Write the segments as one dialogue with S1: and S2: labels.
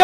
S1: ก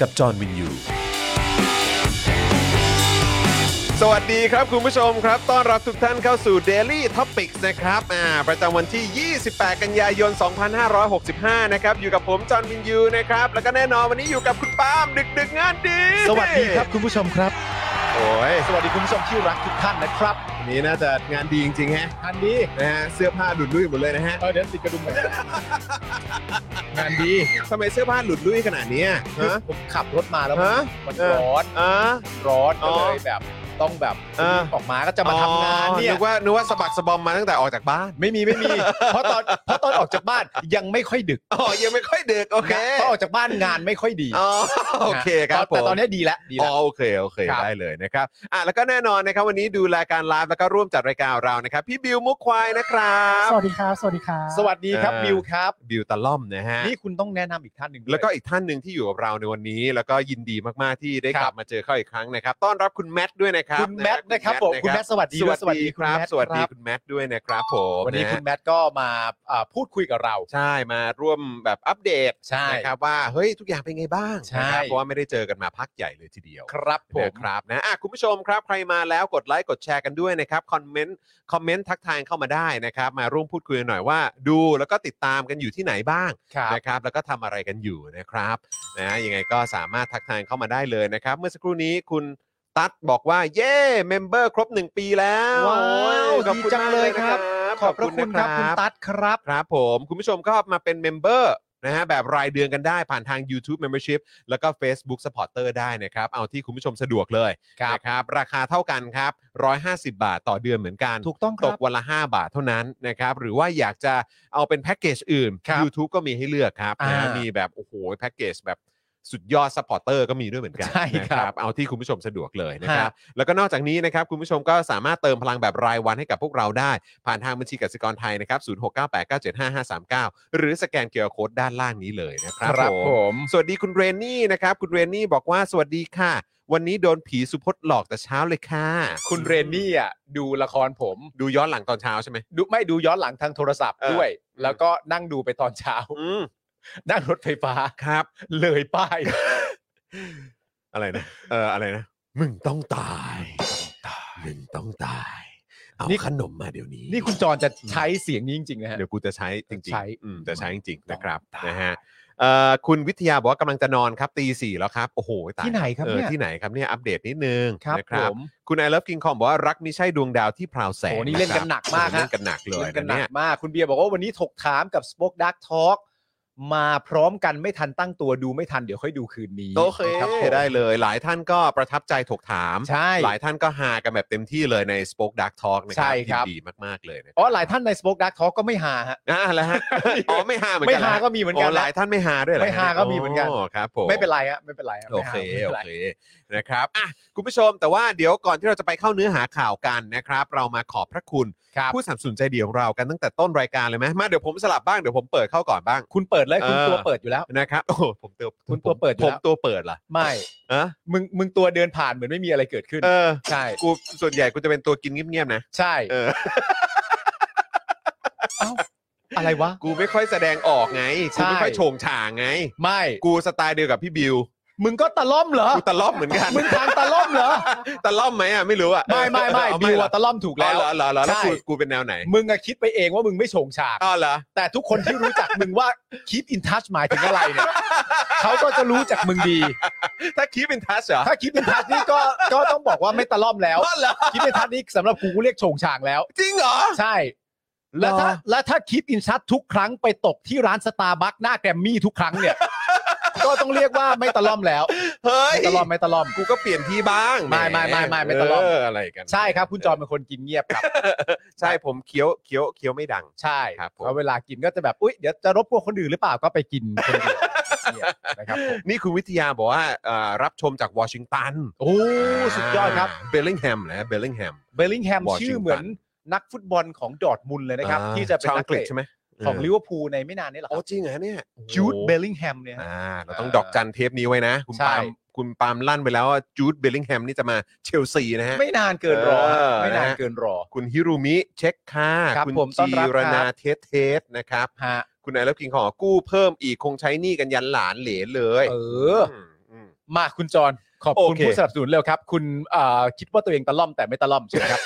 S2: กับจอห์นวินยู
S3: สวัสดีครับ คุณผู้ชมครับ ต้อนรับทุกท่านเข้าสู่ Daily Topics นะครับอ่าประจำวันที่ 28 กันยายน 2565 นะครับ อยู่กับผม จอห์นวินยูนะครับ แล้วก็แน่นอนวันนี้อยู่กับคุณปาล์มดึกดึกๆงานดี
S4: สวัสดีครับคุณผู้ชมครับ
S3: โอ้ย
S4: สวัสดีคุณผู้ชมที่รักทุกท่านนะครับ
S3: วันนี้น่าจะงานดีจริงๆ ฮะ
S4: ทันดี
S3: นะฮะเสื้อผ้าหลุดลุ่ยหมดเลยนะฮะ
S4: เออเดี๋ยวติดกระดุมกันงานดี
S3: ทำไมเสื้อผ้าหลุดลุ่ยขนาดเนี้ยฮะ
S4: ผมขับรถมาแล้ว
S3: ฮะ
S4: มันร้อน
S3: อ่า
S4: ร้อน
S3: อ๋
S4: ก็
S3: อ
S4: เลยแบบต้องแบบ
S3: เออ
S4: ออกมาก็จะมาทำงานเนี่ย
S3: อ๋อนึกว่านึกว่าสะบักสะบอมมาตั้งแต่ออกจากบ้าน
S4: ไม่มีไม่มี เพราะตอนเพราะตอนออกจากบ้านยังไม่ค่อยดึก
S3: อ๋อยังไม่ค่อยดึกโอเค
S4: นะตอนออกจากบ้านงานไม่ค่อยดี
S3: อ๋อโอเคครับผม
S4: แต่ตอนนี้ดีแล้วดี
S3: อ๋
S4: แล้ว
S3: อโอเคโอเค
S4: ครับ
S3: ได้เลยนะครับอ่ะแล้วก็แน่นอนนะครับวันนี้ดูรายการไลฟ์แล้วก็ร่วมจัดรายการเรานะครับ พี่บิวมุกควายนะครับ
S5: สวัสดีครับ สวัสดีครับ
S4: สวัสดีครับ
S3: เออ
S4: บิวครับ
S3: บิวตะล่อมนะฮะ
S4: นี่คุณต้องแนะนำอีกท่านหนึ่งด้ย
S3: แล้วก็อีกท่านหนึ่งที่อยู่กับเราในวันนี้ แล้วก็ยินดีมากๆที่ได้
S4: ครับ
S3: กลับมาเจอเขาอีกครั้งนะครับต้อนรับคุณแมทด้วยนะครับ
S4: คุณแมท
S3: ฮ
S4: นะครับผมคุณแมทสวัสดี
S3: ส
S4: ด้
S3: วั
S4: ย
S3: สดีครับ
S4: ณแมท
S3: สวัสดี
S4: ครับ
S3: คุณแมทด้วยนะครับผม
S4: วันนี้
S3: ะฮะ
S4: คุณแมทก็มาอ่าพูดคุยกับเรา
S3: ใช่มาร่วมแบบอัปเดต
S4: ใช่
S3: นะครับว่าเฮ้ยทุกอย่างเป็นไงบ้าง
S4: ใช่
S3: นะครับเพราะว่าไม่ได้เจอกันมาพักใหญ่เลยทีเดียว
S4: ครับผม
S3: นะครับนะอ่ะคุณผู้ชมครับใครมาแล้วกดไลค์กดแชร์กันด้วยนะครับคอมเมนต์คอมเมนต์ทักทายเข้ามาได้นะครับ มาร่วมพูดคุยหน่อยว่า ดูแล้วก็ติดตามกันอยู่ที่ไหนบ้าง
S4: ครับ
S3: นะครับ แล้วก็ทำอะไรกันอยู่นะครับนะยังไงก็สามารถทักทายเข้ามาได้เลยนะครับ เมื่อสักครู่นี้คุณตัดบอกว่าเย้เมมเบอร์ครบ 1 ปีแล้ว
S4: ว้า
S3: โอ้
S4: วย
S3: ขอบ
S4: ดี
S3: คุณ
S4: จัง
S3: มาก
S4: เลย
S3: นะครับ
S4: ขอบพระคุณครับ
S3: นะ
S4: คุณตั๊ดครับ
S3: ครับผมคุณผู้ชมก็มาเป็นเมมเบอร์นะฮะแบบรายเดือนกันได้ผ่านทาง YouTube Membership แล้วก็ Facebook Supporter ได้นะครับ เอาที่คุณผู้ชมสะดวกเลย นะครับราคาเท่ากันครับ 150 บาทต่อเดือนเหมือนกัน
S4: ถูกต้องค
S3: ต
S4: รั
S3: ก
S4: บ
S3: วันละ 5 บาทเท่านั้นนะครับหรือว่าอยากจะเอาเป็นแพ็กเกจอื่น
S4: ครับ
S3: YouTube ก็มีให้เลือกครับ
S4: อ่าน
S3: นะมีแบบ โอ้โหแพ็กเกจแบบสุดยอดซัพพอร์เตอร์ก็มีด้วยเหมือนกัน
S4: ใช่
S3: นะครับ เอาที่คุณผู้ชมสะดวกเลยนะครับแล้วก็นอกจากนี้นะครับคุณผู้ชมก็สามารถเติมพลังแบบรายวันให้กับพวกเราได้ ผ่านทางบัญชีกสิกรไทยนะครับศูนย์หกเก้าแปดเก้าเจ็ดห้าห้าสามเก้าหรือสแกนเคอร์โคดด้านล่างนี้เลยนะครับ
S4: ครับผม
S3: สวัสดีคุณเรนนี่นะครับ คุณเรนนี่บอกว่าสวัสดีค่ะ วันนี้โดนผีสุพจน์หลอกแต่เช้าเลยค่ะ
S4: คุณเรนนี่อ่ะดูละครผม
S3: ดูย้อนหลังตอนเช้าใช่ไหม
S4: ดูไม่ดูย้อนหลังทางโทรศัพท์
S3: เออ
S4: ด้วย แล้วก็นั่งดูไปตอนเช้า
S3: อืม
S4: นั่งรถไฟฟ้า
S3: ครับ
S4: เลยป้าย
S3: อะไรนะเอออะไรนะมึงต้องตายมึงต้องตาย เอา
S4: นี่
S3: ขนมมาเดี๋ยวนี้
S4: นี่คุณจรจะใช้เสียงนี้จริงๆนะฮะ
S3: เดี๋ยวกูจะใช้จริง
S4: ใช้
S3: ๆอืมจะใช้จริงๆนะครับนะฮะเอ่อคุณวิทยาบอกว่ากำลังจะนอนครับตีสี่แล้วครับ โอ้โหตาย
S4: ที่ไหนครับ
S3: เออ
S4: เนี่ย
S3: ที่ไหนครับเนี่ยอัปเดตนิดนึง
S4: ครับ
S3: นะ
S4: ผม
S3: คุณไอ o ล e ฟกิงคอมบอกว่ารักไม่ใช่ดวงดาวที่พราวแสง
S4: โอ้นี่เล่นกันหนักมาก
S3: เล่
S4: ฮะ
S3: นกันหนักเลย
S4: เล่นกันหนั
S3: ะ
S4: ก
S3: ย
S4: มากคุณเบียร์บอกว่าวันนี้ถกถามกับ Spoke Dark Talk มาพร้อมกันไม่ทันตั้งตัวดูไม่ทันเดี๋ยวค่อยดูคืนนี้
S3: โอเค
S4: ครับผม
S3: ได้เลย หลายท่านก็ประทับใจถกถาม
S4: ใช่
S3: หลายท่านก็หากันแบบเต็มที่เลยใน Spoke Dark Talk นะครั
S4: ใช่ครับ
S3: ยินดีมาก ๆ เลยนะ
S4: อ๋อหลายท่านใน Spoke Dark Talk ก็ไม่หาฮะ
S3: อ่าแล้วฮะ อ๋อไม่หาเหมือน
S4: ไม่
S3: กัน
S4: หา
S3: เรอ
S4: ก็มีเหมือนกัน
S3: หลายท่านไม่หาด้วยเหรอ
S4: ไม่หาก็มีเหมือนกัน
S3: โครับผม
S4: ไม่เป็นไรฮะไม่เป็นไรฮะ
S3: โอ
S4: ไม่หา
S3: เค
S4: ไม่ป็
S3: โอน
S4: ไร
S3: เคนะครับอ่ะคุณผู้ชมแต่ว่าเดี๋ยวก่อนที่เราจะไปเข้าเนื้อหาข่าวกันนะครับ เรามาขอบพระคุณ
S4: ครับ
S3: ผู้สนับสนุนใจเดียวเรากันตั้งแต่ต้นรายการเลยไหมมาเดี๋ยวผมสลับบ้างเดี๋ยวผมเปิดเข้าก่อนบ้าง
S4: คุณเปิดเลยคุณ
S3: เออ
S4: ตัวเปิดอยู่แล้ว
S3: นะครับโอ้โหผมเติม
S4: คุณตัวเปิดอยู่
S3: ผ
S4: แล้
S3: ม
S4: ว
S3: ตัวเปิดเหรอ
S4: ไม่
S3: เอะ
S4: มึงมึงตัวเดินผ่านเหมือนไม่มีอะไรเกิดขึ้น
S3: เออ
S4: ใช่
S3: กูส่วนใหญ่กูจะเป็นตัวกินเงียบๆนะ
S4: ใช่
S3: เออ
S4: เอ้าอะไรวะ
S3: กูไม่ค่อยแสดงออกไง
S4: ใช่
S3: กูไม่ค่อยโฉงฉางไง
S4: ไม่
S3: กูสไตล์เดียวกับพี่บิว
S4: มึงก็ตะล่อมเหรอ
S3: กูตะล่อมเหมือนกัน
S4: มึงทางตะล่อมเหรอ
S3: ตะล่อมไหมอ่ะไม่รู้อ่ะ
S4: ไม่ไม่ไม่
S3: เอา
S4: บิว
S3: เหรอ
S4: อะตะล่อมถูก
S3: แล้
S4: แล้ว ว
S3: เหรอเหรอเหรอแล้ว
S4: ใช่
S3: กูกูเป็นแนวไหน
S4: มึงอะคิดไปเองว่ามึงไม่โฉง ฉาก
S3: อ้าวเหรอ
S4: แต่ทุกคน ที่รู้จักมึงว่า keep in touch หมายถึงอะไรเนี่ย เขาก็จะรู้จักมึงดี
S3: ถ้าคีเป็นทัชเหรอ
S4: ถ้าคิดเป็นทัศน์นี่ก็ก็ต้องบอกว่าไม่ตะล่อมแล้ว
S3: อ๋อเหรอ
S4: คิดเป็นทัศน์นี่สำหรับกูกูเรียกโฉงฉางแล้ว
S3: จริงเหรอ
S4: ใช่ แล้วถ้า
S3: หรอ
S4: แล้วถ้าคิดอินชัดทุกครั้งไปตกที่ร้านสตาร์บัคหน้าแกรมมี่ทุกครั้งเนี่ย ก็ต้องเรียกว่าไม่ตะล่อมแล้ว
S3: เฮ้ย
S4: ไม่ตะล่อมไม่ตะล่อม
S3: กูก็เปลี่ยนที่บ้าง
S4: ไม่ไม่ไม่ไม่ไม่ตลอด
S3: เอะไรกัน
S4: ใช่ครับ คุณจอมเป็นคนกินเงียบครับ
S3: ใช่ผมเคี้ยวเคี้ยวเคี้ยวไม่ดัง
S4: ใช่
S3: ครับผม
S4: เพราะเวลากินก็จะแบบอุ๊ยเดี๋ยวจะรบกวนคนอื่นหรือเปล่าก็ไปกินคนเดียว เงียบนะครับผม
S3: นี่คุณวิทยาบอกว่าเอ่อรับชมจากวอชิงตัน
S4: โอ้สุดยอดครับ
S3: เบลลิงแฮมนะเบลลิงแฮม
S4: เบลลิงแฮม
S3: Washington
S4: ชื่อเหมือนนักฟุตบอลของดอร์ทมุนด์เลยนะครับ ที่จะเป็น
S3: ชาว
S4: นั
S3: อั
S4: ก
S3: งกฤษ
S4: เตะ
S3: ใช่ไหม
S4: ของ
S3: เ
S4: ลิเวอร์พูลในไม่นานนี้แหละ
S3: โอ้จริงเหรอเนี่ย
S4: จูด
S3: โอ้โห
S4: เบลลิงแฮมเนี่ย
S3: อ่าเราต้องดอกจันเทปนี้ไว้นะ คุณ
S4: ใช่
S3: ปาล์มคุณปาล์มลั่นไปแล้วว่าจูดเบลลิงแฮมนี่จะมาเชลซีนะฮะ
S4: ไม่นานเกินรอ
S3: เออ
S4: ไม่นานเกินรอ
S3: คุณฮิรุมิเช็คค่ะ
S4: ครับ
S3: ณ
S4: ผมต้อน
S3: จี
S4: รับค
S3: ร
S4: รับ
S3: นาเทสเทสนะครับ
S4: ฮะ
S3: คุณนายแล้วกินของกู้เพิ่มอีกคงใช้หนี้กันยันหลานเหลนเลย
S4: เออ
S3: มอืม
S4: มาคุณจรขอบคุณ
S3: โอเค
S4: ผู้สนับสนุนเร็วครับ คุณเอ่อคิดว่าตัวเองตะล่อมแต่ไม่ตะล่อมใช่ไหมครับ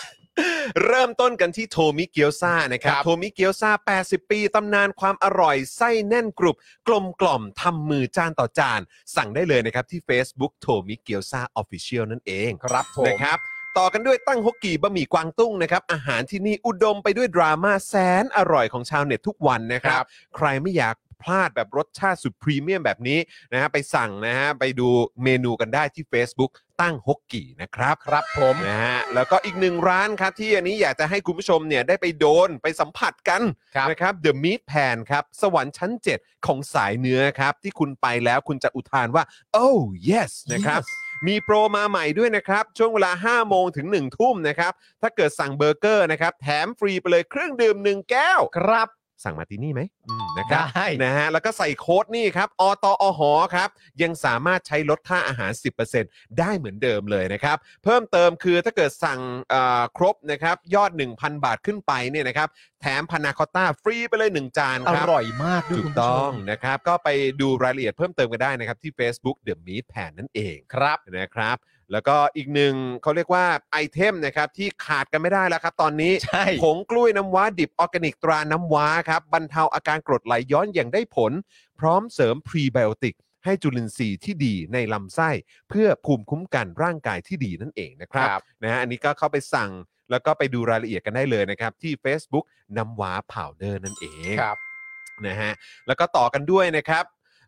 S3: เริ่มต้นกันที่โทมิเกียวซานะครับ
S4: ครับ
S3: โทมิเกียวซา 80 ปี ตำนานความอร่อย ไส้แน่นกรุบ กลมกล่อมทำมือจานต่อจาน สั่งได้เลยนะครับ ที่ Facebook โทมิเกียวซาออฟฟิเชียลนั่นเอง
S4: ครับผม
S3: นะครับ ต่อกันด้วยตั้งฮกกีบะหมี่กวางตุ้งนะครับ อาหารที่นี่อุดมไปด้วยดราม่าแสนอร่อยของชาวเน็ตทุกวันนะครับ ใครไม่อยากพลาดแบบรสชาติสุดพรีเมียมแบบนี้นะฮะไปสั่งนะฮะไปดูเมนูกันได้ที่ Facebook ตั้งฮกกีนะครับ
S4: ครับผม
S3: นะฮะแล้วก็อีกหนึ่งร้านครับที่อันนี้อยากจะให้คุณผู้ชมเนี่ยได้ไปโดนไปสัมผัสกัน
S4: ครับ
S3: นะครับ The Meat Pan ครับ สวรรค์ชั้น 7 ของสายเนื้อครับ ที่คุณไปแล้วคุณจะอุทานว่า oh yes นะครับ มีโปรมาใหม่ด้วยนะครับ ช่วงเวลา 5 โมงถึง 1 ทุ่มนะครับ ถ้าเกิดสั่งเบอร์เกอร์นะครับ แถมฟรีไปเลยเครื่องดื่ม 1 แก้ว
S4: ครับ
S3: สั่งมาที่นี่ไหมอืมนะครับ
S4: ได้
S3: นะฮะแล้วก็ใส่โค้ดนี่ครับอตอหอครับ ยังสามารถใช้ลดค่าอาหาร 10%ได้เหมือนเดิมเลยนะครับ เพิ่มเติมคือถ้าเกิดสั่งเอ่อครบนะครับ ยอด 1,000 บาทขึ้นไปเนี่ยนะครับ แถมพานาคอตต้าฟรีไปเลย 1 จาน
S4: อ
S3: ครับ
S4: ร่อยมากด้วย
S3: ถู
S4: คุณ
S3: ก
S4: ผู้ชม
S3: ต้องนะครับ ก็ไปดูรายละเอียดเพิ่มเติมกันได้นะครับ ที่ Facebook The Meat Pan นั่นเอง
S4: ครับ
S3: นะครับ แล้วก็อีกหนึ่งเขาเรียกว่าไอเทมนะครับที่ขาดกันไม่ได้แล้วครับ ตอนนี้
S4: ใช่
S3: ผงกล้วยน้ำว้าดิบออร์แกนิกตราน้ำว้าครับบรรเทาอาการกรดไหลย้อนอย่างได้ผล พร้อมเสริมพรีไบโอติก ให้จุลินทรีย์ที่ดีในลำไส้ เพื่อภูมิคุ้มกันร่างกายที่ดีนั่นเองนะครับ
S4: ครับ
S3: นะฮะอันนี้ก็เข้าไปสั่งแล้วก็ไปดูรายละเอียดกันได้เลยนะครับ ที่ Facebook น้ำว้าพาวเดอร์นั่นเอง
S4: ครับ
S3: นะฮะแล้วก็ต่อกันด้วยนะครับ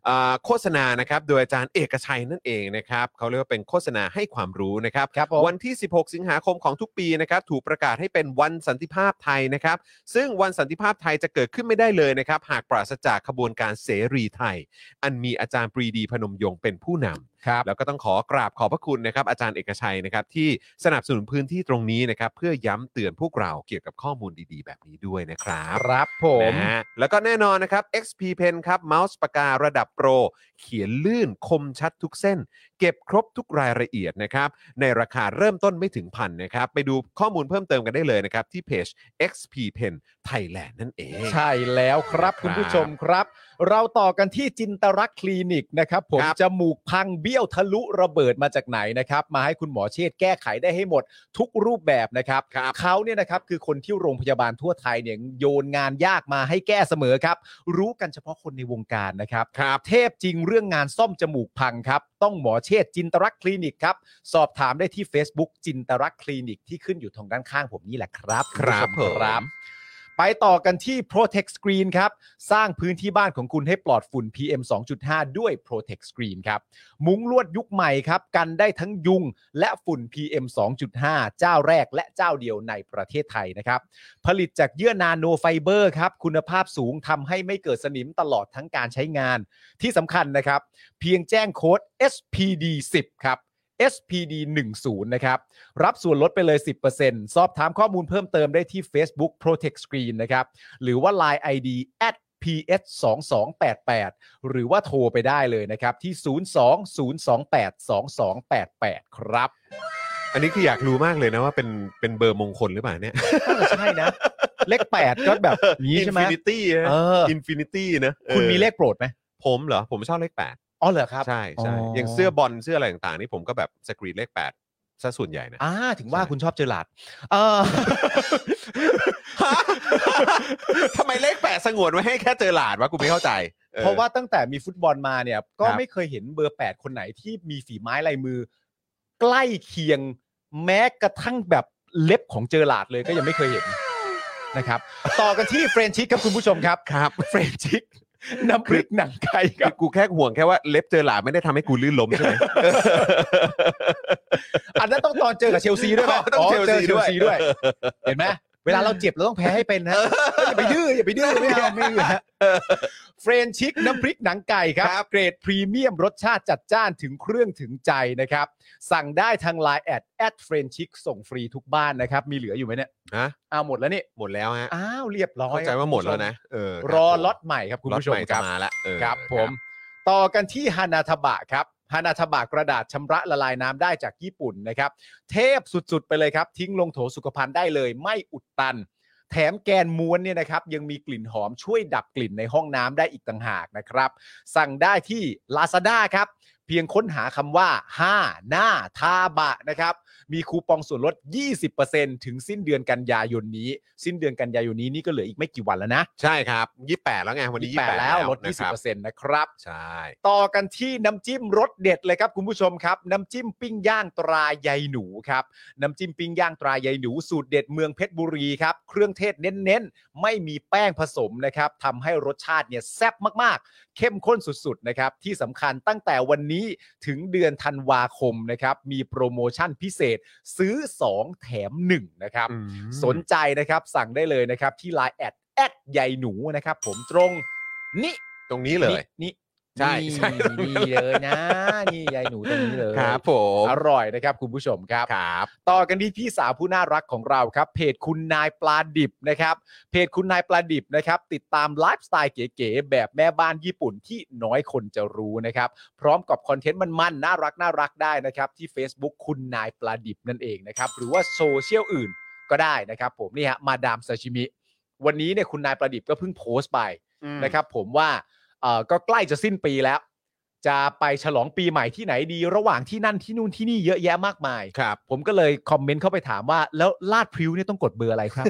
S3: อ่าโฆษณานะครับโดยอาจารย์เอกชัยนั่นเองนะครับเขาเรียกว่าเป็นโฆษณาให้ความรู้นะครับ
S4: ครับผม
S3: วันที่ 16 สิงหาคมของทุกปีนะครับถูกประกาศให้เป็นวันสันติภาพไทยนะครับ ซึ่งวันสันติภาพไทยจะเกิดขึ้นไม่ได้เลยนะครับ หากปราศจากขบวนการเสรีไทย อันมีอาจารย์ปรีดีพนมยงค์เป็นผู้นำ
S4: ครับ
S3: แล้วก็ต้องขอกราบขอบพระคุณนะครับอาจารย์เอกชัยนะครับที่สนับสนุนพื้นที่ตรงนี้นะครับเพื่อย้ำเตือนพวกเราเกี่ยวกับข้อมูลดีๆ แบบนี้ด้วยนะครับ
S4: ครับผม
S3: นะฮะแล้วก็แน่นอนนะครับ XP Pen ครับเมาส์ปากการะดับโปร เขียนลื่นคมชัดทุกเส้น เก็บครบทุกรายละเอียดนะครับในราคาเริ่มต้นไม่ถึงพันนะครับ ไปดูข้อมูลเพิ่มเติมกันได้เลยนะครับ ที่เพจ XP Pen Thailand นั่นเอง
S4: ใช่แล้วครับ
S3: ครับ
S4: คุณผู้ชมครับ เราต่อกันที่จินตรักษณ์คลินิกนะครับผม
S3: ครับ
S4: จมูกพังเบี้ยวทะลุระเบิดมาจากไหนนะครับ มาให้คุณหมอเชษฐ์แก้ไขได้ให้หมดทุกรูปแบบนะครับ
S3: ครับ
S4: เขาเนี่ยนะครับคือคนที่โรงพยาบาลทั่วไทยเนี่ยโยนงานยากมาให้แก้เสมอครับ รู้กันเฉพาะคนในวงการนะครับ
S3: ครับ
S4: เทพจริงเรื่องงานซ่อมจมูกพังครับ ต้องหมอเชษฐ์จินตรักษณ์คลินิกครับ สอบถามได้ที่ Facebook จินตรักษณ์คลินิกที่ขึ้นอยู่ทางด้านข้างผมนี่แหละครับ
S3: ครับ
S4: ณผู้ช
S3: ผม
S4: ครับ ไปต่อกันที่ Protect Screen ครับ สร้างพื้นที่บ้านของคุณให้ปลอดฝุ่น PM 2.5 ด้วย Protect Screen ครับ มุ้งลวดยุคใหม่ครับ กันได้ทั้งยุงและฝุ่น PM 2.5 เจ้าแรกและเจ้าเดียวในประเทศไทยนะครับ ผลิตจากเยื่อนาโนไฟเบอร์ครับ คุณภาพสูงทำให้ไม่เกิดสนิมตลอดทั้งการใช้งาน ที่สำคัญนะครับ เพียงแจ้งโค้ด SPD 10ครับ SPD 1 0นะครับ รับส่วนลดไปเลย 10%สอบถามข้อมูลเพิ่มเติมได้ที่ Facebook Protect Screen นะครับ หรือว่า Line ID at ps 2 2 8 8หรือว่าโทรไปได้เลยนะครับ ที่ 020282288 ครับ
S3: อันนี้คืออยากรู้มากเลยนะว่าเป็นเป็นเบอร์มงคลหรือเปล่าเนี่ย
S4: น่าจะใช่นะ เลข 8 ก็แบบนี้ใช่ไหม
S3: อินฟินิตี้
S4: เอออิ
S3: อินฟินิตี้นะออ
S4: คุณมีเลขโปรดไหม
S3: ผมเหรอ ผมชอบเลขแปด
S4: อ๋อเหรอครับ
S3: ใช่ใช่
S4: อ๋ออ
S3: อย่างเสื้อบอลเสื้ออะไรต่างๆนี่ผมก็แบบสกรีนเลขแปดซะส่วนใหญ่ นะ
S4: อ่าถึงว่า
S3: ใช่
S4: คุณชอบเจอหลาดเออ
S3: ฮะ ทำไมเลขแปดสงวนไว้ให้แค่เจอหลาดวะกูไม่เข้าใจ
S4: เพราะว่าตั้งแต่มีฟุตบอลมาเนี่ย ก็ไม่เคยเห็นเบอร์ 8 คนไหนที่มีฝีไม้ลายมือ ใกล้เคียงแม้กระทั่งแบบเล็บของเจอหลาดเลยก็ยังไม่เคยเห็นนะครับ ต่อกันที่เฟรนชิกครับคุณผู้ชมครับ
S3: ครับ
S4: เฟรนชิกน้ำพริกหนังไก่ครับ
S3: คือกูแค่ห่วงแค่ว่าเล็บเจอหลาไม่ได้ทำให้กูลื่นล้มใช่ไหม
S4: อันนั้นต้องตอนเจอกับเชลซีด้วยไหม
S3: อ๋อต้องเชลซีด้ว
S4: อ๋อเจอเช
S3: ย
S4: ลซีด้วย เห็นไหมเวลาเราเจ็บเราต้องแพ้ให้เป็นนะอย่าไปดื้ออย่าไปดื้อไม่เอาไม่เอาฮะเฟรนชิกน้ำพริกหนังไก่ครับ เกรดพรีเมียมรสชาติจัดจ้านถึงเครื่องถึงใจนะครับ สั่งได้ทาง Line แอดแอดเฟรนชิกส่งฟรีทุกบ้านนะครับ มีเหลืออยู่ไหมเนี่ย
S3: ฮะ
S4: อ้าวหมดแล้วนี่
S3: หมดแล้วฮะ
S4: อ้าวเรียบร้อย
S3: เข้าใจว่าหมดแล้วนะเออคบ
S4: รอ
S3: ผม
S4: ล็อตใหม่ครับคุณผู้ชม
S3: ล็อตให
S4: ค
S3: จะ
S4: รับ
S3: มาละเออ
S4: ครับผมต่อกันที่ฮานาทบะครับฮานาทบะกระดาษชำระละลายน้ำได้จากญี่ปุ่นนะครับ เทพสุดๆ ไปเลยครับ ทิ้งลงโถสุขภัณฑ์ได้เลยไม่อุดตัน แถมแกนม้วนเนี่ยนะครับ ยังมีกลิ่นหอมช่วยดับกลิ่นในห้องน้ำได้อีกต่างหากนะครับ สั่งได้ที่ Lazada ครับ เพียงค้นหาคำว่า 5 หน้าทาบะนะครับ มีคูปองส่วนลด 20%ถึงสิ้นเดือนกันยายนนี้ สิ้นเดือนกันยายนนี้นี่ก็เหลืออีกไม่กี่วันแล้วนะ
S3: ใช่ครับยี่แปดแล้วไงวันนี้ยี่แปด
S4: 28แล้วลด 20%นะครับ
S3: ใช่
S4: ต่อกันที่น้ำจิ้มรสเด็ดเลยครับคุณผู้ชมครับ น้ำจิ้มปิ้งย่างตรายายหนูครับ น้ำจิ้มปิ้งย่างตรายายหนูสูตรเด็ดเมืองเพชรบุรีครับ เครื่องเทศเน้นๆ ไม่มีแป้งผสมนะครับทำให้รสชาติเนี่ยแซ่บมากๆ เข้มข้นสุดๆนะครับ ที่สำคัญตั้งแต่วันนี้ถึงเดือนธันวาคมนะครับ มีโปรโมชั่นพิเศษซื้อ 2 แถม 1 นะครับ
S3: อืม
S4: สนใจนะครับสั่งได้เลยนะครับที่ Line แอดแอดใยหนูนะครับผมตรงนี้
S3: ตรงนี้เลย
S4: นี่
S3: ใช่ใช่
S4: นี่เลยนะ นี่ยายหนูตรงนี้เลย
S3: ครับผม
S4: อร่อยนะครับคุณผู้ชมครับ
S3: ครับ
S4: ต่อกันที่พี่สาวผู้น่ารักของเราครับ เพจคุณนายปลาดิบนะครับ เพจคุณนายปลาดิบนะครับ ติดตามไลฟ์สไตล์เก๋ๆแบบแม่บ้านญี่ปุ่นที่น้อยคนจะรู้นะครับ พร้อมกับคอนเทนต์มันๆน่ารักน่ารักได้นะครับ ที่ Facebook คุณนายปลาดิบนั่นเองนะครับ หรือว่าโซเชียลอื่นก็ได้นะครับผมนี่ฮะมาดามซาชิมิ วันนี้เนี่ยคุณนายประดิบก็เพิ่งโพสต์ไป นะครับผมว่าเอ่อก็ใกล้จะสิ้นปีแล้ว จะไปฉลองปีใหม่ที่ไหนดี ระหว่างที่นั่นที่นู่นที่นี่เยอะแยะมากมาย
S3: ครับ
S4: ผมก็เลยคอมเมนต์เข้าไปถามว่า แล้วลาดพริ้วเนี่ยต้องกดเบอร์อะไร ครับ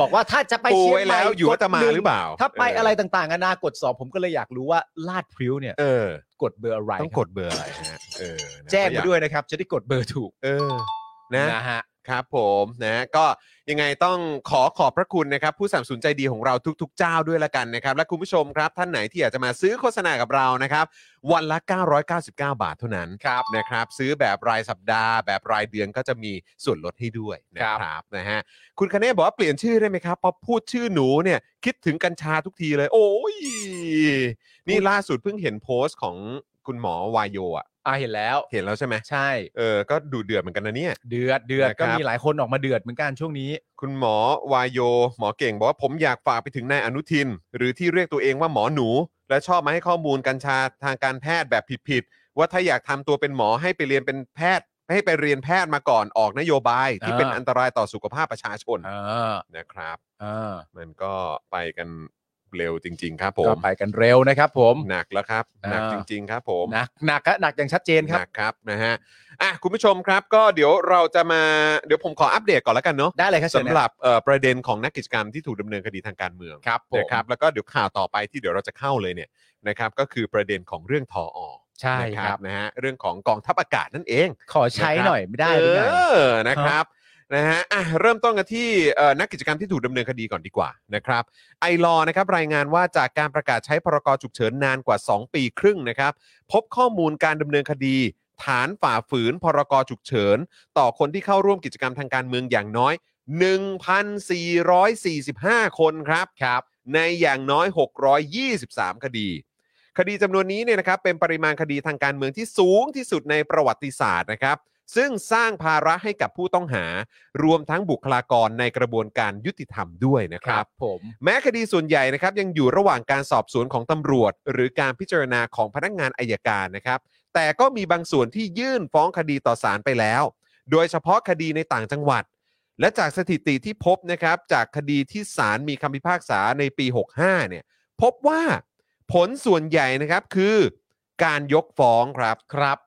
S4: บอกว่าถ้าจะไป
S3: ปู
S4: เชียง
S3: ไว้
S4: ใหม่
S3: แล้วอยู่ว่าจะมาหรือเปล่า
S4: ถ้าไป
S3: เ
S4: อะไรต่างๆนานากดสอบผมก็เลยอยากรู้ว่าลาดพริ้วเนี่ย
S3: เออ
S4: กดเบอร์อะไร
S3: ต้องกดเบอร์อะไรฮะเออนะ
S4: แจ้ง
S3: ก็
S4: มาย
S3: อาก
S4: ด้วยนะครับ จะได้กดเบอร์ถูก
S3: เออนะ
S4: นะฮะ
S3: ครับผมนะก็ยังไงต้องขอขอบพระคุณนะครับ ผู้สามสูนใจดีของเราทุก ๆ เจ้าด้วยละกันนะครับ และคุณผู้ชมครับ ท่านไหนที่อยากจะมาซื้อโฆษณากับเรานะครับ วันละ 999 บาทเท่านั้นครับนะครับ ซื้อแบบรายสัปดาห์ แบบรายเดือนก็จะมีส่วนลดให้ด้วยนะครับนะฮะคุณคเนศบอกว่าเปลี่ยนชื่อได้ไหมครับพอพูดชื่อหนูเนี่ยคิดถึงกัญชาทุกทีเลย โอ้ยนี่ล่าสุดเพิ่งเห็นโพสต์ของคุณหมอวายโยอะ
S4: อ่าเห็นแล้ว
S3: เห็นแล้วใช่ไหม
S4: ใช่
S3: เออ ก็ดูเดือดเหมือนกันนะเนี่ย
S4: เดือดเดือด
S3: นะครับ
S4: ก็มีหลายคนออกมาเดือดเหมือนกันช่วงนี้
S3: คุณหมอวายโย หมอเก่งบอกว่าผมอยากฝากไปถึงนายอนุทิน หรือที่เรียกตัวเองว่าหมอหนู และชอบมาให้ข้อมูลกัญชาทางการแพทย์แบบผิดๆ ว่าถ้าอยากทำตัวเป็นหมอให้ไปเรียนเป็นแพทย์ ให้ไปเรียนแพทย์มาก่อนออกนโยบายที่
S4: อ่า
S3: เป็นอันตรายต่อสุขภาพประชาชน
S4: อ่า
S3: นะครับ
S4: อ่า
S3: มันก็ไปกันเร็วจริง ๆ ครับผ
S4: ก็
S3: ม
S4: ไปกันเร็วนะครับผม
S3: หนักแล้วครับหนัก
S4: อ่า
S3: จริง ๆ ครับผม
S4: หนักหนักอะหนักอย่างชัดเจนครับ
S3: นะครับนะฮะอ่ะคุณผู้ชมครับก็เดี๋ยวเราจะมาเดี๋ยวผมขออัปเดตก่อนแล้วกันเนาะ
S4: ได้เลยครับเชิญ
S3: สำหรับเอ่อประเด็นของนักกิจกรรมที่ถูกดำเนินคดีทางการเมือง
S4: ครับผม
S3: นะครับแล้วก็เดี๋ยวข่าวต่อไปที่เดี๋ยวเราจะเข้าเลยเนี่ยนะครับก็คือประเด็นของเรื่องทออ
S4: ใช่
S3: นะครับ นะฮะเรื่องของกองทัพอากาศนั่นเอง
S4: ขอใช้หน่อยไม่ได้หรือไง
S3: เออนะครับนะฮะอ่ะเริ่มต้นกันที่เอ่อนักกิจกรรมที่ถูกดำเนินคดีก่อนดีกว่านะครับไอรอนะครับรายงานว่าจากการประกาศใช้พรกฉุกเฉินนานกว่า 2 ปีครึ่งนะครับ พบข้อมูลการดำเนินคดี ฐานฝ่าฝืนพรกฉุกเฉิน ต่อคนที่เข้าร่วมกิจกรรมทางการเมืองอย่างน้อย 1,445 คนครับครับ ในอย่างน้อย 623 คดี คดีจำนวนนี้เนี่ยนะครับเป็นปริมาณคดีทางการเมืองที่สูงที่สุดในประวัติศาสตร์นะครับ ซึ่งสร้างภาระให้กับผู้ต้องหา รวมทั้งบุคลากรในกระบวนการยุติธรรมด้วยนะค
S4: ค
S3: รั
S4: รับ บผม
S3: แม้คดีส่วนใหญ่นะครับยังอยู่ระหว่างการสอบสวนของตำรวจ หรือการพิจารณาของพนักงานอายการนะครับ แต่ก็มีบางส่วนที่ยื่นฟ้องคดีต่อศาลไปแล้ว โดยเฉพาะคดีในต่างจังหวัด และจากสถิติที่พบนะครับจากคดีที่ศาลมีคำพิพากษาในปี 65เนี่ยพบว่าผลส่วนใหญ่นะครับคือการยกฟ้องครับครับ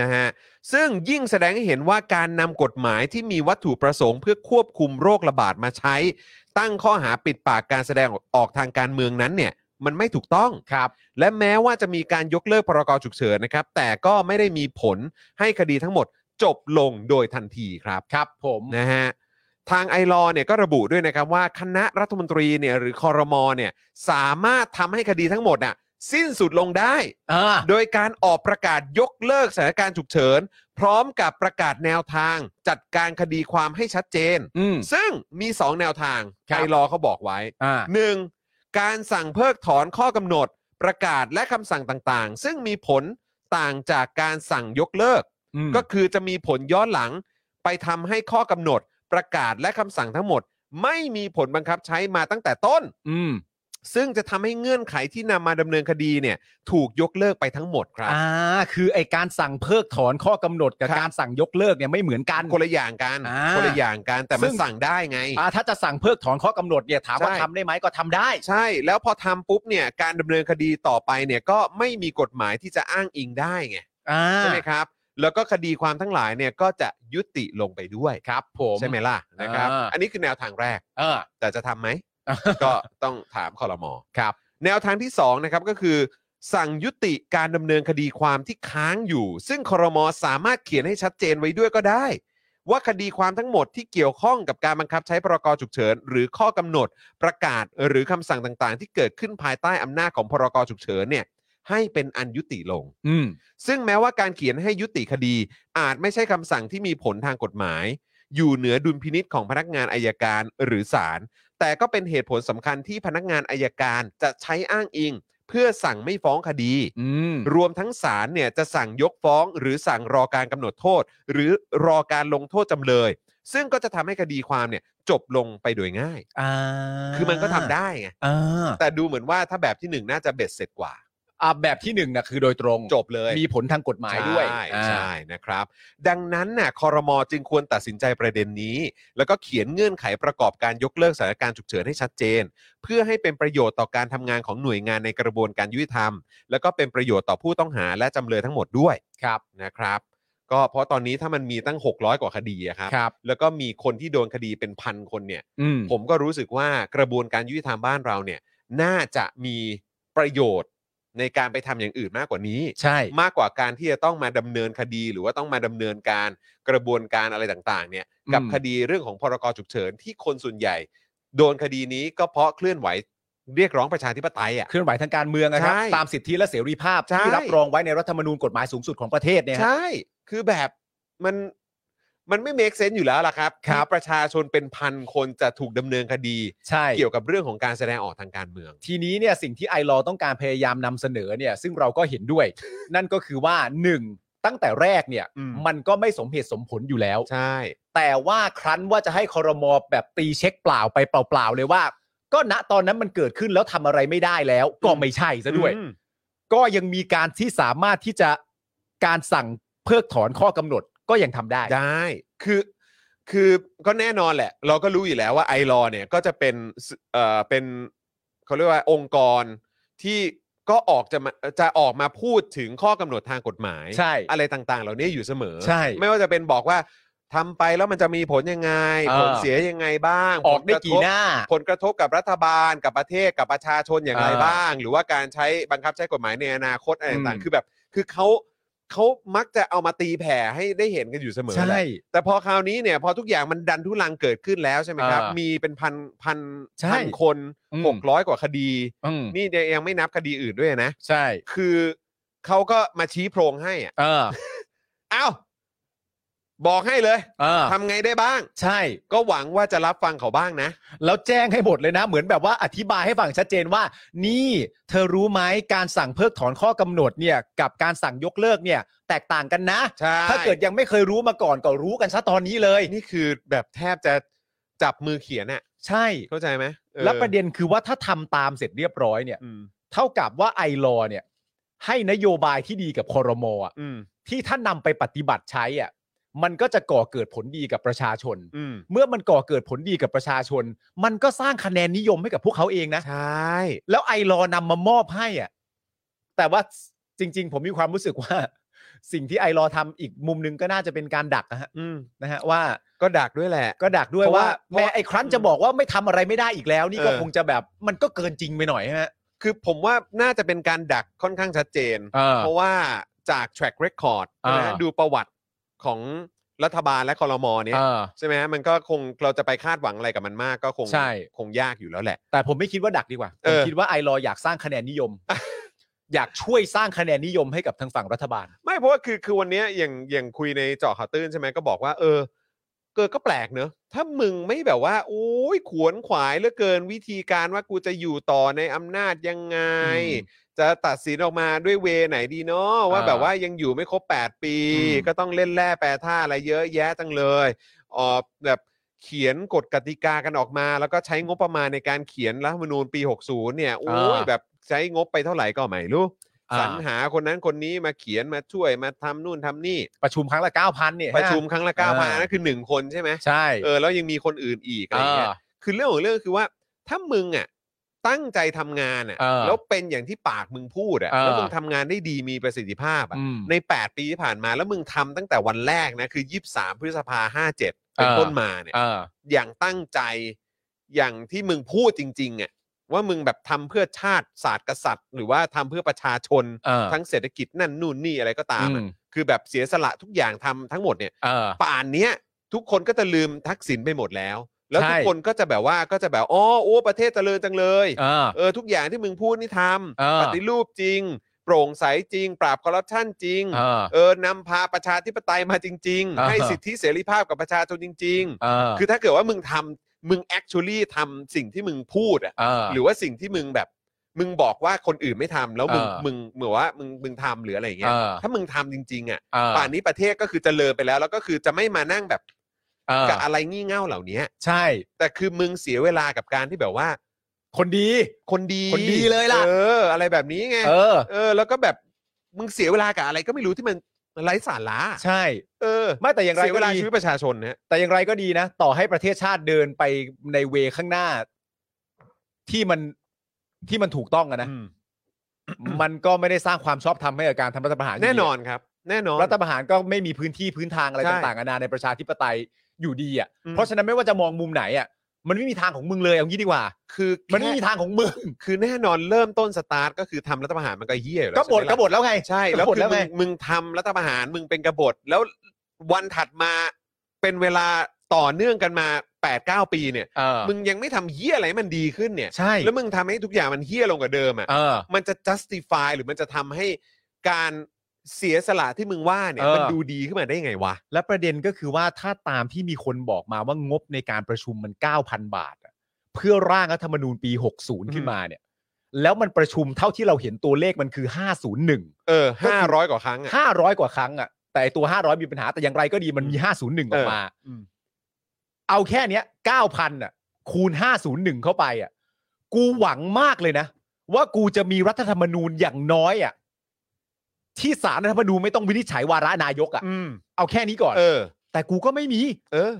S3: นะฮะซึ่งยิ่งแสดงให้เห็นว่าการนำกฎหมายที่มีวัตถุประสงค์เพื่อควบคุมโรคระบาดมาใช้ ตั้งข้อหาปิดปากการแสดงออกทางการเมืองนั้นเนี่ยมันไม่ถูกต้อง
S4: ครับ
S3: และแม้ว่าจะมีการยกเลิกพรกฉุกเฉินนะครับ แต่ก็ไม่ได้มีผลให้คดีทั้งหมดจบลงโดยทันทีครับ
S4: ครับผม
S3: นะฮะทางไอรอเนี่ยก็ระบุด้วยนะครับว่าคณะรัฐมนตรีเนี่ยหรือคอรมอเนี่ยสามารถทำให้คดีทั้งหมดน่ะสิ้นสุดลงได้
S4: อ่า
S3: โดยการออกประกาศยกเลิกสถานการณ์ฉุกเฉิน พร้อมกับประกาศแนวทาง จัดการคดีความให้ชัดเจน
S4: อืม
S3: ซึ่งมี 2 แนวทาง
S4: ครั
S3: ไอบ รอเขาบอกไว้
S4: อ่า
S3: 1. การสั่งเพิกถอนข้อกำหนด ประกาศและคำสั่งต่างๆ ซึ่งมีผลต่างจากการสั่งยกเลิก
S4: อืม
S3: ก็คือจะมีผลย้อนหลังไปทำให้ข้อกำหนด ประกาศและคำสั่งทั้งหมด ไม่มีผลบังคับใช้มาตั้งแต่ต้น
S4: อืม
S3: ซึ่งจะทำให้เงื่อนไขที่นำมาดำเนินคดีเนี่ยถูกยกเลิกไปทั้งหมดครับ
S4: อ่า คือไอการสั่งเพิกถอนข้อกำหนดกับ
S3: ครับ
S4: การสั่งยกเลิกเนี่ยไม่เหมือนกัน
S3: คนละอย่างกัน
S4: อ่า
S3: คนละอย่างกันแต่
S4: ซึ่
S3: มัน
S4: ง
S3: สั่งได้ไง
S4: อ่าถ้าจะสั่งเพิกถอนข้อกำหนดเนี่ยถามว่า
S3: ใช่
S4: ทำได้ไหมก็ทำได้
S3: ใช่แล้วพอทำปุ๊บเนี่ยการดำเนินคดีต่อไปเนี่ยก็ไม่มีกฎหมายที่จะอ้างอิงได้ไง
S4: อ่า
S3: ใช่ไหมครับ แล้วก็คดีความทั้งหลายเนี่ยก็จะยุติลงไปด้วย
S4: ครับผม
S3: ใช่ไหมล่ะนะครับ
S4: อ่า
S3: อันนี้คือแนวทางแรก
S4: เออ
S3: แต่จะทำไหม
S4: ก็
S3: ก็ต้องถามคอรมอ
S4: ครับ
S3: แนวทางที่2นะครับก็คือ สั่งยุติการดำเนินคดีความที่ค้างอยู่ ซึ่งคอรมอสามารถเขียนให้ชัดเจนไว้ด้วยก็ได้ ว่าคดีความทั้งหมดที่เกี่ยวข้องกับการบังคับใช้พรกฉุกเฉิน หรือข้อกำหนด ประกาศหรือคำสั่งต่างๆ ที่เกิดขึ้นภายใต้อำนาจของพรกฉุกเฉินเนี่ยให้เป็นอันยุติลง
S4: อืม
S3: ซึ่งแม้ว่าการเขียนให้ยุติคดี อาจไม่ใช่คำสั่งที่มีผลทางกฎหมาย อยู่เหนือดุลพินิษของพนักงานอายการหรือศาลแต่ก็เป็นเหตุผลสำคัญที่พนักงานอายการจะใช้อ้างอิง เพื่อสั่งไม่ฟ้องคดี
S4: อืม
S3: รวมทั้งศาลเนี่ยจะสั่งยกฟ้อง หรือสั่งรอการกำหนดโทษ หรือรอการลงโทษจำเลย ซึ่งก็จะทำให้คดีความเนี่ยจบลงไปโดยง่าย
S4: อ่า
S3: คือมันก็ทำได้ไง
S4: อ่า
S3: แต่ดูเหมือนว่าถ้าแบบที่หนึ่งน่าจะเบ็ดเสร็จกว่า
S4: อ่าแบบที่หนึ่งนะคือโดยตรง
S3: จบเลย
S4: มีผลทางกฎหมายด้วย
S3: ใช่
S4: อ่า
S3: ใช่นะครับ ดังนั้นน่ะคอรมอจึงควรตัดสินใจประเด็นนี้ แล้วก็เขียนเงื่อนไขประกอบการยกเลิกสถานการณ์ฉุกเฉินให้ชัดเจน เพื่อให้เป็นประโยชน์ต่อการทำงานของหน่วยงานในกระบวนการยุติธรรม แล้วก็เป็นประโยชน์ต่อผู้ต้องหาและจำเลยทั้งหมดด้วย
S4: ครับ
S3: นะครับ ก็เพราะตอนนี้ถ้ามันมีตั้ง 600 กว่าคดีอะครับ
S4: ครับ
S3: แล้วก็มีคนที่โดนคดีเป็นพันคนเนี่ย
S4: อืม
S3: ผมก็รู้สึกว่ากระบวนการยุติธรรมบ้านเราเนี่ย น่าจะมีประโยชน์ในการไปทำอย่างอื่นมากกว่านี้
S4: ใช่
S3: มากกว่าการที่จะต้องมาดำเนินคดี หรือว่าต้องมาดำเนินการกระบวนการอะไรต่างๆ เนี่ย
S4: อืม
S3: กับคดีเรื่องของพรกฉุกเฉินที่คนส่วนใหญ่ โดนคดีนี้ก็เพราะเคลื่อนไหวเรียกร้องประชาธิปไตยอ่ะ
S4: เคลื่อนไหวทางการเมืองนะครับ
S3: ใช่
S4: ตามสิทธิและเสรีภาพ
S3: ใช่
S4: ที่รับรองไว้ในรัฐธรรมนูญกฎหมายสูงสุดของประเทศเนี่ยฮะ
S3: ใช่คือแบบมันมันไม่เมคเซนต์อยู่แล้วล่ะครับ
S4: ครับ
S3: ที่ประชาชนเป็นพันคนจะถูกดำเนินคดี
S4: ใช่
S3: เกี่ยวกับเรื่องของการแสดงออกทางการเมือง
S4: ทีนี้เนี่ยสิ่งที่ไอรอต้องการพยายามนำเสนอเนี่ย ซึ่งเราก็เห็นด้วย นั่นก็คือว่าหนึ่งตั้งแต่แรกเนี่ย
S3: อืม
S4: มันก็ไม่สมเหตุสมผลอยู่แล้ว
S3: ใช่
S4: แต่ว่าครั้นว่าจะให้คอรมอแบบตีเช็คเปล่าไปเปล่าๆเลยว่า ก็ณตอนนั้นมันเกิดขึ้นแล้วทำอะไรไม่ได้แล้ว ก็ไม่ใช่ซะด้วย
S3: อืม
S4: ก็ยังมีการที่สามารถที่จะการสั่งเพิกถอนข้อกำหนดก็ยังทำได้
S3: ได้ คือ คือก็แน่นอนแหละ เราก็รู้อยู่แล้วว่าไอรอเนี่ยก็จะเป็นสเอ่อ เป็นเขาเรียกว่าองค์กรที่ก็ออกจะมาจะออกมาพูดถึงข้อกำหนดทางกฎหมาย
S4: ใช่
S3: อะไรต่างๆ เหล่านี้อยู่เสมอ
S4: ใช่
S3: ไม่ว่าจะเป็นบอกว่าทำไปแล้วมันจะมีผลยังไง
S4: เออ
S3: ผลเสียยังไงบ้าง
S4: ออกได้กี่
S3: ผลระทบ
S4: หน้า
S3: ผลกระทบกับรัฐบาลกับประเทศกับประชาชนอย่างไร
S4: เออ
S3: บ้าง หรือว่าการใช้บังคับใช้กฎหมายในอนาคตอะไรต่าง
S4: อืม
S3: ๆคือแบบ คือเขาเขามักจะเอามาตีแผ่ให้ได้เห็นกันอยู่เสมอแหละ
S4: ใช่
S3: แต่พอคราวนี้เนี่ยพอทุกอย่างมันดันทุลังเกิดขึ้นแล้วใช่ไหมครับ
S4: เออ
S3: มีเป็นพันพัน
S4: ใช่
S3: พันคน
S4: อืม
S3: หกร้อยกว่าคดี
S4: อืม
S3: นี่เนี่ยยังไม่นับคดีอื่นด้วยนะ
S4: ใช่
S3: คือเขาก็มาชี้โพรงให้อ่ะ
S4: เออ
S3: เอ้า บอกให้เลย
S4: เออ
S3: ทำไงได้บ้าง
S4: ใช่
S3: ก็หวังว่าจะรับฟังเขาบ้างนะ
S4: แล้วแจ้งให้หมดเลยนะ เหมือนแบบว่าอธิบายให้ฟังชัดเจนว่า นี่ เธอรู้ไหมการสั่งเพิกถอนข้อกำหนดเนี่ย กับการสั่งยกเลิกเนี่ย แตกต่างกันนะ
S3: ใช่
S4: ถ้าเกิดยังไม่เคยรู้มาก่อนก็รู้กันซะตอนนี้เลย
S3: นี่คือแบบแทบจะจับมือเขียนอ่ะ
S4: ใช่
S3: เข้าใจไหมออ
S4: แล้วประเด็นคือว่าถ้าทำตามเสร็จเรียบร้อยเนี่ย
S3: อืม
S4: เท่ากับว่าไอรอเนี่ย ให้นโยบายที่ดีกับคอรมอะ
S3: อืม
S4: ที่ถ้านำไปปฏิบัติใช้อ่ะมันก็จะก่อเกิดผลดีกับประชาชน
S3: อืม
S4: เมื่อมันก่อเกิดผลดีกับประชาชน มันก็สร้างคะแนนนิยมให้กับพวกเขาเองนะ
S3: ใช่
S4: แล้วไอรอนำมามอบให้อ่ะแต่ว่าจริง ๆ ผมมีความรู้สึกว่า สิ่งที่ไอรอว์ทำอีกมุมหนึงก็น่าจะเป็นการดักนะฮะ
S3: อืม
S4: นะฮะว่า
S3: ก็ดักด้วยแหละ
S4: ก็ดักด้วย
S3: เพราะ
S4: ว่า
S3: ว่า
S4: แม่ไอครั้นจะบอกว่าไม่ทำอะไรไม่ได้อีกแล้ว นี่ก็
S3: เออ
S4: คงจะแบบมันก็เกินจริงไปหน่อยใช่ไหมฮะ
S3: คือผมว่าน่าจะเป็นการดักค่อนข้างชัดเจน
S4: เออ
S3: เพราะว่าจาก track record
S4: อ่า
S3: นะฮะดูประวัติของรัฐบาลและคอรมอเนี่ย
S4: เออ
S3: ใช่ไหมฮะมันก็คงเราจะไปคาดหวังอะไรกับมันมากก็คง
S4: ใช่
S3: คงยากอยู่แล้วแหละ
S4: แต่ผมไม่คิดว่าดักดีกว่าผ
S3: เอ
S4: ม
S3: อ
S4: คิดว่าไอรอว์อยากสร้างคะแนนนิย ม อยากช่วยสร้างคะแนนนิยมให้กับทางฝั่งรัฐบาล
S3: ไม่เพราะว่าคือคือวันเนี้ยอย่างอย่างคุยในเจาะข่าวตื้นใช่ไหมก็บอกว่า เออเกิดก็แปลกเนอะถ้ามึงไม่แบบว่า โอ้ยขวนขวายเหลือเกินวิธีการว่ากูจะอยู่ต่อในอำนาจยังไง
S4: อืม
S3: จะตัดสินออกมาด้วยเวไหนดีเนาะว่า
S4: อ่า
S3: แบบว่ายังอยู่ไม่ครบ 8 ปี
S4: อืม
S3: ก็ต้องเล่นแร่แปรท่าอะไรเยอะแยะจังเลยออกแบบเขียนกฎกติกากันออกมา แล้วก็ใช้งบประมาณในการเขียนรัฐธรรมนูญปี 60 เนี่ยโอ้ยแบบใช้งบไปเท่าไหร่ก็ไม่รู้ สรรหาคนนั้นคนนี้มาเขียนมาช่วยมาทำนู่นทำนี่
S4: ประชุมครั้งละเก้าพันเนี่ยฮ
S3: ประชุมครั้งละเก้าพัน
S4: อ่า
S3: อันนั่นคือหนึ่งคนใช่ไหม
S4: ใช่
S3: เออแล้วยังมีคนอื่นอีกอะไรเงี้ย
S4: เออ
S3: คือเรื่องของเรื่องคือว่า ถ้ามึงอ่ะตั้งใจทำงานอ่ะ
S4: เออ
S3: แล้วเป็นอย่างที่ปากมึงพูดอ่ะ
S4: เออ
S3: แล้วมึงทำงานได้ดีมีประสิทธิภาพอ่ะ
S4: อืม
S3: ใน 8 ปีที่ผ่านมาแล้วมึงทำตั้งแต่วันแรกนะคือ 23 พฤษภาห้าเจ็ดเป็น
S4: เออ
S3: ต้นมาเนี่ย
S4: เออ
S3: อย่างตั้งใจอย่างที่มึงพูดจริงๆอ่ะว่ามึงแบบทำเพื่อชาติศาสตร์กษัตริย์ หรือว่าทำเพื่อประชาชน
S4: เออ
S3: ทั้งเศรษฐกิจนั่นนู่นนี่อะไรก็ตา
S4: อื
S3: มอะ
S4: ม
S3: คือแบบเสียสละทุกอย่างทำทั้งหมดเนี่ย
S4: เออ
S3: ป่านเนี้ยทุกคนก็จะลืมทักษิณไปหมดแล้ว แล้ว
S4: ใช่
S3: ทุกคนก็จะแบบว่าก็จะแบบอ๋อโอ้ประเทศเจริญจังเลย
S4: เออ
S3: เออทุกอย่างที่มึงพูดนี่ท
S4: เออ
S3: ำปฏิรูปจริง โปร่งใสจริง ปราบคอร์รัปชันจริง
S4: เออ
S3: เออนำพาประชาธิปไตยมาจริง
S4: อ่า
S3: ๆ
S4: ฮะ
S3: ให้สิทธิเสรีภาพกับประชาชนจริง
S4: เออ
S3: ๆ คือถ้าเกิดว่ามึงทำมึง actually ทำสิ่งที่มึงพูดอ่ะ
S4: เออ
S3: หรือว่าสิ่งที่มึงแบบ มึงบอกว่าคนอื่นไม่ทำแล้วมึง
S4: เออ
S3: มึงเหมือนว่ามึงมึงทำหรืออะไรอย่างเงี้ย
S4: เออ
S3: ถ้ามึงทำจริงๆอ่ะ
S4: เออ
S3: ป่านนี้ประเทศก็คือเจริญไปแล้ว แล้วก็คือจะไม่มานั่งแบบ
S4: เออ
S3: กับอะไรงี่เง่าเหล่านี้
S4: ใช่
S3: แต่คือมึงเสียเวลากับการที่แบบว่า
S4: คนดี
S3: คนดี
S4: คนดีเลยล่ะ
S3: เออ อะไรแบบนี้ไง
S4: เออ
S3: เออ แล้วก็แบบมึงเสียเวลากับอะไรก็ไม่รู้ที่มันไร้สาระ
S4: ใช่
S3: เออ
S4: ไม่แต่อย่างไร
S3: เสีย
S4: ก็
S3: เวลา
S4: ดี
S3: ชีวิตประชาชนนะฮะ
S4: แต่อย่างไรก็ดีนะ ต่อให้ประเทศชาติเดินไปในเวข้างหน้า ที่มันที่มันถูกต้องอะนะ
S3: อืม
S4: มันก็ไม่ได้สร้างความชอบธรรมให้กับการทำรัฐประหารยู่ดี
S3: แน่นอนครับ แน่นอน
S4: รัฐประหารก็ไม่มีพื้นที่พื้นทางอะไร
S3: ใช่
S4: ต่างๆนานาในประชาธิปไตยอยู่ดีอ่ะ
S3: อืม
S4: เพราะฉะนั้นไม่ว่าจะมองมุมไหนอ่ะมันไม่มีทางของมึงเลยเอางี้ดีกว่า
S3: คือแค่
S4: มันไม่มีทางของมึง
S3: คือแน่นอนเริ่มต้นสตาร์ทก็คือทำรัฐประหารมันก็เหี้ยอยู่แล้
S4: ก็
S3: ว
S4: บฏ
S3: ใช่ไหม
S4: ก็
S3: ล่ะ
S4: บฏแล้วไง
S3: ใช่แล้ว
S4: ก็บฏ
S3: คือ
S4: แล้ว
S3: มึ
S4: ไง
S3: งมึงทำรัฐประหารมึงเป็นกบฏแล้ววันถัดมาเป็นเวลาต่อเนื่องกันมา8ปดเปีเนี่ย
S4: เออ
S3: มึงยังไม่ทำเหี้ยอะไรให้มันดีขึ้นเนี่ย
S4: ใช่
S3: แล้วมึงทำให้ทุกอย่างมันเหี้ยลงกว่าเดิมอ่ะ
S4: เออ
S3: มันจะ justify หรือมันจะทำให้การเสียสละที่มึงว่าเนี่ย
S4: เออ
S3: มันดูดีขึ้นมาได้ไงวะ
S4: และประเด็นก็คือว่าถ้าตามที่มีคนบอกมาว่างบในการประชุมมัน 9,000 บาทอะเพื่อร่างรัฐธรรมนูญปี 60 ขึ้นมาเนี่ย แล้วมันประชุมเท่าที่เราเห็นตัวเลขมันคือ 501
S3: เออห้าร้อยกว่าครั้งอ่ะ
S4: 500 กว่าครั้งอะแต่ไอ้ตัว 500 มีปัญหาแต่อย่างไรก็ดีมันมี 501 ออกมา เอาแค่เนี้ย 9,000อะคูณ 501 เข้าไปอะกูหวังมากเลยนะ ว่ากูจะมีรัฐธรรมนูญอย่างน้อยอะที่สารรัฐธรรมนูญไม่ต้องวินิจฉัยวาระนายกอะ
S3: อืม
S4: เอาแค่นี้ก่อน
S3: เออ
S4: แต่กูก็ไม่มี
S3: เออ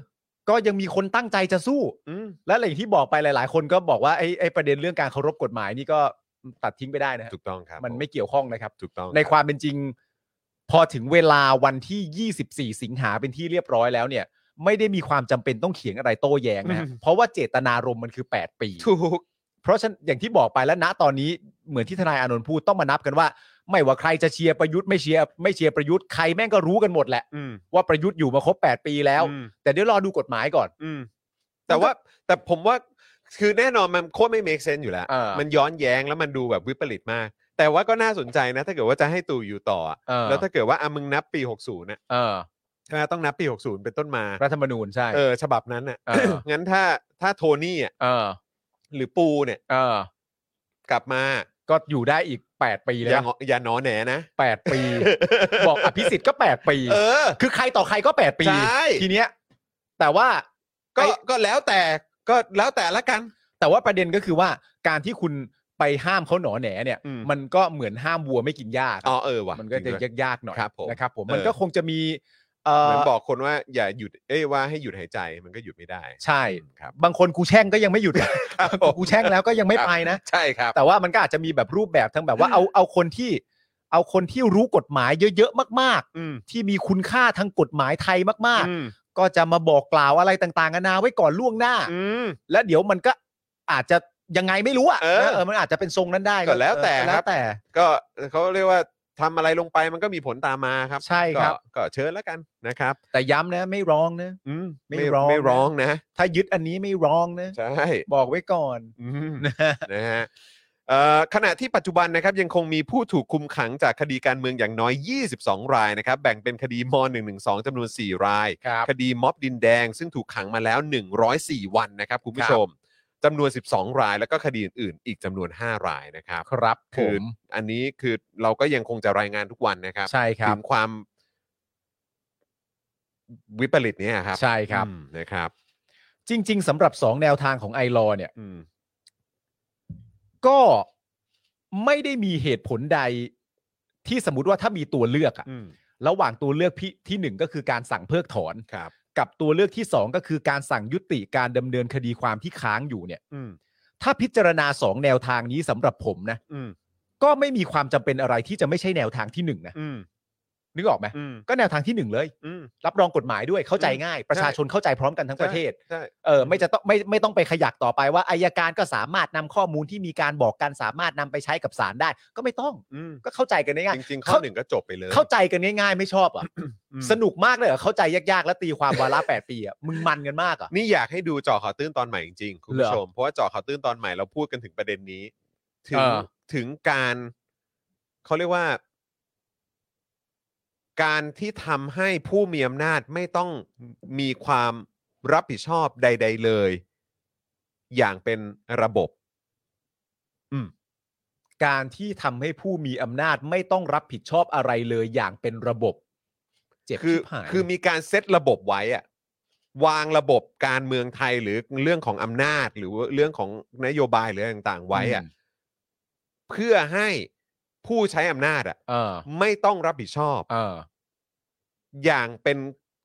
S4: ก็ยังมีคนตั้งใจจะสู้
S3: อืม
S4: และอะไรอย่างที่บอกไปหลาย ๆ คนก็บอกว่าไอ้ไอ้ประเด็นเรื่องการเคารพกฎหมายนี่ก็ตัดทิ้งไปได้นะฮะ
S3: ถูกต้องครับ
S4: มัน
S3: ผ
S4: ไม่เกี่ยวข้องนะครับ
S3: ถูกต้อง
S4: ใน
S3: รับ
S4: ความเป็นจริง พอถึงเวลาวันที่ 24 สิงหาเป็นที่เรียบร้อยแล้วเนี่ย ไม่ได้มีความจำเป็นต้องเขียงอะไรโต้แย้งนะฮะเพราะว่าเจตนารมณ์มันคือ 8 ปี
S3: ถูก
S4: เพราะฉะนั้นอย่างที่บอกไปแล้วณตอนนี้เหมือนที่ทนายอานนท์พูดต้องมานับกันว่า ไม่ว่าใครจะเชียร์ประยุทธ์ไม่เชียร์ไม่เชียร์ประยุทธ์ใครแม่งก็รู้กันหมดแหละ
S3: อืม
S4: ว่าประยุทธ์อยู่มาครบ8 ปีแล้ว
S3: อืม
S4: แต่เดี๋ยวรอดูกฎหมายก่อน
S3: อืมแต่ว่าแต่ผมว่าคือแน่นอนมันโคตรไม่ make sense อยู่แล้ว
S4: เออ
S3: มันย้อนแย้งแล้วมันดูแบบวิปริตมาก แต่ว่าก็น่าสนใจนะ ถ้าเกิดว่าจะให้ตู่อยู่ต่ออะ
S4: เออ
S3: แล้วถ้าเกิดว่าอ่ะมึงนับปี 60นะ
S4: เออ
S3: ใช่ไหมต้องนับปี 60 เป็นต้นมา
S4: รัฐธรรมนูญใช่
S3: เออฉบับนั้นน่ะ
S4: เออ
S3: งั้นถ้าถ้าโทนี่อ่ะ
S4: เออ
S3: หรือปูเนี่ย
S4: เออ
S3: กลับมา
S4: ก็อยู่ได้อีก 8 ปี
S3: อ
S4: เลย
S3: ย่า
S4: นะ
S3: งออย่าหนอแหนนะ
S4: แปดปี บอกอภิสิทธิ์ก็ 8 ปี
S3: เออ
S4: คือใครต่อใครก็ 8 ปี
S3: ใช่
S4: ทีเนี้ย แต่ว่า
S3: ก็
S4: ก็
S3: ก็แล้วแต่ก็แล้วแต่ละกัน
S4: แต่ว่าประเด็นก็คือว่าการที่คุณไปห้ามเขาหนอแหนเนี่ย
S3: อืม
S4: มันก็เหมือนห้ามวัวไม่กินหญ้าครับ
S3: อ๋อเออว่ะ
S4: มันก็
S3: ริ
S4: จะ
S3: งด้วย
S4: ยากๆหน่อย
S3: ครับผม
S4: นะครับผม
S3: เออ
S4: มันก็คงจะมีเอ่อ
S3: เหมือนบอกคนว่าอย่าหยุดเอ้ยว่าให้หยุดหายใจมันก็หยุดไม่ได้
S4: ใช่
S3: ครับ
S4: บางคนกูแช่งก็ยังไม่หยุด เลย
S3: ครับผม
S4: กูแช่งแล้วก็ยังไม่ไปนะ
S3: ใช่ครับ
S4: แต่ว่ามันก็อาจจะมีแบบรูปแบบทั้งแบบว่าเอาเอาคนที่ เอาคนที่รู้กฎหมายเยอะๆมาก
S3: อืม
S4: ๆ ที่มีคุณค่าทางกฎหมายไทยมาก
S3: อืม
S4: ๆ ก็จะมาบอกกล่าวอะไรต่างๆนานาไว้ก่อนล่วงหน้า
S3: อืม
S4: แล้วเดี๋ยวมันก็อาจจะยังไงไม่รู้อ่ะ
S3: เออ
S4: เออมันอาจจะเป็นทรงนั้นได้
S3: ก็แล้วแต่
S4: เออ
S3: ค
S4: แล้
S3: รั
S4: ว
S3: บ
S4: แต่
S3: ก็เขาเรียกว่าทำอะไรลงไปมันก็มีผลตามมาครับ
S4: ใช่ครับ
S3: ก็ก็เชิญแล้วกันนะครับ
S4: แต่ย้ำนะไม่ร้องนะ
S3: อืม
S4: ไม่ร้อง
S3: ไม่ร้องนะ
S4: ถ้ายึดอันนี้ไม่ร้องนะ
S3: ใช่
S4: บอกไว้ก่อน
S3: อืม นะฮะเอ่อขณะที่ปัจจุบันนะครับยังคงมีผู้ถูกคุมขังจากคดีการเมืองอย่างน้อย 22 รายนะครับแบ่งเป็นคดีม .112 จำนวน 4 ราย
S4: ครับ
S3: คดีม็อบดินแดง ซึ่งถูกขังมาแล้ว 104 วันนะครับคุณผู้ชมจำนวน 12 ราย แล้วก็คดีอื่นๆอีกจำนวน 5 รายนะครับ
S4: ครับผ
S3: คือ
S4: ม
S3: อันนี้คือเราก็ยังคงจะรายงานทุกวันนะครับ
S4: ใช่ครั
S3: ถึ
S4: บ
S3: งความวิปริตเนี่ยครับ
S4: ใช่ครับ
S3: อืมนะครับ
S4: จริง ๆสำหรับ 2 แนวทางของไอรอว์เนี่ย
S3: อืม
S4: ก็ไม่ได้มีเหตุผลใดที่สมมติว่าถ้ามีตัวเลือกอะ
S3: อืม
S4: ระหว่างตัวเลือกพี่ที่ 1 ก็คือการสั่งเพิกถอน
S3: ครับ
S4: กับตัวเลือกที่ 2 ก็คือการสั่งยุติการดำเนินคดีความที่ค้างอยู่เนี่ย
S3: อืม
S4: ถ้าพิจารณา 2 แนวทางนี้สำหรับผมนะ
S3: อืม
S4: ก็ไม่มีความจำเป็นอะไรที่จะไม่ใช่แนวทางที่ 1 นะ
S3: อืม
S4: นึกออกไหม
S3: อืม
S4: ก็แนวทางที่ 1 เลย
S3: อืม
S4: รับรองกฎหมายด้วยเข้าใจง่าย ประชาชนเข้าใจพร้อมกันทั้งประเทศ
S3: ใช่
S4: เออไม่จะต้องไม่ไม่ต้องไปขยักต่อไปว่าอายการก็สามารถนำข้อมูลที่มีการบอกกันสามารถนำไปใช้กับศาลได้ ก็ไม่ต้อง
S3: อืม
S4: ก็เข้าใจกันง่าย
S3: จริง
S4: ๆ
S3: ๆข้อหนึ่งก็จบไปเลย
S4: เข้าใจกันง่ายๆ ไม่ชอบอ่ะ
S3: อืม
S4: สนุกมากเลยเหรอเข้าใจยากๆ แล้วตีความวาระแปดปีอ่ะมึงมันกันมากอ่ะ
S3: นี่อยากให้ดูเจอข่าวตื้นตอนใหม่จริงๆคุณ
S4: เหร
S3: ผู้
S4: อ
S3: ชม เพราะว่าเจอข่าวตื้นตอนใหม่เราพูดกันถึงประเด็นนี้ ถึง
S4: เออ
S3: ถึงการเขาเรียกว่า การที่ทำให้ผู้มีอำนาจไม่ต้องมีความรับผิดชอบใด ๆ เลย อย่างเป็นระบบ
S4: การที่ทำให้ผู้มีอำนาจไม่ต้องรับผิดชอบอะไรเลยอย่างเป็นระบบ เจ็บ
S3: คือ
S4: ชิบหาย
S3: คือมีการเซตระบบไว้อะวางระบบการเมืองไทยหรือเรื่องของอำนาจ หรือว่าเรื่องของนโยบายหรืออะไรต่าง ๆ ไว้อะ
S4: ม
S3: เพื่อให้ผู้ใช้อำนาจอะ
S4: เออ
S3: ไม่ต้องรับผิดชอบ
S4: เออ
S3: อย่างเป็น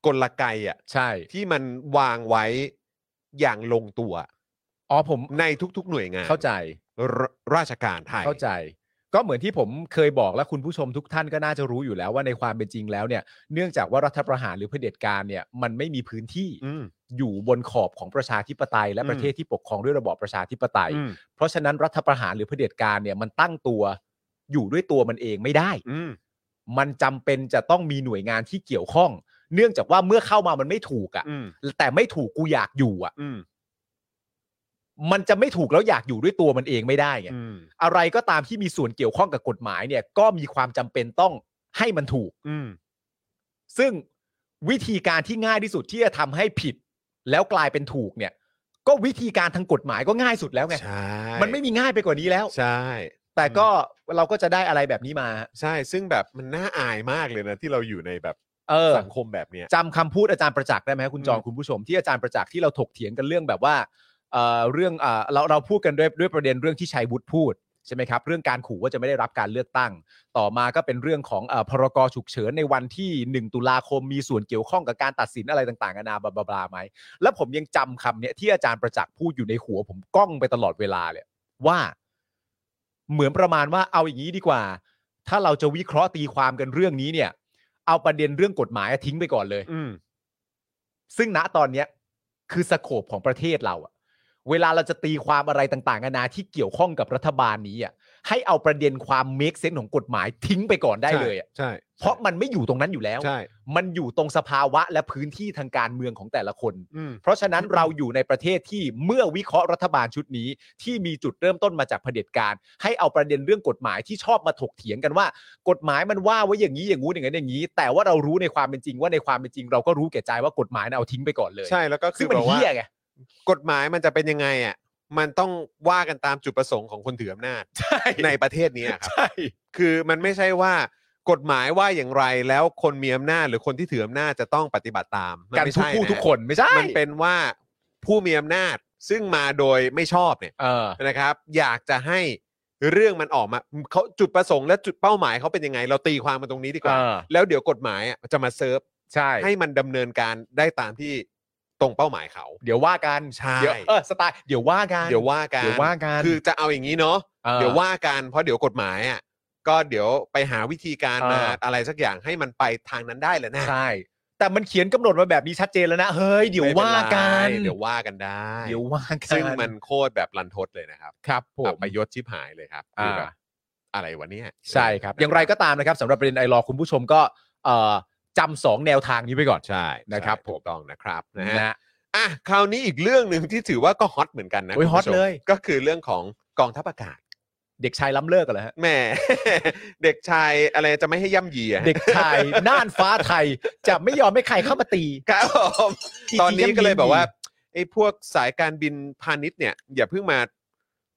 S3: กลไกอะ
S4: ใช่
S3: ที่มันวางไว้อย่างลงตัว
S4: อ๋อผม
S3: ในทุกๆหน่วยงาน
S4: เข้าใจ
S3: รราชการไทย
S4: เข้าใจก็เหมือนที่ผมเคยบอกและคุณผู้ชมทุกท่านก็น่าจะรู้อยู่แล้วว่าในความเป็นจริงแล้วเนี่ยเนื่องจากว่ารัฐประหารหรือเผด็จการเนี่ยมันไม่มีพื้นที่
S3: อืม
S4: อยู่บนขอบของประชาธิปไตย และ
S3: อืม
S4: ประเทศที่ปกครองด้วยระบอบประชาธิปไตย
S3: อืม
S4: เพราะฉะนั้นรัฐประหารหรือเผด็จการเนี่ยมันตั้งตัวอยู่ด้วยตัวมันเองไม่ได้
S3: อืม
S4: มันจำเป็นจะต้องมีหน่วยงานที่เกี่ยวข้อง เนื่องจากว่าเมื่อเข้ามามันไม่ถูกอะ
S3: อืม
S4: แต่ไม่ถูกกูอยากอยู่อะ
S3: อืม
S4: มันจะไม่ถูกแล้วอยากอยู่ด้วยตัวมันเองไม่ได้ไง
S3: อืม
S4: อะไรก็ตามที่มีส่วนเกี่ยวข้องกับกฎหมายเนี่ย ก็มีความจำเป็นต้องให้มันถูก
S3: อืม
S4: ซึ่งวิธีการที่ง่ายที่สุดที่จะทำให้ผิด แล้วกลายเป็นถูกเนี่ย ก็วิธีการทางกฎหมายก็ง่ายสุดแล้วไง
S3: ใช่
S4: มันไม่มีง่ายไปกว่านี้แล้ว
S3: ใช่
S4: แต่ก็เราก็จะได้อะไรแบบนี้มา
S3: ใช่ ซึ่งแบบมันน่าอายมากเลยนะที่เราอยู่ในแบบ
S4: เออ
S3: สังคมแบบเนี้ย
S4: จำคำพูดอาจารย์ประจักษ์ได้ไหมคุณจอห์น
S3: อืม
S4: คุณผู้ชมที่อาจารย์ประจักษ์ที่เราถกเถียงกันเรื่องแบบว่าเอ่อเรื่องเอ่อเราเราพูดกันด้วยด้วยประเด็นเรื่องที่ชัยวุฒิพูดใช่ไหมครับ เรื่องการขู่ว่าจะไม่ได้รับการเลือกตั้ง ต่อมาก็เป็นเรื่องของเออพรกฉุกเฉินในวันที่ 1 ตุลาคมมีส่วนเกี่ยวข้องกับการตัดสินอะไรต่างๆนานาบลาบลาบลาไหม แล้วผมยังจำคำเนี้ยที่อาจารย์ประจักษ์พูดอยู่ในหัว ผมก้องไปตลอดเวลาเลยว่าเหมือนประมาณว่าเอาอย่างนี้ดีกว่า ถ้าเราจะวิเคราะห์ตีความกันเรื่องนี้เนี่ย เอาประเด็นเรื่องกฎหมายอะทิ้งไปก่อนเลย
S3: อืม
S4: ซึ่งณตอนเนี้ยคือสโคปของประเทศเราอะเวลาเราจะตีความอะไรต่างๆนานาที่เกี่ยวข้องกับรัฐบาลนี้อะให้เอาประเด็นความเมคเซนของกฎหมายทิ้งไปก่อนได้เลยอะ
S3: ใช่ใช่
S4: เพราะมันไม่อยู่ตรงนั้นอยู่แล้ว
S3: ใช่
S4: มันอยู่ตรงสภาวะและพื้นที่ทางการเมืองของแต่ละคน
S3: อืม
S4: เพราะฉะนั้นเราอยู่ในประเทศที่เมื่อวิเคราะห์รัฐบาลชุดนี้ ที่มีจุดเริ่มต้นมาจากเผด็จการ ให้เอาประเด็นเรื่องกฎหมายที่ชอบมาถกเถียงกันว่า กฎหมายมันว่าไว้อย่างนี้อย่างงู้นอย่างนั้นอย่างนี้ แต่ว่าเรารู้ในความเป็นจริงว่าในความเป็นจริง เราก็รู้แก่ใจว่ากฎหมายน่ะเอาทิ้งไปก่อนเลย
S3: ใช่แล้วก็คื
S4: ซึ่ง
S3: อ
S4: มัน
S3: แบบว่า
S4: เฮี้ยไง
S3: กฎหมายมันจะเป็นยังไงอ่ะมันต้องว่ากันตามจุดประสงค์ของคนถืออำนาจ
S4: ใช่
S3: ในประเทศเนี้ยครับ
S4: ใช่
S3: คือมันไม่ใช่ว่ากฎหมายว่าอย่างไรแล้วคนมีอำนาจหรือคนที่ถืออำนาจจะต้องปฏิบัติตามมั
S4: กัน
S3: ไม่
S4: ทุก
S3: ใช่
S4: คู่
S3: นะ
S4: ทุกคนไม่ใช่
S3: มันเป็นว่าผู้มีอำนาจซึ่งมาโดยไม่ชอบเนี่ย
S4: เออ
S3: นะครับ อยากจะให้เรื่องมันออกมาเขาจุดประสงค์และจุดเป้าหมายเขาเป็นยังไง เราตีความมาตรงนี้ดีกว่า
S4: อ่า
S3: แล้วเดี๋ยวกฎหมายอ่ะจะมาเซิร์ฟ
S4: ใช่
S3: ให้มันดำเนินการได้ตามที่ตรงเป้าหมายเขา
S4: เดี๋ยวว่ากัน
S3: ใช่
S4: เดี๋ยวเออสไตล์เดี๋ยวว่ากัน
S3: เดี๋ยวว่ากัน
S4: เดี๋ยวว่ากัน
S3: คือจะเอาอย่างนี้เนาะ
S4: ออ
S3: เดี๋ยวว่ากันเพราะเดี๋ยวกฎหมายอ่ะ ก็เดี๋ยวไปหาวิธีการมา
S4: อ่า
S3: อะไรสักอย่างให้มันไปทางนั้นได้แหละนะ
S4: ใช่ แต่มันเขียนกำหนดมาแบบนี้ชัดเจนแล้วนะ เฮ้ย เดี๋ยว
S3: ไม่ป็
S4: ว่า
S3: ไร
S4: กัน
S3: เดี๋ยวว่ากันได้
S4: เดี๋ยวว่ากัน
S3: ซึ่งมันโคตรแบบรันทดเลยนะครับ
S4: ครับผ
S3: อั
S4: ม
S3: ปยศชิบหายเลยครับคืออา แบบอะไรวะเนี่ย
S4: ใช่ครับ อย่างไรก็ตามนะครับสำหรับประเด็นไอรอว์คุณผู้ชมก็เอ่อจำสองแนวทางนี้ไปก่อน
S3: ใช่
S4: นะครับผม
S3: ถูกต้องนะครับนะ
S4: นะ
S3: ฮะ
S4: ฮะ
S3: อ่ะคราวนี้อีกเรื่องหนึ่งที่ถือว่าก็ฮอตเหมือนกันนะ
S4: โอ้ย
S3: คุณผู้ช
S4: ฮ
S3: ม
S4: อตเลย
S3: ก็คือเรื่องของกองทัพอากาศ
S4: เด็กชายล้ำเลิกกันแล้ว ฮะ
S3: แหม่ เด็กชายอะไรจะไม่ให้ย่ำยีอะ
S4: เด็กชายน่านฟ้าไทยจะไม่ยอมให้ใครเข้ามาตี
S3: ครับผม
S4: จริงๆ
S3: ตอนนี้ก็เลยแบบว่า
S4: ย่ำยี
S3: ไอ้พวกสายการบินพาณิชย์เนี่ย อย่าเพิ่งมา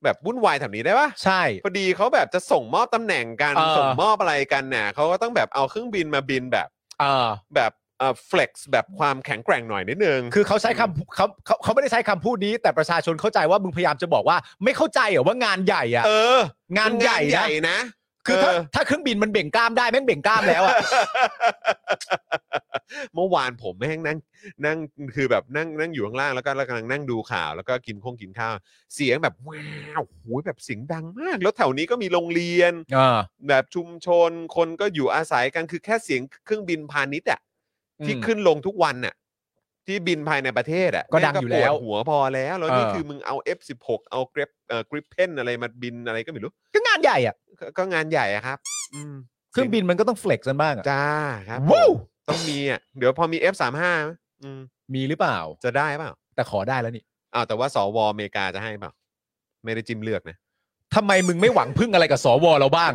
S3: แบบวุ่นวายแถวนี้ได้ปะ
S4: ใช่
S3: พอดีเขาแบบจะส่งมอบตำแหน่งกัน
S4: เออ
S3: ส่งมอบอะไรกันเนี่ยเขาก็ต้องแบบเอาเครื่องบินมาบินแบบ
S4: เอ่อ
S3: แบบเอ่อ flex แบบความแข็งแกร่งหน่อยนิดนึง
S4: คือเขาใช้คำเขาเขาเขาไม่ได้ใช้คำพูดนี้ แต่ประชาชนเข้าใจว่ามึงพยายามจะบอกว่า ไม่เข้าใจเหรอว่างานใหญ่อะ
S3: เออ
S4: งานใหญ่
S3: งานให
S4: นะ
S3: ญ่นะ
S4: คือถ้า
S3: เออ
S4: ถ้าเครื่องบินมันเบ่งกล้ามได้แม่งเบ่งกล้ามแล้วอะ
S3: เมื่อวานผมแม่งนั่งนั่งคือแบบนั่งนั่งอยู่ข้างล่างแล้วก็แล้วกำลังนั่งดูข่าว แล้วก็กินคงกินข้าว เสียงแบบว้าวโอ้ยแบบเสียงดังมาก แล้วแถวนี้ก็มีโรงเรียน แบบชุมชนคนก็อยู่อาศัยกันคือแค่เสียงเครื่องบินพาณิชย์อะ
S4: อืม
S3: ที่ขึ้นลงทุกวันน่ะที่บินภายในประเทศอะ
S4: ก็ดังอยู่
S3: ม่ป
S4: แล้ว
S3: ดหัวพอแล้วแล้วนี่
S4: เออ
S3: คือมึงเอา F16 เอากริปเอ่อกริปเพนอะไรมาบินอะไรก็ไม่รู้
S4: ก็งานใหญ่อะ
S3: ก็ก็งานใหญ่อะครับ อืม
S4: เครื่องบินมันก็ต้องเฟล็กซ์กันบ้างอะ
S3: จ้าครับ
S4: วู้
S3: ผมต้องมีอะเดี๋ยวพอมี F35 ไหมอืม
S4: มีหรือเปล่า
S3: จะได้เปล่า
S4: แต่ขอได้แล้วนี่
S3: อ้าวแต่ว่าสวอเมริกาจะให้เปล่า ไม่ได้จิ้มเลือกนะ
S4: ทำไมมึงไม่หวังพึ่งอะไรกับสวเรา บ้าง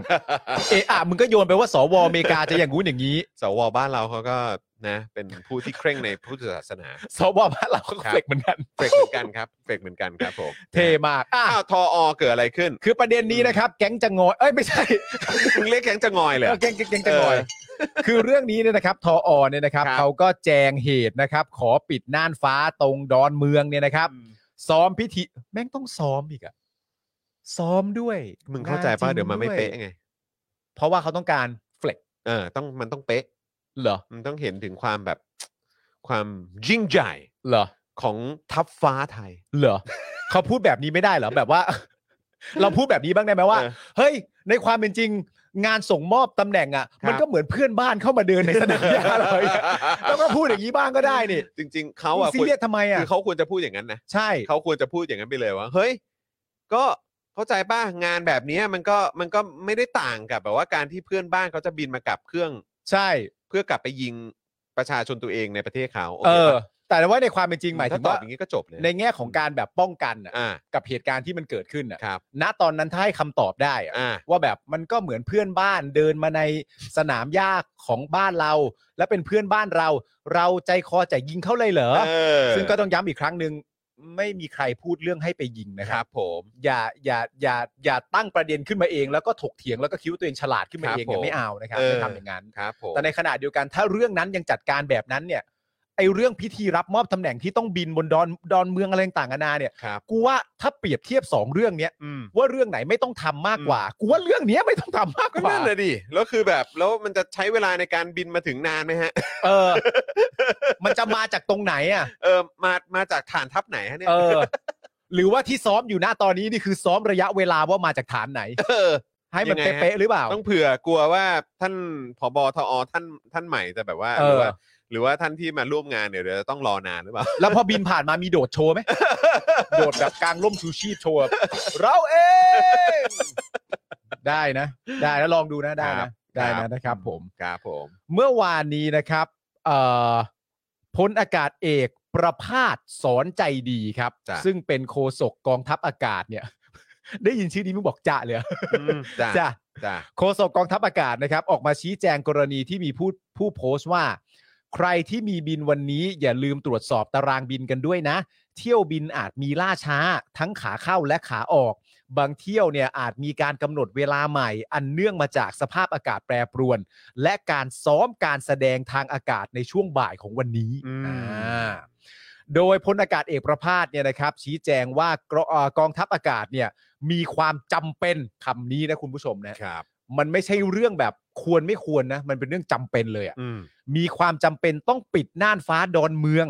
S4: เอะอะมึงก็โยนไปว่าสวอเมริกาจะอย่างงู้นอย่างนี้
S3: สวบ้านเราเขาก็นะ เป็นผู้ที่เคร่งใน พุทธศาสนา
S4: สวบ้านเราก็
S3: ครับ
S4: เฟกเหมือนกัน
S3: เฟกเหมือนกันครับเฟกเหมือนกันครับผม
S4: เทมากอ่ะ
S3: อ้าวทออเกิดอะไรขึ้น
S4: คือประเด็นนี้นะครับ แก๊งจะงอยเอ้ยไม่ใช่
S3: มึงเรียกแก๊งจะงอยเลยเหร
S4: เอ
S3: อ
S4: อเก่งๆเก่งจังเลยคือเรื่องนี้เนี่ยนะครับ ทออเนี่ยนะครับ
S3: ครับ
S4: เขาก็แจงเหตุนะครับ ขอปิดน่านฟ้าตรงดอนเมืองเนี่ยนะครับ ซ้อมพิธี แม่งต้องซ้อมอีกอะซ้อมด้วย
S3: มึงเข้าใจป่ะ
S4: งนริง
S3: เดี๋ยวมันไม่เป๊ะไง
S4: เพราะว่าเขาต้องการเฟล็ก
S3: เออ ต้องมันต้องเป๊ะ
S4: เหรอ
S3: มันต้องเห็นถึงความแบบ ความยิ่งใหญ่
S4: เหรอ
S3: ของทัพฟ้าไทย
S4: เหรอ เขาพูดแบบนี้ไม่ได้เหรอแบบว่า เราพูดแบบนี้บ้างได้ไหมว่า
S3: เออ
S4: เฮ้ย ในความเป็นจริงงานส่งมอบตำแหน่งอ่ะ
S3: ครับ
S4: มันก็เหมือนเพื่อนบ้านเข้ามาเดินในสนามหญ้าเลย อะแล้วก็พูดอย่างนี้บ้างก็ได้นี่
S3: จริง ๆเขาอะ
S4: มึงซี
S3: ควร
S4: เรียสทำไมอ่ะ
S3: คือเขาควรจะพูดอย่างนั้นนะ
S4: ใช่
S3: เขาควรจะพูดอย่างนั้นไปเลยว่า เฮ้ย ก็เข้าใจป่ะ งานแบบเนี้ยมันก็มันก็ไม่ได้ต่างกับแบบว่าการที่เพื่อนบ้านเขาจะบินมากับเครื่อง
S4: ใช่
S3: เพื่อกลับไปยิงประชาชนตัวเองในประเทศเขาโอ
S4: เอ
S3: เค
S4: อ
S3: ป่ะ
S4: แต่ว่าในความเป็นจริงหมายถึง
S3: ถ้ตอ
S4: ว่า
S3: บอย่างนี้ก็จบเลย
S4: ในแง่ของการแบบป้องกันน่ะ
S3: อ่า
S4: กับเหตุการณ์ที่มันเกิดขึ้นน่ะ
S3: ครับ
S4: ณตอนนั้นถ้าให้คำตอบได้อะ
S3: อ่า
S4: ว่าแบบมันก็เหมือนเพื่อนบ้านเดินมาในสนามหญ้าของบ้านเรา และเป็นเพื่อนบ้านเรา เราใจคอจะยิงเขาเลยเหรอ
S3: เออ
S4: ซึ่งก็ต้องย้ำอีกครั้งหนึ่งไม่มีใครพูดเรื่องให้ไปยิงนะค
S3: ค
S4: รั
S3: รับ บผม
S4: อย่าอย่าอย่าอย่าตั้งประเด็นขึ้นมาเอง แล้วก็ถกเถียงแล้วก็คิดว่าตัวเองฉลาดขึ้นมาเองเนี่ยไม่เอานะครับไม่ทำอย่างนั้น
S3: ครับผม
S4: แต่ในขณะเดียวกันถ้าเรื่องนั้นยังจัดการแบบนั้นเนี่ยไอเรื่องพิธีรับมอบตำแหน่งที่ต้องบินบนดอนดอนเมืองอะไรต่างๆนานาเนี่ย
S3: ครับ
S4: กูว่าถ้าเปรียบเทียบสองเรื่องเนี้ย
S3: อืม
S4: ว่าเรื่องไหนไม่ต้องทำมากกว่ากูว่าเรื่องเนี้ยไม่ต้องทำมาก
S3: ก็
S4: กว่า
S3: นั่นแหละดิ แล้วคือแบบแล้วมันจะใช้เวลาในการบินมาถึงนานไหมฮะ
S4: เออ มันจะมาจากตรงไหนอ่ะ
S3: เออมามาจากฐานทัพไหนฮะเนี่ย
S4: เออ หรือว่าที่ซ้อมอยู่หน้าตอนนี้นี่คือซ้อมระยะเวลาว่ามาจากฐานไหน
S3: เออ
S4: ให้มัน
S3: ยังไงฮะ
S4: เป๊ะๆหรือเปล่า
S3: ต้องเผื่อกลัวว่าท่านผบทอท่านท่านใหม่จะแบบว่าห
S4: เออ
S3: รือว่า หรือว่าท่านที่มาร่วมงานเนี่ยเดี๋ยวจะต้องรอนานหรือเปล่า
S4: แล้วพอบินผ่านมามีโดดโชว์ไหม โดดแบบกลางร่มชูชีพโชว์แบบเราเองได้นะ ได้นะลองดูนะได้
S3: ครั
S4: นะ
S3: บ
S4: ได้นะนะครับ ผม
S3: ครับผม
S4: เมื่อวานนี้นะครับเอ่อพลอากาศเอกประภาสสอนใจดีครับ ซึ่งเป็นโคศกกองทัพอากาศเนี่ย ได้ยินชื่อนี้มึงบอกจะเลยเหรอ
S3: อืมจ้า
S4: จ้ะ
S3: จ้า
S4: โฆษกกองทัพอากาศนะครับ ออกมาชี้แจงกรณีที่มีผู้ผู้โพสต์ว่า ใครที่มีบินวันนี้อย่าลืมตรวจสอบตารางบินกันด้วยนะ เที่ยวบินอาจมีล่าช้า ทั้งขาเข้าและขาออก บางเที่ยวเนี่ยอาจมีการกำหนดเวลาใหม่ อันเนื่องมาจากสภาพอากาศแปรปรวน และการซ้อมการแสดงทางอากาศในช่วงบ่ายของวันนี้อ่าโดยพลอากาศเอกประภาสเนี่ยนะครับ ชี้แจงว่ากรเอ่อกองทัพอากาศเนี่ยมีความจำเป็นคำนี้นะคุณผู้ชมนะ
S3: ครับ
S4: มันไม่ใช่เรื่องแบบควรไม่ควรนะ มันเป็นเรื่องจำเป็นเลยอะ
S3: อืม
S4: มีความจำเป็นต้องปิดน่านฟ้าดอนเมือง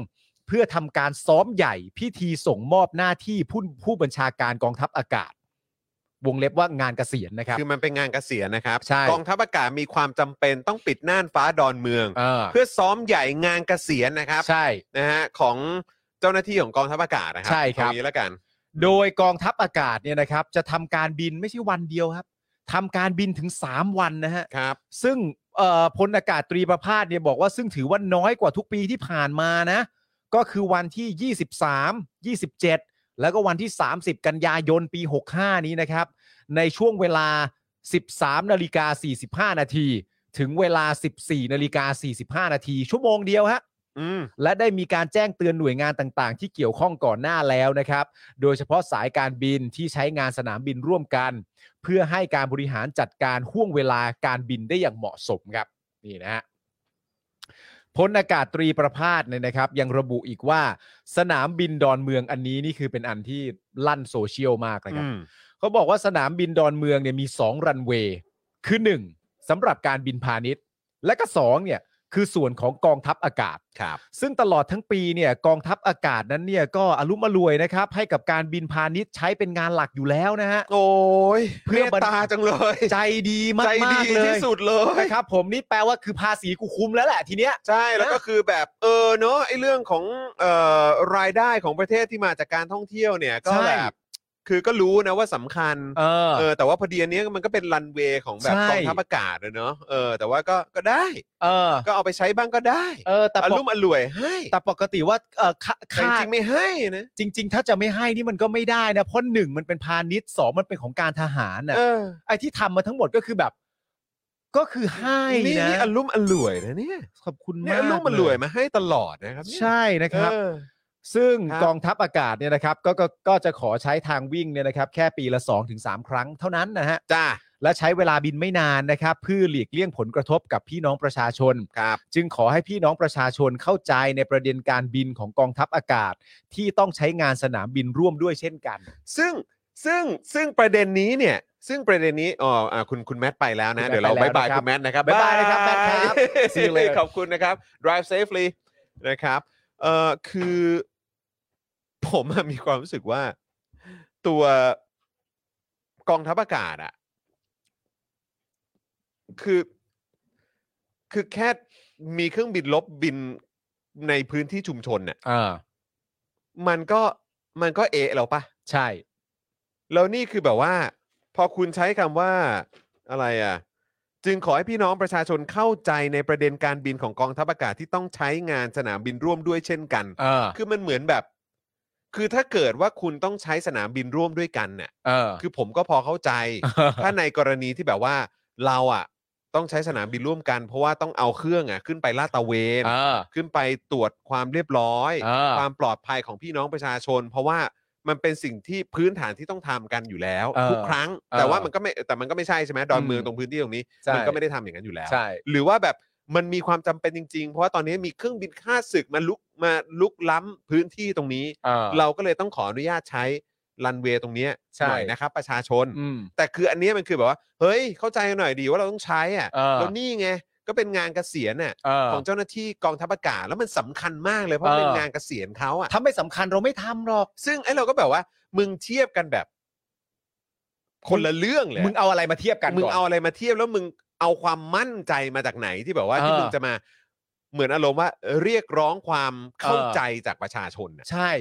S4: เพื่อทำการซ้อมใหญ่พิธีส่งมอบหน้าที่ผู้ผู้บัญชาการกองทัพอากาศ วงเล็บว่างานเกษียณนะครับ
S3: คือมันเป็นงานเกษียณนะครับ
S4: ใช่
S3: กองทัพอากาศมีความจำเป็นต้องปิดน่านฟ้าดอนเมือง
S4: เออ
S3: เพื่อซ้อมใหญ่งานเกษียณนะครับ
S4: ใช่
S3: นะฮะของเจ้าหน้าที่ของกองทัพอากาศนะครั
S4: ใช่ครับ
S3: เอางี้แล้วกัน
S4: โดยกองทัพอากาศเนี่ยนะครับ จะทำการบินไม่ใช่วันเดียวครับทำการบินถึง 3 วันนะฮะ
S3: ครับ
S4: ซึ่งเอ่อพลอากาศตรีประพาสเนี่ยบอกว่าซึ่งถือว่าน้อยกว่าทุกปีที่ผ่านมานะ ก็คือวันที่ 23 27 แล้วก็วันที่ 30 กันยายนปี 65 นี้นะครับ ในช่วงเวลา 13นาฬิกา45 นาที ถึงเวลา 14นาฬิกา45 นาทีชั่วโมงเดียวฮะ
S3: อืม
S4: และได้มีการแจ้งเตือนหน่วยงานต่างๆ ที่เกี่ยวข้องก่อนหน้าแล้วนะครับ โดยเฉพาะสายการบินที่ใช้งานสนามบินร่วมกัน เพื่อให้การบริหารจัดการห่วงเวลาการบินได้อย่างเหมาะสมครับ นี่นะฮะพลอากาศตรีประภาสเนี่ยนะครับ ยังระบุอีกว่า สนามบินดอนเมืองอันนี้นี่คือเป็นอันที่ลั่นโซเชียลมากนะครับ เขาบอกว่าสนามบินดอนเมืองเนี่ยมี 2 รันเวย์ คือ 1สำหรับการบินพาณิชย์ และก็2เนี่ยคือส่วนของกองทัพอากาศ
S3: ครับ
S4: ซึ่งตลอดทั้งปีเนี่ยกองทัพอากาศนั้นเนี่ยก็อลุ่มอรวยนะครับ ให้กับการบินพาณิชย์ใช้เป็นงานหลักอยู่แล้วนะฮะ
S3: โอ้ย
S4: เพื่
S3: เพื่
S4: อ
S3: อบ
S4: รร
S3: ตาจังเลย
S4: ใจดีมา
S3: ใจ
S4: ก
S3: ดี
S4: มากๆเล
S3: ที่
S4: ย
S3: สุดเลย
S4: นะครับผมนี่แปลว่าคือภาษีกูคุ้มแล้วแหละทีเนี้ย
S3: ใช่แล้วก็คือแบบเออเนอะไอเรื่องของเอ่อรายได้ของประเทศที่มาจากการท่องเที่ยวเนี่ยก็
S4: ใช่
S3: แบบคือก็รู้นะว่าสำคัญ
S4: เออ
S3: เออแต่ว่าพอดีอันเนี้ยมันก็เป็นรันเวย์ของแบบ
S4: ใช่
S3: กองทัพอากาศเลยเนอะเออแต่ว่าก็ก็ได้
S4: เออ
S3: ก็เอาไปใช้บ้างก็ได้
S4: เออแต่
S3: อ
S4: ป
S3: ลุ่
S4: ก
S3: มอร่วยให้
S4: แต่ปกติว่าเออค่า
S3: แต่
S4: ค่า
S3: จริงๆไม่ให้นะ
S4: จริง ๆ ถ้าจะไม่ให้นี่มันก็ไม่ได้นะเพราะหนึ่งมันเป็นพาณิชย์สองมันเป็นของการทหารน่ะ
S3: เออ
S4: ไอ้ที่ทำมาทั้งหมดก็คือแบบ ก็คือให้
S3: นี่
S4: นะ
S3: นี่อลุ่มอร่วยนะเนี่ย
S4: ขอบคุณ
S3: เนี่
S4: มา
S3: ยอก ลุ่มอร่วยมาให้ตลอดนะครับเนี่ย
S4: ใช่นะครับ
S3: เออ
S4: ซึ่ง
S3: ครับ
S4: กองทัพอากาศเนี่ยนะครับก็ก็ก็จะขอใช้ทางวิ่งเนี่ยนะครับ แค่ปีละ 2-3 ครั้งเท่านั้นนะฮะ
S3: จ้า
S4: และใช้เวลาบินไม่นานนะครับ เพื่อหลีกเลี่ยงผลกระทบกับพี่น้องประชาชน
S3: ครับ
S4: จึงขอให้พี่น้องประชาชนเข้าใจในประเด็นการบินของกองทัพอากาศ ที่ต้องใช้งานสนามบินร่วมด้วยเช่นกัน
S3: ซึ่งซึ่งซึ่งประเด็นนี้เนี่ย ซึ่งประเด็นนี้อ๋ออ่าคุณคุณแมทไปแล้วนะ
S4: คุณแมท
S3: เดี๋ยวเรา
S4: ไป
S3: บาย
S4: แล้วนะค
S3: บาย
S4: รับ
S3: คุณแมทนะครับ
S4: บ๊ายบายนะครับ
S3: Bye
S4: แมทครับ See you later
S3: ขอบคุณนะครับ drive safely นะครับเอ่อคือ ผมอะมีความรู้สึกว่า ตัวกองทัพอากาศอะคือ คือแค่มีเครื่องบินลบบินในพื้นที่ชุมชนเนี่ย
S4: อ่า
S3: มันก็มันก็เอะแล้วปะ
S4: ใช่
S3: แล้วนี่คือแบบว่า พอคุณใช้คำว่าอะไรอ่ะ จึงขอให้พี่น้องประชาชนเข้าใจในประเด็นการบินของกองทัพอากาศที่ต้องใช้งานสนามบินร่วมด้วยเช่นกัน
S4: เออ
S3: คือมันเหมือนแบบ คือถ้าเกิดว่าคุณต้องใช้สนามบินร่วมด้วยกันเนี่ย
S4: เออ
S3: คือผมก็พอเข้า ใจ ถ้าในกรณีที่แบบว่าเราอ่ะ ต้องใช้สนามบินร่วมกัน เพราะว่าต้องเอาเครื่องอ่ะขึ้นไปลาดตระเวน
S4: เออ
S3: ขึ้นไปตรวจความเรียบร้อย
S4: เออ
S3: ความปลอดภัยของพี่น้องประชาชน เพราะว่ามันเป็นสิ่งที่พื้นฐานที่ต้องทำกันอยู่แล้ว
S4: เออ
S3: ทุกครั้ง
S4: เออ
S3: แต่ว่ามันก็ไม่แต่มันก็ไม่ใช่ใช่ไหมดอนเมือง
S4: อืม
S3: ตรงพื้นที่ตรงนี้
S4: ใช่
S3: มัก็ไม่ได้ทำอย่างนั้นอยู่แล้ว
S4: ใช่
S3: หรือว่าแบบมันมีความจำเป็นจริง ๆ เพราะว่าตอนนี้มีเครื่องบินค่าศึกมาลุกมาลุกล้ำพื้นที่ตรงนี้
S4: เออ
S3: เราก็เลยต้องขออนุญาตใช้รันเวย์ตรงเนี้ย
S4: ใช่
S3: หน่อยนะครับ ประชาชน
S4: อืม
S3: แต่คืออันเนี้ยมันคือแบบว่า เฮ้ยเข้าใจหน่อยดีว่าเราต้องใช้อ่ะ
S4: เออ
S3: แล้วนี่ไงก็เป็นงานเกษียณน่ะ
S4: เออ
S3: ของเจ้าหน้าที่กองทัพอากาศแล้วมันสำคัญมากเลยเพราะ
S4: เออ
S3: มันเป็นงานเกษียณเขาอ่ะ
S4: ถ้าไม่สำคัญเราไม่ทำหรอก
S3: ซึ่งไอ้เราก็แบบว่า มึงเทียบกันแบบ คนละเรื่องเลย
S4: มึงเอาอะไรมาเทียบกัน
S3: มึง
S4: ก่อน
S3: เอาอะไรมาเทียบแล้วมึงเอาความมั่นใจมาจากไหนที่แบบว่าที่
S4: เออ
S3: มึงจะมา เหมือนอารมณ์ว่า เรียกร้องความเข้า
S4: เออ
S3: ใจจากประชาชนน่ะ
S4: ใช่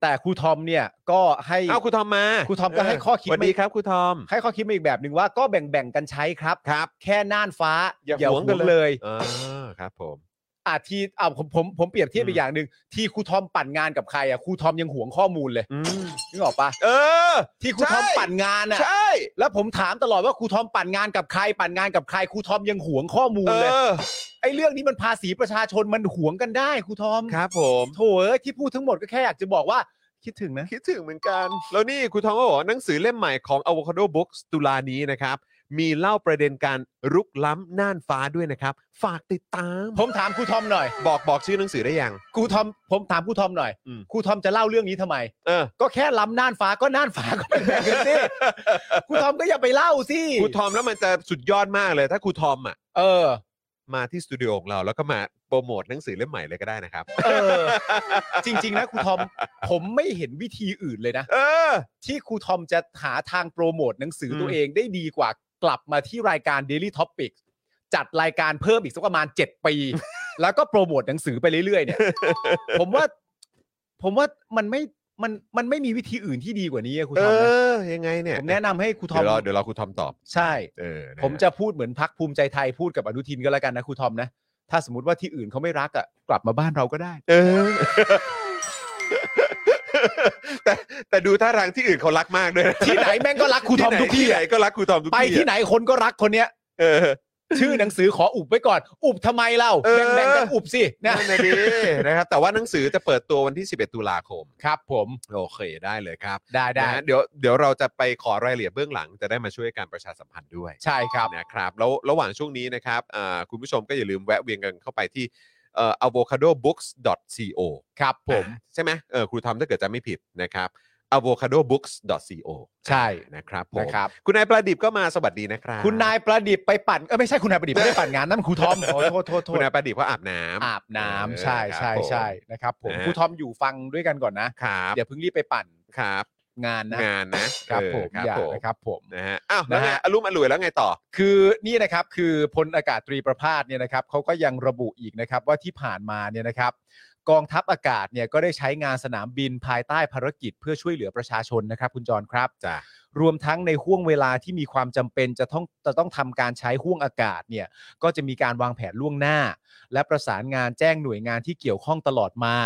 S4: แต่ครูทอมเนี่ยก็ให้
S3: เอาครูทอมมา
S4: ครูทอมก็ให้ข้อคิด
S3: สวัส
S4: มา
S3: ดี
S4: อีก
S3: ครับครูทอม
S4: ให้ข้อคิดมาอีกแบบหนึ่งว่าก็แบ่งๆกันใช้ครับ
S3: ครับ
S4: แค่น่านฟ้า
S3: ห
S4: หวงเลย
S3: เออครับ ผม
S4: อ่ะทีอ่ะผมผมผมเปรียบเทียบอีกอย่างหนึ่งที่ครูทอมปั่นงานกับใครอ่ะครูทอมยังหวงข้อมูลเลย
S3: อืม
S4: นึกออกปะ
S3: เออ
S4: ที่ครูทอม
S3: ใช่
S4: ปั่นงานอ่ะ
S3: ใช่
S4: แล้วผมถามตลอดว่าครูทอมปั่นงานกับใคร ปั่นงานกับใครครูทอมยังหวงข้อมูล
S3: เอ
S4: เลย
S3: อ
S4: ไอ้เรื่องนี้มันภาษีประชาชนมันหวงกันได้ครูทอม
S3: ครับผม
S4: โถ่เอ้ยที่พูดทั้งหมดก็แค่อยากจะบอกว่าคิดถึงนะ
S3: คิดถึงเหมือนกัน แล้วนี่ครูทองก็บอกว่าหนังสือเล่มใหม่ของ Avocado Books ตุลานี้นะครับ มีเล่าประเด็นการรุกล้ำน่านฟ้าด้วยนะครับ ฝากติดตาม
S4: ผมถามครูทอมหน่อย
S3: บอกบอกชื่อหนังสือได้ยัง
S4: ครูทอมผมถามครูทอมหน่อย
S3: อืม
S4: ครูทอมจะเล่าเรื่องนี้ทำไม
S3: เอ อ
S4: ก็แค่ล้ำน่านฟ้าก็น่านฟ้าก็ไปแบ่งกันสิครูทอมก็อย่าไปเล่าสิ
S3: ครูทอมแล้วมันจะสุดยอดมากเลย ถ้าครูทอมอ่ะ
S4: เออ
S3: มาที่สตูดิโอของเราแล้วก็มาโปรโมทหนังสือเล่มใหม่เลยก็ได้นะครับ
S4: เออ จริง ๆ นะครูทอม ผมไม่เห็นวิธีอื่นเลยนะ
S3: เออ
S4: ที่ครูทอมจะหาทางโปรโมทหนังสืออ
S3: ม
S4: ตัวเองได้ดีกว่ากลับมาที่รายการ Daily Topics จัดรายการเพิ่มอีกสักประมาณ 7 ปี แล้วก็โปรโมทหนังสือไปเรื่อยๆเนี่ย ผมว่า ผมว่ามันไม่มันมันไม่มีวิธีอื่นที่ดีกว่านี้อะครู
S3: เอ
S4: ทอมนะ
S3: อ ยังไงเนี่ย
S4: ผมแนะนำให้ครูทอ
S3: เดี๋
S4: ม
S3: ยวรอเดี๋ยวรอครูทอมตอบ
S4: ใช่
S3: เออนะฮ
S4: ผมจะพูดเหมือนพักภูมิใจไทยพูดกับอนุทินก็แล้วกันนะครูทอมนะ ถ้าสมมติว่าที่อื่นเขาไม่รักอ่ะกลับมาบ้านเราก็ได้
S3: เออ แต่แต่ดูท่าทางที่อื่นเขารักมากด้วยนะ
S4: ที่ไหนแม่งก็รักครู ทอมทุกที่
S3: ไหน
S4: อะ
S3: ก็รักครูทอมทุก
S4: ไป
S3: ที่
S4: ที่ไหนคนก็รักคนเนี้ย
S3: เออ
S4: ชื่อหนังสือขออุบไว้ก่อน อุบทำไมเรา
S3: เออ
S4: แบ่งๆกันอุบสิ
S3: นั่
S4: นะ
S3: นนะดิ นะครับ แต่ว่าหนังสือจะเปิดตัววันที่ 11 ตุลาคม
S4: ครับผม
S3: โอเคได้เลยครับ
S4: ได้ได้
S3: นะเดี๋ยวเดี๋ยวเราจะไปขอรายละเอียดเบื้องหลัง จะได้มาช่วยการประชาสัมพันธ์ด้วย
S4: ใช่ครับ
S3: นะครับแล้วระหว่างช่วงนี้นะครับอ่าคุณผู้ชมก็อย่าลืมแวะเวียนกันเข้าไปที่เอ่อ avocadobooks.co
S4: ครับผม
S3: ใช่ไหมเออครูทอมถ้าเกิดจะไม่ผิดนะครับ avocadobooks.co
S4: ใช่
S3: นะครับผม
S4: นะครับ
S3: คุณนายประดิบก็มาสวัสดีนะครับ
S4: คุณนายประดิษฐ์ไปปั่นเออไม่ใช่คุณนายประดิษฐ์ไม่ได้ปั่นงานนั่นมันครู ทอมโอ้โทษโทษโท
S3: คุ
S4: ษ
S3: ณนายประดิบเขาอาบน้ำ
S4: อาบน้ำใช่ใช่
S3: เออครับผม
S4: ใช่นะครับผม
S3: นะฮะ
S4: ครูทอมอยู่ฟังด้วยกันก่อนนะครับ อย่าเพิ่งรีบไปปั่น
S3: ครับ
S4: งานนะ
S3: งานนะครับ เออ
S4: ผม
S3: ครับ
S4: อย่า
S3: ผม
S4: นะครับผม
S3: นะฮะอ้าวแล้ว
S4: นะ
S3: ไง
S4: ฮะ
S3: อารมณ์อร่วยแล้วไงต่อ
S4: คือนี่นะครับคือพลอากาศตรีประภาสเนี่ยนะครับเขาก็ยังระบุอีกนะครับว่าที่ผ่านมาเนี่ยนะครับ กองทัพอากาศเนี่ยก็ได้ใช้งานสนามบินภายใต้ภารกิจเพื่อช่วยเหลือประชาชนนะครับ คุณจรครับ
S3: จ้ะ
S4: รวมทั้งในห่วงเวลาที่มีความจำเป็นจะต้องจะต้องทำการใช้ห่วงอากาศเนี่ยก็จะมีการวางแผนล่วงหน้า และประสานงานแจ้งหน่วยงานที่เกี่ยวข้องตลอดมา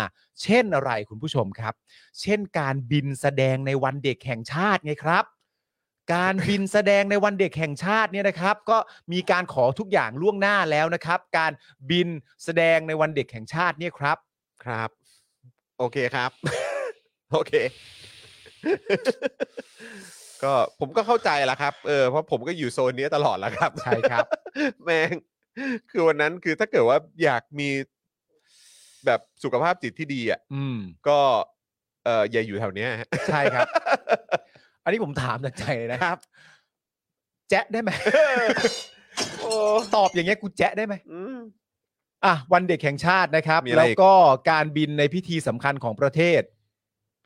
S4: เช่นอะไรคุณผู้ชมครับ เช่นการบินแสดงในวันเด็กแห่งชาติไงครับ การบินแสดงในวันเด็กแห่งชาติเนี่ยนะครับ ก็มีการขอทุกอย่างล่วงหน้าแล้วนะครับ การบินแสดงในวันเด็กแห่งชาติเนี่ยครับ
S3: ครับ โอเคครับ โอเค ก็ผมก็เข้าใจละครับเออเพราะผมก็อยู่โซนนี้ตลอดละครับ
S4: ใช่ครับ
S3: แมงคือวันนั้นคือถ้าเกิดว่าอยากมีแบบสุขภาพจิตที่ดีอ่ะ
S4: อืม
S3: ก็เอออย่าอยู่แถวเนี้ยฮ ะ
S4: ใช่ครับ อันนี้ผมถามจากใจเลยนะครับ แจ๊ะได้ไหม
S3: โอ้
S4: ตอบอย่างเงี้ยกูแจ๊ะได้ไหม
S3: อืม
S4: อ่ะวันเด็กแห่งชาตินะครับ
S3: มีอะไร
S4: แล้วก็การบินในพิธีสำคัญของประเทศ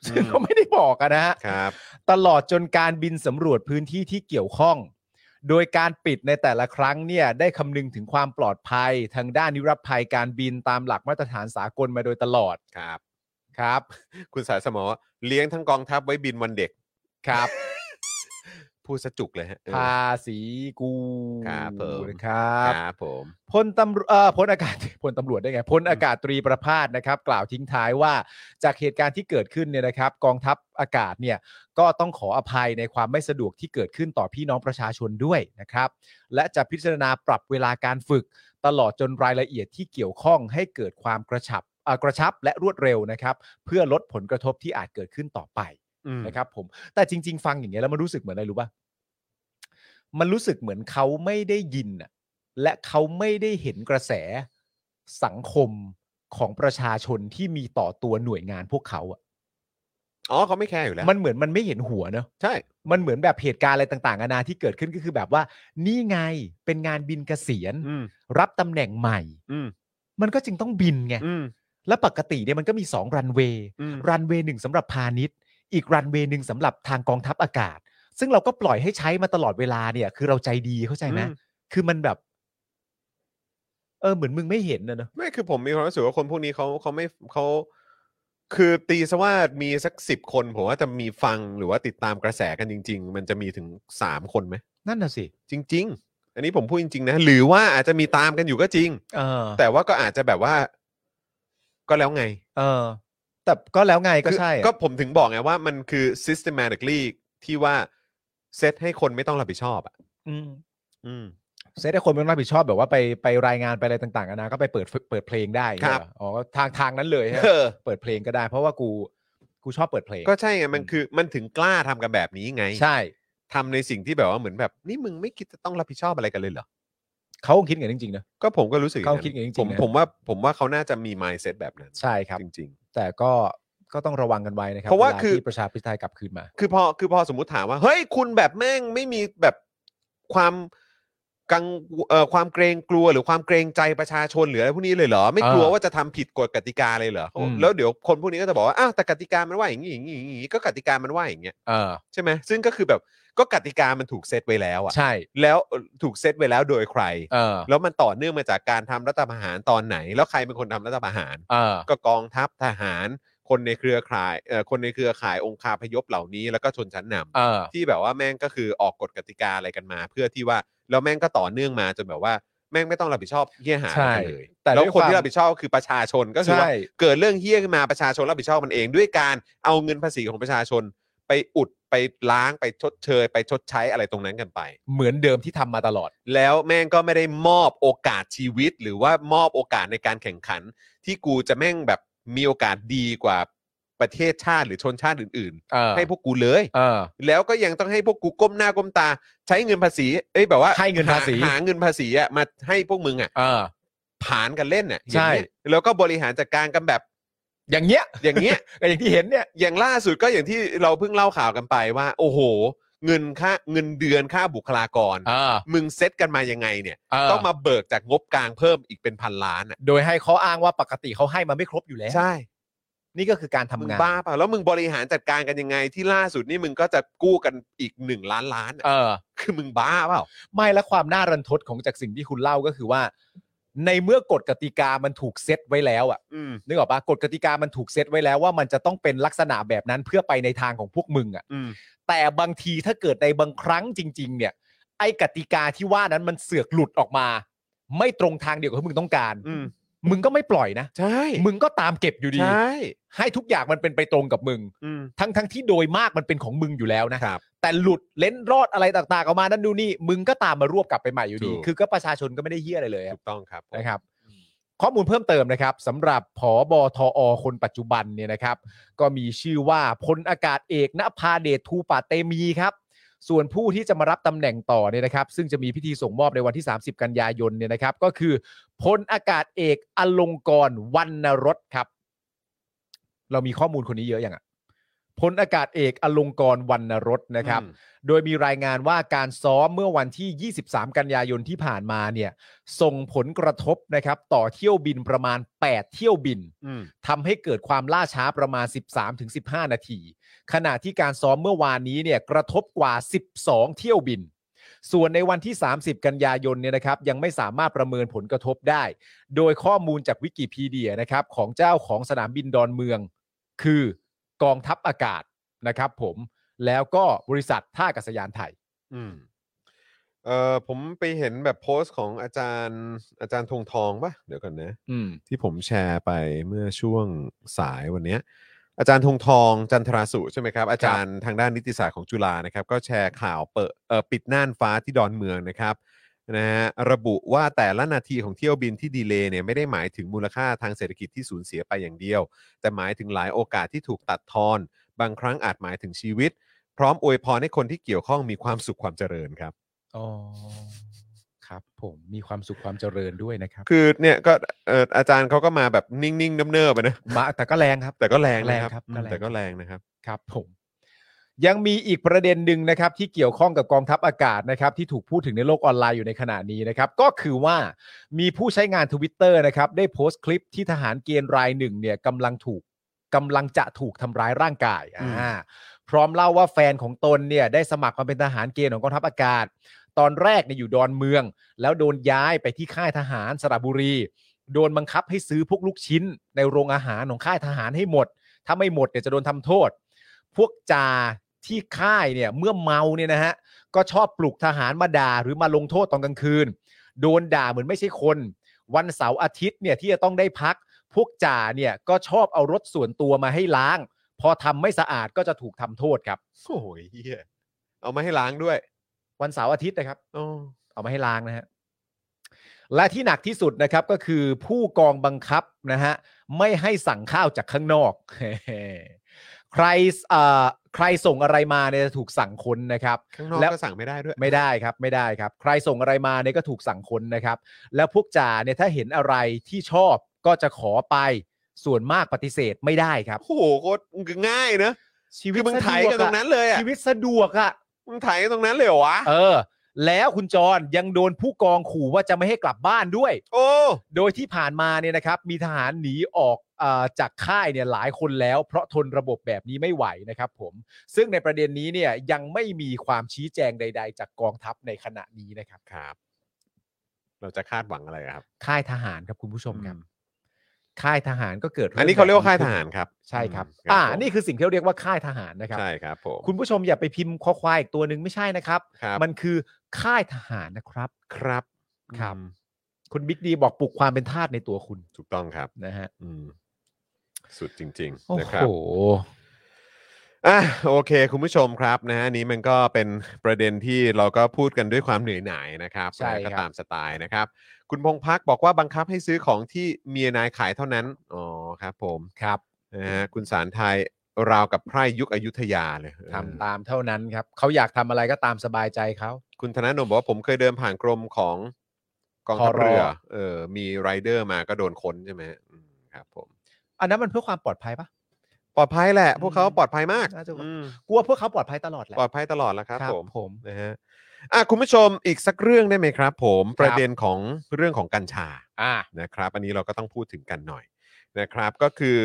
S4: ซึ่ง
S3: อืม
S4: เขาไม่ได้บอกอะนะฮะ
S3: ครับ
S4: ตลอดจนการบินสำรวจพื้นที่ที่เกี่ยวข้อง โดยการปิดในแต่ละครั้งเนี่ยได้คำนึงถึงความปลอดภัย ทางด้านนิรภัยการบินตามหลักมาตรฐานสากลมาโดยตลอด
S3: ครับ
S4: ครับ
S3: คุณสายสมอเลี้ยงทั้งกองทัพไว้บินวันเด็ก
S4: ครับ
S3: พูดสะจุกเลยฮะเออ
S4: ภาษีกู
S3: ครับผม
S4: นะครับ
S3: ครับผม
S4: พลตำรวจเอ่อพลอากาศ พลตำรวจได้ไงพลอากาศตรีประภาสนะครับ กล่าวทิ้งท้ายว่าจากเหตุการณ์ที่เกิดขึ้นเนี่ยนะครับ กองทัพอากาศเนี่ยก็ต้องขออภัยในความไม่สะดวกที่เกิดขึ้นต่อพี่น้องประชาชนด้วยนะครับ และจะพิจารณาปรับเวลาการฝึก ตลอดจนรายละเอียดที่เกี่ยวข้องให้เกิดความกระชับเอ่อกระชับและรวดเร็วนะครับ เพื่อลดผลกระทบที่อาจเกิดขึ้นต่อไป
S3: อืม
S4: นะครับผมแต่จริง ๆ ฟังอย่างเงี้ยแล้วมันรู้สึกเหมือนอะไรรู้ป่ะมันรู้สึกเหมือนเขาไม่ได้ยินน่ะและเขาไม่ได้เห็นกระแสสังคมของประชาชนที่มีต่อตัวหน่วยงานพวกเขาอ่ะ
S3: อ๋อเขาไม่แคร์อยู่แล้ว
S4: มันเหมือนมันไม่เห็นหัวเนอะ
S3: ใช่
S4: มันเหมือนแบบเหตุการณ์อะไรต่างๆนานาที่เกิดขึ้นก็คือแบบว่า นี่ไงเป็นงานบินเกษียณ
S3: อืม
S4: รับตำแหน่งใหม่
S3: อืม
S4: มันก็จึงต้องบินไง
S3: อืม
S4: และปกติเนี่ยมันก็มี2รันเวย์
S3: อืม
S4: รันเวย์หนึ่งสำหรับพาณิชย์ อีกรันเวย์หนึ่งสำหรับทางกองทัพอากาศ ซึ่งเราก็ปล่อยให้ใช้มาตลอดเวลาเนี่ย คือเราใจดีเข้าใจไหม
S3: อืม
S4: คือมันแบบ เออเหมือนมึงไม่เห็นนะเนอะ
S3: ไม่คือผมมีความรู้สึกว่าคนพวกนี้เขาเขาไม่เขาคือตีซะว่ามีสักสิบคนผมว่าจะมีฟังหรือว่าติดตามกระแสกันจริง ๆ มันจะมีถึงสามคนไหม
S4: นั่นน่ะสิ
S3: จริง ๆ อันนี้ผมพูดจริง ๆ นะ หรือว่าอาจจะมีตามกันอยู่ก็จริง
S4: เออ
S3: แต่ว่าก็อาจจะแบบว่า ก็แล้วไง
S4: เออ แต่ก็แล้วไงก็
S3: คือ
S4: ใช่อะ
S3: ก็ผมถึงบอกไงว่ามันคือ systematically ที่ว่าเซตให้คนไม่ต้องรับผิดชอบอ่ะ
S4: อืม
S3: อืม
S4: เซตให้คนไม่ต้องรับผิดชอบแบบว่าไปไปรายงานไปอะไรต่างๆนานาก็ไปเปิดเปิดเพลงได้อย่างเงี้ย
S3: ครับ
S4: เหออ๋อทางทางนั้นเลยฮะ
S3: เออ
S4: เปิดเพลงก็ได้ เพราะว่ากูกูชอบเปิดเพลง
S3: ก็ใช่ไงมันคือมันถึงกล้าทำกันแบบนี้ไง
S4: ใช่
S3: ทำในสิ่งที่แบบว่าเหมือนแบบ นี่มึงไม่คิดจะต้องรับผิดชอบอะไรกันเลยเหรอ
S4: เขาคงคิดกันจริงๆนะ
S3: ก็ผมก็รู้สึกอย่งนั้น
S4: เขาคิดอย่างนี้จริง
S3: ผม
S4: นะ
S3: ผมว่าผมว่าเขาน่าจะมี mindset แบบนั้น
S4: ใช่ครับ
S3: จริง
S4: แต่ก็ก็ต้องระวังกันไว้นะครับ
S3: เพราะว่า
S4: ล
S3: คือ
S4: ที่ประชาธิปไตยกลับคืนมา
S3: ๆ คือพอคือพอสมมติถามว่า เฮ้ยคุณแบบแม่งไม่มีแบบความ กังเอ่อความเกรงกลัวหรือความเกรงใจประชาชนหรืออะไรพวกนี้เลยเหรอ ไม่กลัว
S4: อ่า
S3: ว่าจะทำผิดกฎกติกาเลยเหรอเขาบอก
S4: อืม
S3: แล้วเดี๋ยวคนพวกนี้ก็จะบอกว่าอ้าวแต่กติกามันว่าอย่างนี้อย่างนี้อย่างนี้ก็กติกามันว่าอย่างเงี้ย
S4: เออ
S3: ใช่ไหมซึ่งก็คือแบบก็กติกามันถูกเซตไว้แล้วอะ
S4: ใช่
S3: แล้วถูกเซตไว้แล้วโดยใคร
S4: เออ
S3: แล้วมันต่อเนื่องมาจากการทำรัฐประหารตอนไหน แล้วใครเป็นคนทำรัฐประหาร
S4: เออ
S3: ก็กองทัพทหาร คนในเครือข่ายเอ่อคนในเครือข่ายองคาพยพเหล่านี้แล้วก็ชนชั้นนำ
S4: เออ
S3: ที่แบบว่าแม่งก็คือออกกฎกติกาอะไรกันมา เพื่อที่ว่าแล้วแม่งก็ต่อเนื่องมาจนแบบว่าแม่งไม่ต้องรับผิดชอบเหี้ยหาอะไรกันเลย
S4: ใช่แต่
S3: แล้ว
S4: ด้วย
S3: คน
S4: ความ
S3: ที่รับผิดชอบคือประชาชนก็คือ
S4: ใช่
S3: ว่าเกิดเรื่องเหี้ยขึ้นมาประชาชนรับผิดชอบมันเอง ด้วยการเอาเงินภาษีของประชาชน ไปอุดไปล้างไปชดเชย ไปชดใช้อะไรตรงนั้นกันไป
S4: เหมือนเดิมที่ทำมาตลอด
S3: แล้วแม่งก็ไม่ได้มอบโอกาสชีวิต หรือว่ามอบโอกาสในการแข่งขัน ที่กูจะแม่งแบบมีโอกาสดีกว่าประเทศชาติหรือชนชาติอื่น
S4: เออ
S3: ๆ ให้พวกกูเลย
S4: เออ
S3: แล้วก็ยังต้องให้พวกกูก้มหน้าก้มตา ใช้เงินภาษี เอ้ยแบบว่า
S4: ให้เงินภาษี
S3: หาหาเงินภาษีอะมาให้พวกมึงอะ
S4: เออ
S3: ผ่านกันเล่นอะอ
S4: ใช่
S3: ย่างเงี้ยแล้วก็บริหารจัดการกันแบบ
S4: อย่างเงี้ย
S3: อย่างเงี้ย
S4: ก็อย่างที่เห็นเนี่ย
S3: อย่างล่าสุดก็อย่างที่เราเพิ่งเล่าข่าวกันไปว่า โอ้โห เงินค่าเงินเดือนค่าบุคลากร
S4: เออ
S3: มึงเซตกันมายังไงเนี่ย
S4: เออ
S3: ต้องมาเบิกจากงบกลางเพิ่มอีกเป็นพันล้านอ่ะ
S4: โดยให้ข้ออ้างว่าปกติเขาให้มาไม่ครบอยู่แล้วนี่ก็คือการทำ
S3: มึง
S4: งาน
S3: บ้าเปล่าแล้วมึงบริหารจัดการกันยังไงที่ล่าสุดนี่มึงก็จะกู้กันอีกหนึ่งล้านล้านอะ
S4: เออ
S3: คือมึงบ้าเปล่า
S4: ไม่และความน่ารันทดของจากสิ่งที่คุณเล่าก็คือว่า ในเมื่อกฎกติกามันถูกเซตไว้แล้วอะ
S3: อืม
S4: นึกออกปะกฎกติกามันถูกเซตไว้แล้วว่ามันจะต้องเป็นลักษณะแบบนั้นเพื่อไปในทางของพวกมึงอะ
S3: อืม
S4: แต่บางทีถ้าเกิดในบางครั้งจริง ๆ เนี่ย ไอ้กติกาที่ว่านั้นมันเสือกหลุดออกมา ไม่ตรงทางเดียวกับที่มึงต้องการ
S3: อืม
S4: มึงก็ไม่ปล่อยนะ
S3: ใช่
S4: มึงก็ตามเก็บอยู่ดี
S3: ใช่
S4: ให้ทุกอย่างมันเป็นไปตรงกับมึง
S3: อืม
S4: ทั้งทั้งที่โดยมากมันเป็นของมึงอยู่แล้วนะ
S3: ครับ
S4: แต่หลุดเล้นรอดอะไรต่างๆออกมานั่นดูนี่ มึงก็ตามมารวบกลับไปใหม่อยู่ดี
S3: ถูก
S4: คือก็ประชาชนก็ไม่ได้เฮี้ยอะไรเลย
S3: ถูกต้องครับผม
S4: นะครับ ข้อมูลเพิ่มเติมนะครับสำหรับผอบทอคนปัจจุบันเนี่ยนะครับ ก็มีชื่อว่าพลอากาศเอกณภาเดชทูปาเตมีครับ ส่วนผู้ที่จะมารับตำแหน่งต่อเนี่ยนะครับ ซึ่งจะมีพิธีส่งมอบในวันที่ 30 กันยายนเนี่ยนะครับ ก็คือพลอากาศเอกอลงกรณ์วรรณรสครับ เรามีข้อมูลคนนี้เยอะอย่างอะพลอากาศเอกอลงกรณ์วรรณรสนะครับ
S3: อืม
S4: โดยมีรายงานว่าการซ้อมเมื่อวันที่ 23 กันยายนที่ผ่านมาเนี่ย ส่งผลกระทบนะครับ ต่อเที่ยวบินประมาณ 8 เที่ยวบิน
S3: อืม
S4: ทำให้เกิดความล่าช้าประมาณ 13-15 นาที ขณะที่การซ้อมเมื่อวานนี้เนี่ยกระทบกว่า 12 เที่ยวบิน ส่วนในวันที่ 30 กันยายนเนี่ยนะครับ ยังไม่สามารถประเมินผลกระทบได้ โดยข้อมูลจากวิกิพีเดียนะครับของเจ้าของสนามบินดอนเมือง คือกองทัพอากาศนะครับผมแล้วก็บริษัทท่าอากาศยานไทย
S3: อืมเอ่อผมไปเห็นแบบโพสต์ของอาจารย์อาจารย์ธงทองป่ะเดี๋ยวก่อนนะ
S4: อืม
S3: ที่ผมแชร์ไปเมื่อช่วงสายวันเนี้ยอาจารย์ธงทองจันทราสุใช่ไหมครับ อาจารย์ทางด้านนิติศาสตร์ของจุฬานะครับ ก็แชร์ข่าวเปิดเอ่อปิดน่านฟ้าที่ดอนเมืองนะครับนะฮะระบุว่าแต่ละนาทีของเที่ยวบินที่ดีเลย์เนี่ยไม่ได้หมายถึงมูลค่าทางเศรษฐกิจที่สูญเสียไปอย่างเดียว แต่หมายถึงหลายโอกาสที่ถูกตัดทอน บางครั้งอาจหมายถึงชีวิต พร้อมอวยพรให้คนที่เกี่ยวข้องมีความสุขความเจริญครับ
S4: อ๋อครับผมมีความสุขความเจริญด้วยนะครับ
S3: คือเนี่ยก็เอ่ออาจารย์เขาก็มาแบบนิ่งๆเนิบๆอะนะ
S4: มาแต่ก็แรงครับ
S3: แต่ก็แรงนะครั
S4: แรงครับ
S3: บอืม
S4: ก็แรง
S3: แต่ก็แรงนะครับ
S4: ครับผมยังมีอีกประเด็นหนึ่งนะครับ ที่เกี่ยวข้องกับกองทัพอากาศนะครับ ที่ถูกพูดถึงในโลกออนไลน์อยู่ในขณะนี้นะครับ ก็คือว่ามีผู้ใช้งานทวิตเตอร์นะครับ ได้โพสต์คลิปที่ทหารเกณฑ์รายหนึ่งเนี่ยกำลังถูกกำลังจะถูกทำร้ายร่างกาย
S3: อืม
S4: อ่าพร้อมเล่าว่าแฟนของตนเนี่ยได้สมัครมาเป็นทหารเกณฑ์ของกองทัพอากาศ ตอนแรกเนี่ยอยู่ดอนเมือง แล้วโดนย้ายไปที่ค่ายทหารสระบุรี โดนบังคับให้ซื้อพวกลูกชิ้น ในโรงอาหารของค่ายทหารให้หมด ถ้าไม่หมดเนี่ยจะโดนทำโทษ พวกจาที่ค่ายเนี่ยเมื่อเมาเนี่ยนะฮะก็ชอบปลุกทหารมาด่าหรือมาลงโทษตอนกลางคืน โดนด่าเหมือนไม่ใช่คน วันเสาร์อาทิตย์เนี่ยที่จะต้องได้พัก พวกจ่าเนี่ยก็ชอบเอารถส่วนตัวมาให้ล้าง พอทำไม่สะอาดก็จะถูกทำโทษครับ
S3: โอ้ยเฮียเอามาให้ล้างด้วย
S4: วันเสาร์อาทิตย์นะครับ
S3: อ๋อ
S4: เอามาให้ล้างนะฮะ และที่หนักที่สุดนะครับก็คือผู้กองบังคับนะฮะไม่ให้สั่งข้าวจากข้างนอก ใครเอ่อใครส่งอะไรมาเนี่ยจะถูกสั่งค้นนะครับ
S3: ข้างนอก
S4: แล้ว
S3: ก็สั่งไม่ได้ด้วย
S4: ไม่ได้ครับไม่ได้ครับ ใครส่งอะไรมาเนี่ยก็ถูกสั่งค้นนะครับ แล้วพวกจ่าเนี่ยถ้าเห็นอะไรที่ชอบก็จะขอไปส่วนมากปฏิเสธไม่ได้ครับ
S3: โอ้โหโคตรง่ายนะ
S4: ชีวิ
S3: คื
S4: ต
S3: อมึงไถ่ายกันตรงนั้นเลยอ่ะ
S4: ชีวิตสะดวกอะ
S3: มึงไถ่ายกันตรงนั้นเลยเหรอวะ
S4: เออ แล้วคุณจรยังโดนผู้กองขู่ว่าจะไม่ให้กลับบ้านด้วย
S3: โอ้
S4: โดยที่ผ่านมาเนี่ยนะครับมีทหารหนีออกอาจากค่ายเนี่ยหลายคนแล้ว เพราะทนระบบแบบนี้ไม่ไหวนะครับผมซึ่งในประเด็นนี้เนี่ยยังไม่มีความชี้แจงใด ๆ จากกองทัพในขณะนี้นะครับ
S3: ครับ เราจะคาดหวังอะไรครับ
S4: ค่ายทหารครับคุณผู้ชมครับค่ายทหารก็เกิด
S3: อันนี้เขาเรียกว่าค่ายทหารครับ
S4: ใช่ครับ
S3: ม
S4: อ่า
S3: ผม
S4: นี่คือสิ่งที่เราเรียกว่าค่ายทหารนะครับ
S3: ใช่ครับผม
S4: คุณผู้ชมอย่าไปพิมพ์คอควายอีกตัวหนึ่งไม่ใช่นะครับ
S3: ครับ
S4: มันคือค่ายทหารนะครับ
S3: ครับ
S4: ครับ
S3: อืม
S4: คุณบิ๊กดีบอกปลุกความเป็นทาสในตัวคุณ
S3: ถูกต้องครับ
S4: นะฮะ
S3: อืม สุดจริง
S4: โอ้
S3: ๆ นะค
S4: โห
S3: รับ อ่ะโอเค คุณผู้ชมครับนะฮะอันนี้มันก็เป็นประเด็นที่เราก็พูดกันด้วยความเหนื่อยหน่ายนะครับ
S4: ใช่ครับ
S3: นะก็ตามสไตล์นะครับ คุณพงพักบอกว่าบังคับให้ซื้อของที่เมียนายขายเท่านั้น อ๋อครับผม
S4: ครับ
S3: นะฮะคุณสารไทยราวกับไพร่ยุคอยุธยาเลย
S4: ทำตามเท่านั้นครับเขาอยากทำอะไรก็ตามสบายใจเขา
S3: คุณธนาโนมบอกว่าผมเคยเดินผ่านกรมของกองทัพ
S4: ทร
S3: เรือเออมีไรเดอร์มาก็โดนค้นใช่ไหมอืมครับผม
S4: อันนั้นมันเพื่อความปลอดภัยปะ
S3: ปลอดภัยแหละ พวกเขา
S4: อืม
S3: ปลอดภัยมาก
S4: น่าจะ
S3: อืม
S4: กลัวพวกเขาปลอดภัยตลอดแหละ
S3: ปลอดภัยตลอดแล้วครับผม
S4: ผม
S3: นะฮะอ่ะคุณผู้ชมอีกสักเรื่องได้ไหมครับ ผม
S4: ครับ
S3: ประเด็นของเรื่องของกัญชา
S4: อ่า
S3: นะครับ อันนี้เราก็ต้องพูดถึงกันหน่อยนะครับ ก็คือ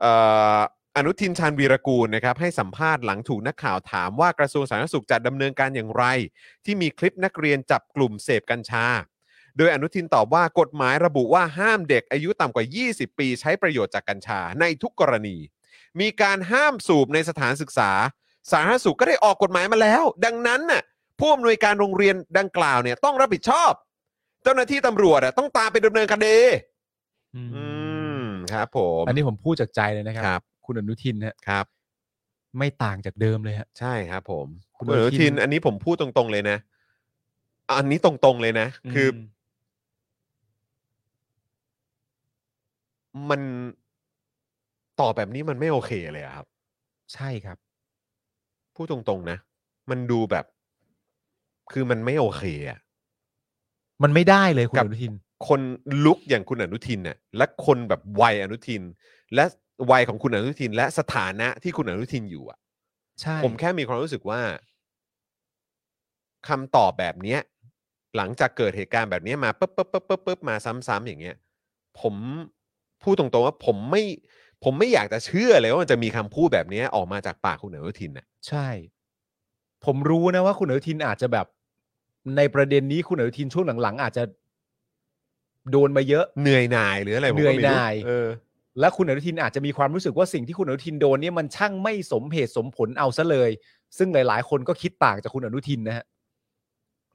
S3: เอ่ออนุทินชาญวีรกูลนะครับ ให้สัมภาษณ์หลังถูกนักข่าวถามว่ากระทรวงสาธารณสุขจะดำเนินการอย่างไร ที่มีคลิปนักเรียนจับกลุ่มเสพกัญชา โดยอนุทินตอบว่ากฎหมายระบุว่าห้ามเด็กอายุต่ำกว่า 20 ปีใช้ประโยชน์จากกัญชาในทุกกรณี มีการห้ามสูบในสถานศึกษา สาธารณสุขก็ได้ออกกฎหมายมาแล้ว ดังนั้นน่ะผู้อำนวยการโรงเรียนดังกล่าวเนี่ยต้องรับผิดชอบ เจ้าหน้าที่ตำรวจอ่ะต้องตามไปดำเนินคดีอืมครับผม
S4: อันนี้ผมพูดจากใจเลยนะค
S3: ค
S4: รั
S3: รับ บ
S4: คุณอนุทินฮะ
S3: ครับ
S4: ไม่ต่างจากเดิมเลยฮะ
S3: ใช่ครับผม
S4: คุ
S3: คุณ
S4: ณ
S3: อ
S4: อนุ
S3: นุ
S4: ทิ
S3: ทิน
S4: น
S3: อันนี้ผมพูดตรงๆเลยนะ อันนี้ตรงๆเลยนะ คืออมันตอบแบบนี้มันไม่โอเคเลยอะครับ
S4: ใช่ครับ
S3: พูดตรงๆนะ มันดูแบบ คือมันไม่โอเคอะ
S4: มันไม่ได้เลยคุณอนุทิน
S3: คนลุกอย่างคุณอนุทินน่ะและคนแบบวัยอนุทิน และวัยของคุณอนุทิน และสถานะที่คุณอนุทินอยู่อะ
S4: ใช่
S3: ผมแค่มีความรู้สึกว่าคำตอบแบบเนี้ย หลังจากเกิดเหตุการณ์แบบเนี้ยมาปุ๊บปุ๊บปุ๊บปุ๊บปุ๊บมาซ้ำๆอย่างเงี้ย ผมพูดตรงๆว่าผมไม่ ผมไม่อยากจะเชื่อเลยว่ามันจะมีคำพูดแบบเนี้ยออกมาจากปากคุณอนุทินน่ะ
S4: ใช่ ผมรู้นะว่าคุณอนุทินอาจจะแบบ ในประเด็นนี้คุณอนุทินช่วงหลังๆ อาจจะ โดนมาเยอะ
S3: เหนื่อยหน่ายหรืออะไรผม
S4: เหนื่
S3: ก็
S4: อย
S3: ไม่
S4: ห
S3: รู้
S4: น่าย
S3: เออ
S4: และคุณอนุทินอาจจะมีความรู้สึกว่าสิ่งที่คุณอนุทินโดนเนี่ยมันช่างไม่สมเหตุสมผลเอาซะเลย ซึ่งหลาย ๆ คนก็คิดต่างจากคุณอนุทินนะฮะ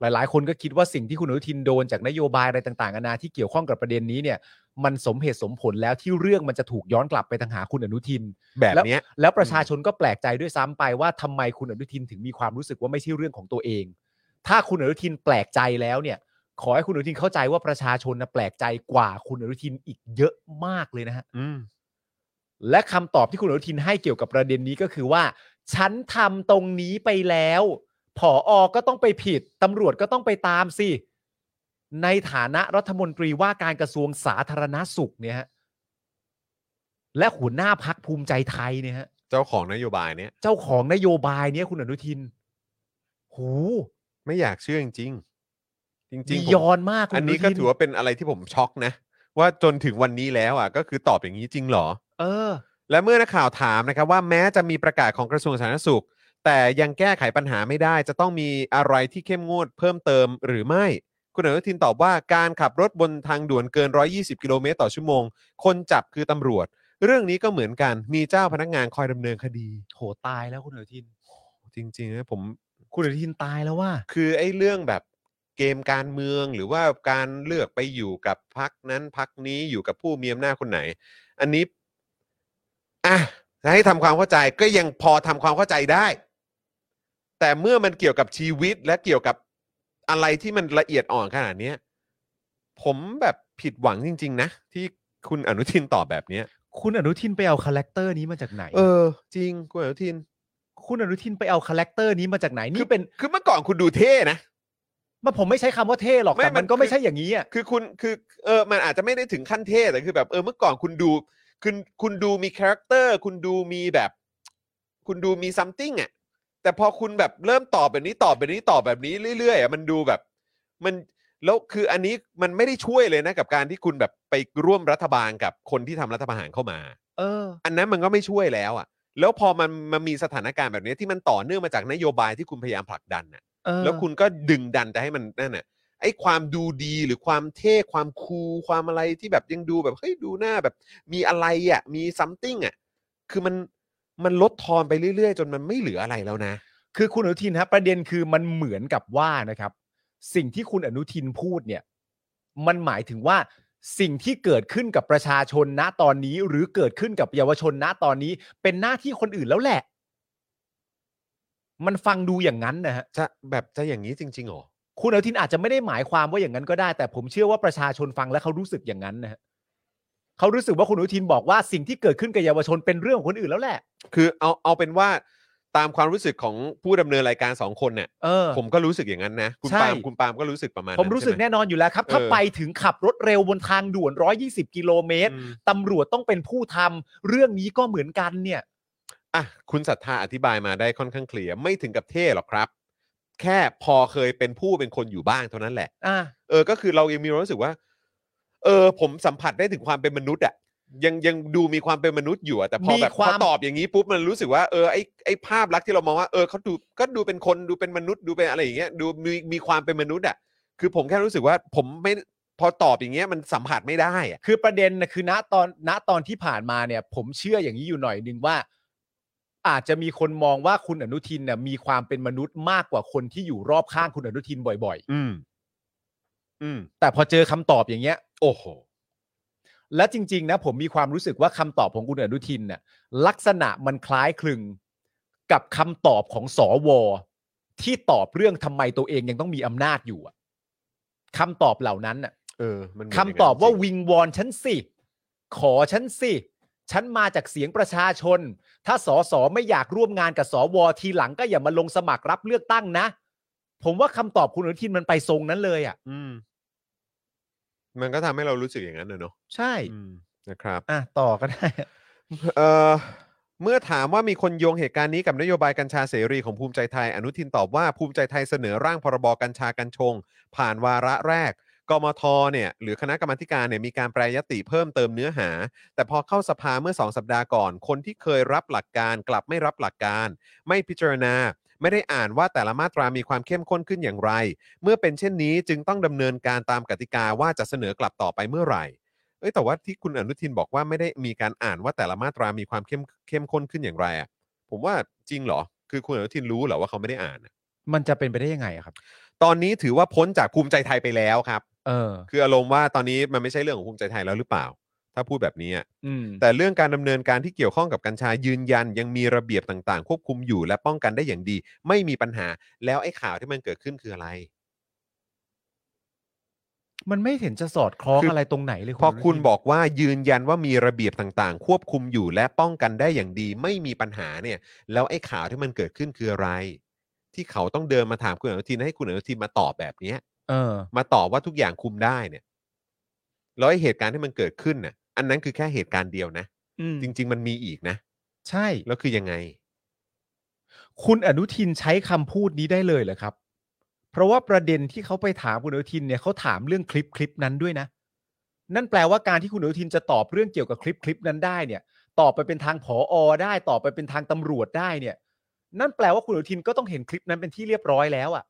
S4: หลาย ๆ คนก็คิดว่าสิ่งที่คุณอนุทินโดนจากนโยบายอะไรต่างๆนานาที่เกี่ยวข้องกับประเด็นนี้เนี่ย มันสมเหตุสมผลแล้วที่เรื่องมันจะถูกย้อนกลับไปทางหาคุณอนุทิน
S3: แบบเนี้ย
S4: แล้วประชาชนก็แปลกใจด้วยซ้ำไปว่าทำไมคุณอนุทินถึงมีความรู้สึกว่าไม่ใช่เรื่องของตัวเอง ถ้าคุณอนุทินแปลกใจแล้วเนี่ย ขอให้คุณอนุทินเข้าใจว่าประชาชนนะแปลกใจกว่าคุณอนุทินอีกเยอะมากเลยนะฮะ
S3: อืม
S4: และคำตอบที่คุณอนุทินให้เกี่ยวกับประเด็นนี้ก็คือว่า ฉันทำตรงนี้ไปแล้วผออก็ต้องไปผิดตำรวจก็ต้องไปตามสิ ในฐานะรัฐมนตรีว่าการกระทรวงสาธารณสุขเนี่ยฮะและหัวหน้าพักภูมิใจไทยเนี่ยฮะ
S3: เจ้าของนโยบายเนี้ย
S4: เจ้าของนโยบายเนี้ยคุณอนุทิน หู
S3: ไม่อยากเชื่อจริงๆจริง
S4: บี
S3: ๆผม
S4: ยอนมากคุณ
S3: อันนี้ก็ถือว่าเป็นอะไรที่ผมช็อกนะ ว่าจนถึงวันนี้แล้วอ่ะ ก็คือตอบอย่างนี้จริงเหรอ
S4: เออ
S3: และเมื่อนักข่าวถามนะครับว่าแม้จะมีประกาศของกระทรวงสาธารณสุข แต่ยังแก้ไขปัญหาไม่ได้ จะต้องมีอะไรที่เข้มงวดเพิ่มเติมหรือไม่ คุณอนุทินตอบว่าการขับรถบนทางด่วนเกิน 120 กิโลเมตรต่อชั่วโมง คนจับคือตำรวจ เรื่องนี้ก็เหมือนกันมีเจ้าพนักงานคอยดำเนินคดี
S4: โหตายแล้วคุณอนุทิน
S3: จริงๆนะผม
S4: คุณอนุทินตายแล้วว่า
S3: คือไอ้เรื่องแบบเกมการเมืองหรือว่าการเลือกไปอยู่กับพักนั้นพักนี้อยู่กับผู้มีอำนาจคนไหน อันนี้อ่ะให้ทำความเข้าใจก็ยังพอทำความเข้าใจได้ แต่เมื่อมันเกี่ยวกับชีวิตและเกี่ยวกับอะไรที่มันละเอียดอ่อนขนาดเนี้ยผมแบบผิดหวังจริง ๆ นะ ที่คุณอนุทินตอบแบบเนี้ย
S4: คุณอนุทินไปเอาคาแรคเตอร์นี้มาจากไหน
S3: เออ จริงคุณอนุทิน
S4: คุณอนุทินไปเอาคาแรคเตอร์นี้มาจากไหนนี่เป็น
S3: คือเมื่อก่อนคุณดูเท่นะ
S4: มาผมไม่ใช้คำว่าเท่หรอก
S3: ไม่
S4: แต่
S3: มั
S4: มัน นก็
S3: คื
S4: ไม่
S3: อ
S4: ใช่อย่างนี้อ่ะ
S3: คือคุณคือเออมันอาจจะไม่ได้ถึงขั้นเท่แต่คือแบบเออเมื่อก่อนคุณดูคุณคุณดูมีคาแรคเตอร์คุณดูมีแบบ คุณดูมีซัมติ n งอ่ะ แต่พอคุณแบบเริ่มตอบแบบนี้ตอบแบบนี้ตอบแบบนี้เรื่อยๆอ่ะมันดูแบบ มันแล้วคืออันนี้มันไม่ได้ช่วยเลยนะกับการที่คุณแบบไปร่วมรัฐบาลกับคนที่ทำรัฐประหารเข้ามา
S4: เออ
S3: อันนั้นมันก็ไม่ช่วยแล้วอ่ะ แล้วพอมันมันมีสถานการณ์แบบนี้ที่มันต่อเนื่องมาจากนโยบายที่คุณพยายามผลักดันน่ะ
S4: เออ
S3: แล้วคุณก็ดึงดันแต่ให้มันนั่นน่ะไอ้ความดูดีหรือความเท่ความคูลความอะไรที่แบบยังดูแบบเฮ้ยดูหน้าแบบ มีอะไรอ่ะ มีซัมติงอ่ะคือมันมันลดทอนไปเรื่อยๆ จนมันไม่เหลืออะไรแล้วนะ
S4: คือคุณอนุทินฮะประเด็นคือมันเหมือนกับว่านะครับ สิ่งที่คุณอนุทินพูดเนี่ย มันหมายถึงว่าสิ่งที่เกิดขึ้นกับประชาชนณตอนนี้ หรือเกิดขึ้นกับเยาวชนณตอนนี้ เป็นหน้าที่คนอื่นแล้วแหละ มันฟังดูอย่างนั้นนะฮะ
S3: จะแบบจะอย่างนี้จริงๆหรอ
S4: คุณอนุทินอาจจะไม่ได้หมายความว่าอย่างนั้นก็ได้ แต่ผมเชื่อว่าประชาชนฟังแล้วเขารู้สึกอย่างนั้นนะฮะเขารู้สึกว่าคุณอนุทินบอกว่าสิ่งที่เกิดขึ้นกับเยาวชนเป็นเรื่องของคนอื่นแล้วแหละ
S3: คือเอาเอาเป็นว่าตามความรู้สึกของผู้ดำเนินรายการสองคนเนี่ย
S4: เออ
S3: ผมก็รู้สึกอย่างนั้นนะ คุณ
S4: ใช่
S3: ปาล์มคุณปาล์มก็รู้สึกประมาณ
S4: ผมรู้สึก
S3: นั้นใช่ไห
S4: แน่นอนอยู่แล้วครับ ถ้า
S3: เออ
S4: ไปถึงขับรถเร็วบนทางด่วน 120 กิโลเมตร
S3: อืม
S4: ตำรวจต้องเป็นผู้ทำเรื่องนี้ก็เหมือนกันเนี่ย
S3: อ่ะคุณศรัทธาอธิบายมาได้ค่อนข้างเคลียร์ไม่ถึงกับเท่หรอกครับ แค่พอเคยเป็นผู้เป็นคนอยู่บ้างเท่านั้นแหละ
S4: อ่ะ
S3: เออ ก็คือเรายังมีความรู้สึกว่า เออ ผมสัมผัสได้ถึงความเป็นมนุษย์อะยังยังดูมีความเป็นมนุษย์อยู่อะแต่พอแบบพอตอบอย่างนี้ปุ๊บมันรู้สึกว่าเออไอไอภาพลักษณ์ที่เรามองว่าเออเขาดูก็ดูเป็นคนดูเป็นมนุษย์ดูเป็นอะไรอย่างเงี้ยดูมีมีความเป็นมนุษย์อะคือผมแค่รู้สึกว่าผมไม่พอตอบอย่างเงี้ยมันสัมผัสไม่ได้อะ
S4: คือประเด็นนะคือณตอนณตอนที่ผ่านมาเนี่ย ผมเชื่ออย่างนี้อยู่หน่อยหนึงว่า อาจจะมีคนมองว่าคุณอนุทินน่ะมีความเป็นมนุษย์มากกว่าคนที่อยู่รอบข้างคุณอนุทินบ่อย ๆ
S3: อืม อืม
S4: แต่พอเจอคำตอบอย่างเงี้ย
S3: โอ้โห
S4: และจริง ๆ นะ ผมมีความรู้สึกว่าคำตอบของคุณอนุทินน่ะลักษณะมันคล้ายคลึงกับคำตอบของสอวอที่ตอบเรื่องทำไมตัวเองยังต้องมีอำนาจอยู่อะคำตอบเหล่านั้นน่ะ
S3: เออ มันเหมืน
S4: คำตอบว่า
S3: ย่งนั้นจริง
S4: วิงวอนฉันสิ ขอฉันสิฉันมาจากเสียงประชาชน ถ้าสอสอไม่อยากร่วมงานกับสอวอทีหลังก็อย่ามาลงสมัครรับเลือกตั้งนะ ผมว่าคำตอบคุณอนุทินมันไปทรงนั้นเลยอ่ะ
S3: อืม มันก็ทำให้เรารู้สึกอย่างนั้นเลยเนาะ
S4: ใช่
S3: อืมนะครับ
S4: อ่ะต่อก็ได้
S3: เอ่อเมื่อถามว่ามีคนโยงเหตุการณ์นี้กับนโยบายกัญชาเสรีของภูมิใจไทย อนุทินตอบว่าภูมิใจไทยเสนอร่างพรบกัญชากัญชง ผ่านวาระแรก กมทเนี่ยหรือคณะกรรมาธิการเนี่ยมีการแปรยติเพิ่มเติมเนื้อหา แต่พอเข้าสภาเมื่อ 2 สัปดาห์ก่อน คนที่เคยรับหลักการกลับไม่รับหลักการ ไม่พิจารณา ไม่ได้อ่านว่าแต่ละมาตรามีความเข้มข้นขึ้นอย่างไร เมื่อเป็นเช่นนี้จึงต้องดำเนินการตามกติกาว่าจะเสนอกลับต่อไปเมื่อไหร่ เอ้ยแต่ว่าที่คุณอนุทินบอกว่าไม่ได้มีการอ่านว่าแต่ละมาตรามีความเข้มเข้มข้นขึ้นอย่างไรอ่ะผมว่าจริงเหรอ คือคุณอนุทินรู้เหรอว่าเขาไม่ได้อ่านอะ
S4: มันจะเป็นไปได้ยังไงอะครับ
S3: ตอนนี้ถือว่าพ้นจากภูมิใจไทยไปแล้วครับ
S4: เออ
S3: คืออารมณ์ว่าตอนนี้มันไม่ใช่เรื่องของภูมิใจไทยแล้วหรือเปล่า ถ้าพูดแบบนี้อะ
S4: อืม
S3: แต่เรื่องการดำเนินการที่เกี่ยวข้องกับกัญชายืนยัน ยังมีระเบียบต่างๆ ควบคุมอยู่และป้องกันได้อย่างดี ไม่มีปัญหาแล้วไอ้ข่าวที่มันเกิดขึ้นคืออะไร
S4: มันไม่เห็นจะสอดคล้อง
S3: คือ
S4: อะไรตรงไหนเลย
S3: พอคุณ
S4: นุทิน
S3: บอกว่ายืนยันว่ามีระเบียบต่างๆ ควบคุมอยู่และป้องกันได้อย่างดี ไม่มีปัญหาเนี่ย แล้วไอ้ข่าวที่มันเกิดขึ้นคืออะไร ที่เขาต้องเดินมาถามคุณอนุทินให้คุณอนุทินมาตอบแบบเนี้ย
S4: เออ
S3: มาตอบว่าทุกอย่างคุมได้เนี่ยแล้วไอ้เหตุการณ์ที่มันเกิดขึ้นน่ะ อันนั้นคือแค่เหตุการณ์เดียวนะ
S4: อืม
S3: จริง ๆ มันมีอีกนะ
S4: ใช่
S3: แล้วคือยังไง
S4: คุณอนุทินใช้คำพูดนี้ได้เลยเหรอครับ เพราะว่าประเด็นที่เขาไปถามคุณอนุทินเนี่ยเขาถามเรื่องคลิปคลิปนั้นด้วยนะ นั่นแปลว่าการที่คุณอนุทินจะตอบเรื่องเกี่ยวกับคลิปคลิปนั้นได้เนี่ย ตอบไปเป็นทางผออได้ตอบไปเป็นทางตำรวจได้เนี่ย นั่นแปลว่าคุณอนุทินก็ต้องเห็นคลิปนั้นเป็นที่เรียบร้อยแล้วอะ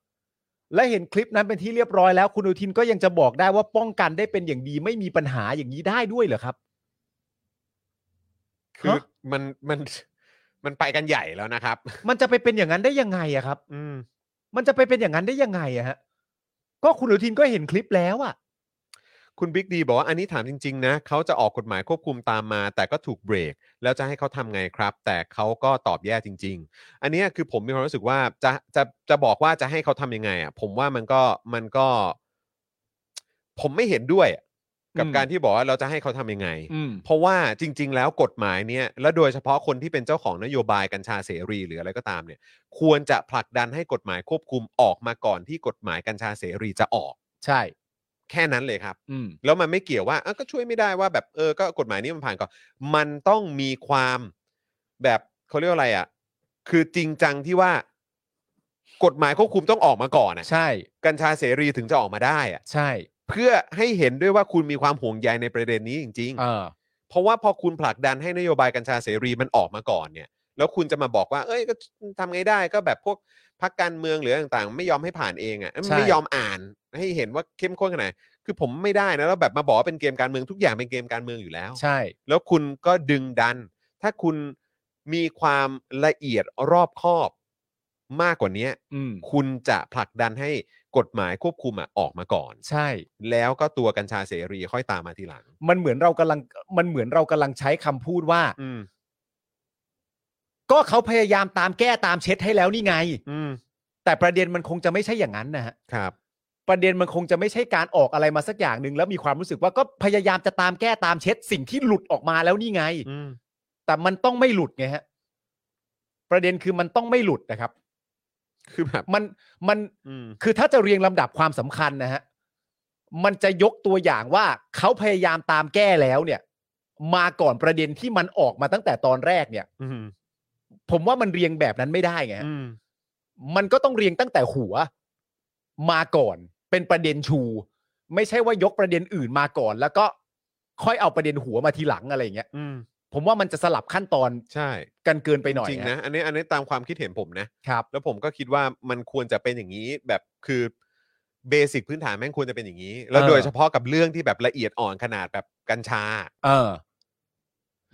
S4: และเห็นคลิปนั้นเป็นที่เรียบร้อยแล้ว คุณอนุทินก็ยังจะบอกได้ว่าป้องกันได้เป็นอย่างดี ไม่มีปัญหาอย่างนี้ได้ด้วยเหรอครับ
S3: คือ
S4: ฮะ
S3: มันมันมันไปกันใหญ่แล้วนะครับ
S4: มันจะไปเป็นอย่างนั้นได้ยังไงอะครับ
S3: อืม
S4: มันจะไปเป็นอย่างนั้นได้ยังไงอะฮะ ก็คุณอนุทินก็เห็นคลิปแล้วอะ
S3: คุณบิ๊กดีบอกว่าอันนี้ถามจริง ๆ นะเขาจะออกกฎหมายควบคุมตามมา แต่ก็ถูกเบรก แล้วจะให้เขาทำไงครับ แต่เขาก็ตอบแย่จริง ๆ อันเนี้ยคือผมมีความรู้สึกว่าจะจะจะบอกว่าจะให้เขาทำยังไงอ่ะผมว่ามันก็มันก็ ผมไม่เห็นด้วยอะกับการที่บอกว่าเราจะให้เขาทำยังไง
S4: อืม
S3: เพราะว่าจริง ๆ แล้วกฎหมายเนี่ยและโดยเฉพาะคนที่เป็นเจ้าของนโยบายกัญชาเสรีหรืออะไรก็ตามเนี่ย ควรจะผลักดันให้กฎหมายควบคุมออกมาก่อนที่กฎหมายกัญชาเสรีจะออก
S4: ใช่
S3: แค่นั้นเลยครับ
S4: อืม
S3: แล้วมันไม่เกี่ยวว่าอ่ะก็ช่วยไม่ได้ว่าแบบเออก็กฎหมายนี้มันผ่านก่อนมันต้องมีความแบบเขาเรียกว่าอะไรอ่ะ คือจริงจังที่ว่า กฎหมายควบคุมต้องออกมาก่อนนะ
S4: ใช่
S3: กัญชาเสรีถึงจะออกมาได้อะ
S4: ใช่
S3: เพื่อให้เห็นด้วยว่าคุณมีความห่วงใยในประเด็นนี้จริง
S4: เออ
S3: ๆ เพราะว่าพอคุณผลักดันให้นโยบายกัญชาเสรีมันออกมาก่อนเนี่ย แล้วคุณจะมาบอกว่า เอ้ยก็ทำไงได้ก็แบบพวกพรรคการเมืองหรือต่างๆ ไม่ยอมให้ผ่านเองอ่ะ
S4: ใช่
S3: ไม่ยอมอ่านให้เห็นว่าเข้มข้นขนาดไหนคือผมไม่ได้นะแล้วแบบมาบอกว่าเป็นเกมการเมืองทุกอย่างเป็นเกมการเมืองอยู่แล้ว
S4: ใช่
S3: แล้วคุณก็ดึงดัน ถ้าคุณมีความละเอียดรอบคอบมากกว่านี้
S4: อืม
S3: คุณจะผลักดันให้กฎหมายควบคุมอะออกมาก่อน
S4: ใช่
S3: แล้วก็ตัวกัญชาเสรีค่อยตามมาทีหลัง
S4: มันเหมือนเรากำลังมันเหมือนเรากำลังใช้คำพูดว่า
S3: อืม
S4: ก็เขาพยายามตามแก้ตามเช็ดให้แล้วนี่ไง
S3: อืม
S4: แต่ประเด็นมันคงจะไม่ใช่อย่างนั้นนะฮะ
S3: ครับ
S4: ประเด็นมันคงจะไม่ใช่การออกอะไรมาสักอย่างหนึ่งแล้วมีความรู้สึกว่าก็พยายามจะตามแก้ตามเช็ด สิ่งที่หลุดออกมาแล้วนี่ไง
S3: อืม
S4: แต่มันต้องไม่หลุดไงฮะ ประเด็นคือมันต้องไม่หลุดนะครับ
S3: คือแบบ
S4: มันมัน
S3: อืม
S4: คือถ้าจะเรียงลำดับความสำคัญนะฮะมันจะยกตัวอย่างว่าเขาพยายามตามแก้แล้วเนี่ย มาก่อนประเด็นที่มันออกมาตั้งแต่ตอนแรกเนี่ย
S3: อืม
S4: ผมว่ามันเรียงแบบนั้นไม่ได้ไงฮะ
S3: อืม
S4: มันก็ต้องเรียงตั้งแต่หัวมาก่อน เป็นประเด็นชู ไม่ใช่ว่ายกประเด็นอื่นมาก่อน แล้วก็ค่อยเอาประเด็นหัวมาทีหลังอะไรอย่างเงี้ย
S3: อืม
S4: ผมว่ามันจะสลับขั้นตอน
S3: ใช่
S4: กันเกินไปหน่อย
S3: จริง
S4: ฮ
S3: นะ อันนี้ อันนี้ตามความคิดเห็นผมนะ
S4: ครับ
S3: แล้วผมก็คิดว่ามันควรจะเป็นอย่างนี้ แบบคือเบสิกพื้นฐานแม่งควรจะเป็นอย่างนี้ แล้ว
S4: เออ
S3: โดยเฉพาะกับเรื่องที่แบบละเอียดอ่อนขนาดแบบกัญชา
S4: เออ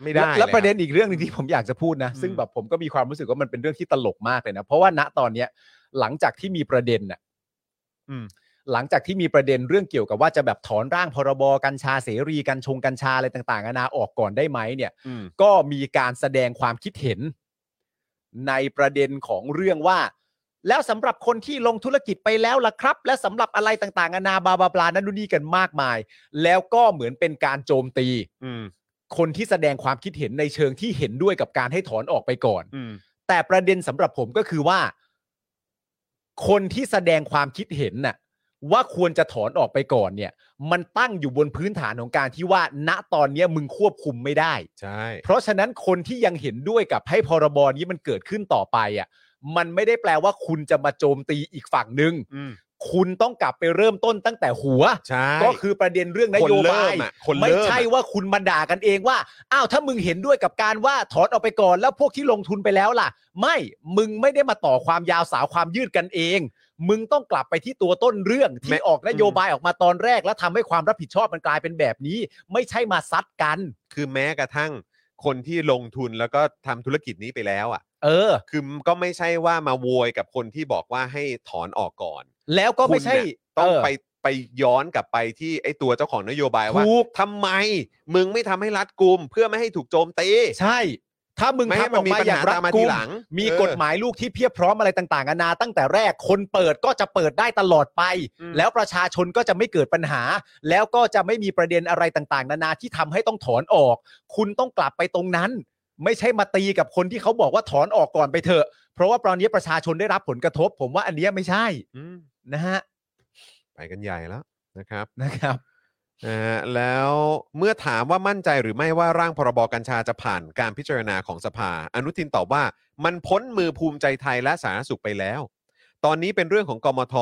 S3: ไม่
S4: แล้
S3: ได้
S4: วแล้ว
S3: ย
S4: ประเด็น
S3: อ
S4: อีกเรื่องหนึงที่ผมอยากจะพูดนะ
S3: อืม
S4: ซึ่งแบบผมก็มีความรู้สึกว่ามันเป็นเรื่องที่ตลกมากเลยนะ เพราะว่าณตอนเนี้ย หลังจากที่มีประเด็นน่ะ
S3: อืม
S4: หลังจากที่มีประเด็นเรื่องเกี่ยวกับว่าจะแบบถอนร่างพรบกัญชาเสรีกัญชงกัญชาอะไรต่างๆนานาออกก่อนได้ไหมเนี่ย
S3: อืม
S4: ก็มีการแสดงความคิดเห็น ในประเด็นของเรื่องว่า แล้วสำหรับคนที่ลงธุรกิจไปแล้วล่ะครับ และสำหรับอะไรต่างๆนานาบาบาบลานั่นนู่นนี่กันมากมาย แล้วก็เหมือนเป็นการโจมตี
S3: อืม
S4: คนที่แสดงความคิดเห็นในเชิงที่เห็นด้วยกับการให้ถอนออกไปก่อน
S3: อืม
S4: แต่ประเด็นสำหรับผมก็คือว่า คนที่แสดงความคิดเห็นน่ะว่าควรจะถอนออกไปก่อนเนี่ย มันตั้งอยู่บนพื้นฐานของการที่ว่า ณตอนเนี้ยมึงควบคุมไม่ได้
S3: ใช่
S4: เพราะฉะนั้นคนที่ยังเห็นด้วยกับให้พรบนี้มันเกิดขึ้นต่อไปอ่ะมันไม่ได้แปลว่าคุณจะมาโจมตีอีกฝั่งหนึ่ง
S3: อืม
S4: คุณต้องกลับไปเริ่มต้นตั้งแต่หัว
S3: ใช่
S4: ก็คือประเด็นเรื่องน
S3: คน
S4: โย
S3: เริ่
S4: บาย
S3: มอ่ะคน
S4: ไม่
S3: เริ่ม
S4: ใช่ว่าคุณมาด่ากันเองว่าอ้าวถ้ามึงเห็นด้วยกับการว่าถอนออกไปก่อนแล้วพวกที่ลงทุนไปแล้วล่ะ ไม่มึงไม่ได้มาต่อความยาวสาวความยืดกันเอง มึงต้องกลับไปที่ตัวต้นเรื่องที่ออกนโยบายออกมาตอนแรก แล้วทำให้ความรับผิดชอบมันกลายเป็นแบบนี้ ไม่ใช่มาซัดกัน
S3: คือแม้กระทั่งคนที่ลงทุนแล้วก็ทำธุรกิจนี้ไปแล้วอ่ะ
S4: เออ
S3: คือก็ไม่ใช่ว่ามาโวยกับคนที่บอกว่าให้ถอนออกก่อน
S4: แล้วก็ไม่ใช่
S3: คุณเนี่ยต้อง
S4: เ
S3: ไปไปย้อนกลับไปที่ไอ้ตัวเจ้าของนโยบายว่า
S4: ถูก
S3: ทำไมมึงไม่ทำให้รัดกุมเพื่อไม่ให้ถูกโจมตี
S4: ใช่ ถ้ามึง
S3: ไม่ให้
S4: ทำ
S3: มั
S4: อน อก
S3: มี
S4: มา
S3: ปัญ
S4: อย่าง
S3: หา
S4: รัด
S3: ตามมา
S4: กุ
S3: ที
S4: ม
S3: หลัง
S4: มี
S3: เออก
S4: ฎหมายลูกที่เพียบพร้อมอะไรต่างๆนานาตั้งแต่แรก คนเปิดก็จะเปิดได้ตลอดไป
S3: อืม
S4: แล้วประชาชนก็จะไม่เกิดปัญหา แล้วก็จะไม่มีประเด็นอะไรต่างๆ นานาที่ทำให้ต้องถอนออก คุณต้องกลับไปตรงนั้น ไม่ใช่มาตีกับคนที่เขาบอกว่าถอนออกก่อนไปเถอะ เพราะว่าตอนนี้ประชาชนได้รับผลกระทบ ผมว่าอันเนี้ยไม่ใช่
S3: อืม
S4: นะฮะ
S3: ไปกันใหญ่แล้วนะครับ
S4: นะครับ
S3: นะฮะแล้วเมื่อถามว่ามั่นใจหรือไม่ว่าร่างพรบกัญชาจะผ่านการพิจารณาของสภา อนุทินตอบว่ามันพ้นมือภูมิใจไทยและสาธารณสุขไปแล้ว ตอนนี้เป็นเรื่องของกมท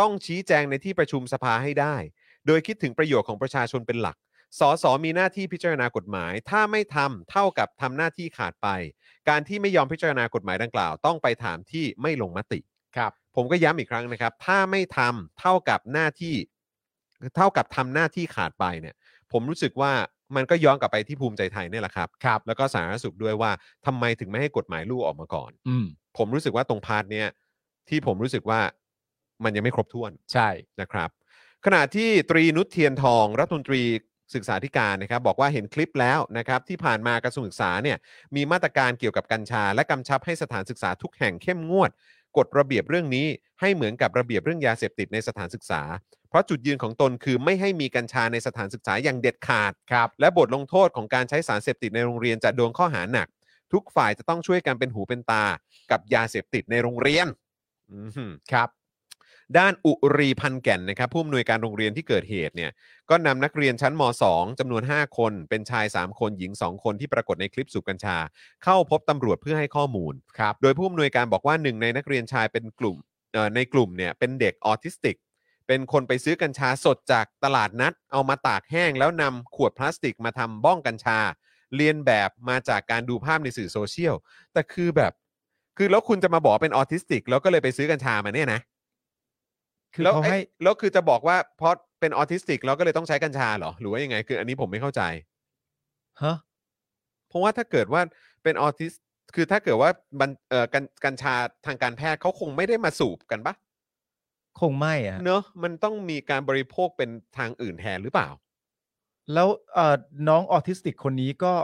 S3: ต้องชี้แจงในที่ประชุมสภาให้ได้ โดยคิดถึงประโยชน์ของประชาชนเป็นหลัก สสมีหน้าที่พิจารณากฎหมาย ถ้าไม่ทำเท่ากับทำหน้าที่ขาดไป การที่ไม่ยอมพิจารณากฎหมายดังกล่าว ต้องไปถามที่ไม่ลงมติ
S4: ครับ
S3: ผมก็ย้ำอีกครั้งนะครับ ถ้าไม่ทำเท่ากับหน้าที่ เท่ากับทำหน้าที่ขาดไปเนี่ย ผมรู้สึกว่ามันก็ย้อนกลับไปที่ภูมิใจไทยเนี่ยแหละครับ
S4: ครับ
S3: แล้วก็สาธารณสุขด้วยว่าทำไมถึงไม่ให้กฎหมายลูกออกมาก่อน
S4: อืม
S3: ผมรู้สึกว่าตรงพาร์ทเนี่ยที่ผมรู้สึกว่ามันยังไม่ครบถ้วน
S4: ใช่
S3: นะครับขณะที่ตรีนุชเทียนทอง รัฐมนตรีศึกษาธิการนะครับบอกว่าเห็นคลิปแล้วนะครับที่ผ่านมากระทรวงศึกษาเนี่ยมีมาตรการเกี่ยวกับกัญชา และกำชับให้สถานศึกษาทุกแห่งเข้มงวด กฎระเบียบเรื่องนี้ให้เหมือนกับระเบียบเรื่องยาเสพติดในสถานศึกษา เพราะจุดยืนของตนคือไม่ให้มีกัญชาในสถานศึกษาอย่างเด็ดขาด
S4: ครับ
S3: และบทลงโทษของการใช้สารเสพติดในโรงเรียนจะโดนข้อหาหนัก ทุกฝ่ายจะต้องช่วยกันเป็นหูเป็นตากับยาเสพติดในโรงเรียนอืม
S4: ครับ
S3: ด้านอุรีพันธ์แก่นนะครับผู้อำนวยการโรงเรียนที่เกิดเหตุเนี่ยก็นำนักเรียนชั้นม .2 จำนวน 5 คน เป็นชาย 3 คนหญิง 2 คนที่ปรากฏในคลิปสูบกัญชา เข้าพบตำรวจเพื่อให้ข้อมูล
S4: ครับ
S3: โดยผู้อำนวยการบอกว่าหนึ่งในนักเรียนชายเป็นกลุ่ม เอ่อในกลุ่มเนี่ยเป็นเด็กออทิสติก เป็นคนไปซื้อกัญชาสดจากตลาดนัด เอามาตากแห้งแล้วนำขวดพลาสติกมาทำบ้องกัญชา เรียนแบบมาจากการดูภาพในสื่อโซเชียล แต่คือแบบ คือแล้วคุณจะมาบอกว่าเป็นออทิสติก แล้วก็เลยไปซื้อกัญชามาเนี่ยนะ
S4: คือ
S3: แล้ว
S4: เขา
S3: ไอ้
S4: ให้
S3: แล้วคือจะบอกว่าเพราะเป็นออทิสติกแล้วก็เลยต้องใช้กัญชาเหรอ หรือว่ายังไง คืออันนี้ผมไม่เข้าใจ
S4: ฮะ
S3: เพราะว่าถ้าเกิดว่าเป็นออทิสคือถ้าเกิดว่าบันเอ่อกัญกัญชาทางการแพทย์เขาคงไม่ได้มาสูบกันปะ
S4: คงไม่อ่ะ
S3: เนอะมันต้องมีการบริโภคเป็นทางอื่นแทนหรือเปล่า
S4: แล้วเอ่อน้องออทิสติกคนนี้ก็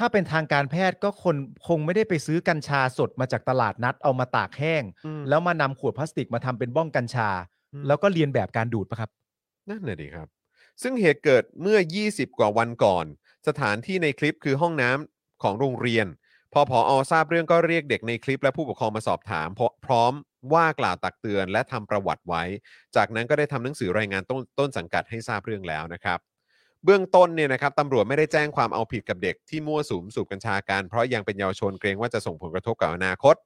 S4: ถ้าเป็นทางการแพทย์ก็คนคงไม่ได้ไปซื้อกัญชาสดมาจากตลาดนัดเอามาตากแห้ง แล้วมานำขวดพลาสติกมาทำเป็นบ้องกัญชา
S3: อืม
S4: แล้วก็เรียนแบบการดูดปะครับ
S3: นั่นน่ะดิครับ ซึ่งเหตุเกิดเมื่อ 20 กว่าวันก่อน สถานที่ในคลิปคือห้องน้ำของโรงเรียน พอผออทราบเรื่องก็เรียกเด็กในคลิปและผู้ปกครองมาสอบถามพรพร้อมว่ากล่าวตักเตือนและทำประวัติไว้ จากนั้นก็ได้ทำหนังสือรายงานต้นต้นสังกัดให้ทราบเรื่องแล้วนะครับ เบื้องต้นเนี่ยนะครับตำรวจไม่ได้แจ้งความเอาผิดกับเด็กที่มั่วสุมสูบกัญชาการเพราะยังเป็นเยาวชนเกรงว่าจะส่งผลกระทบกับอนาคต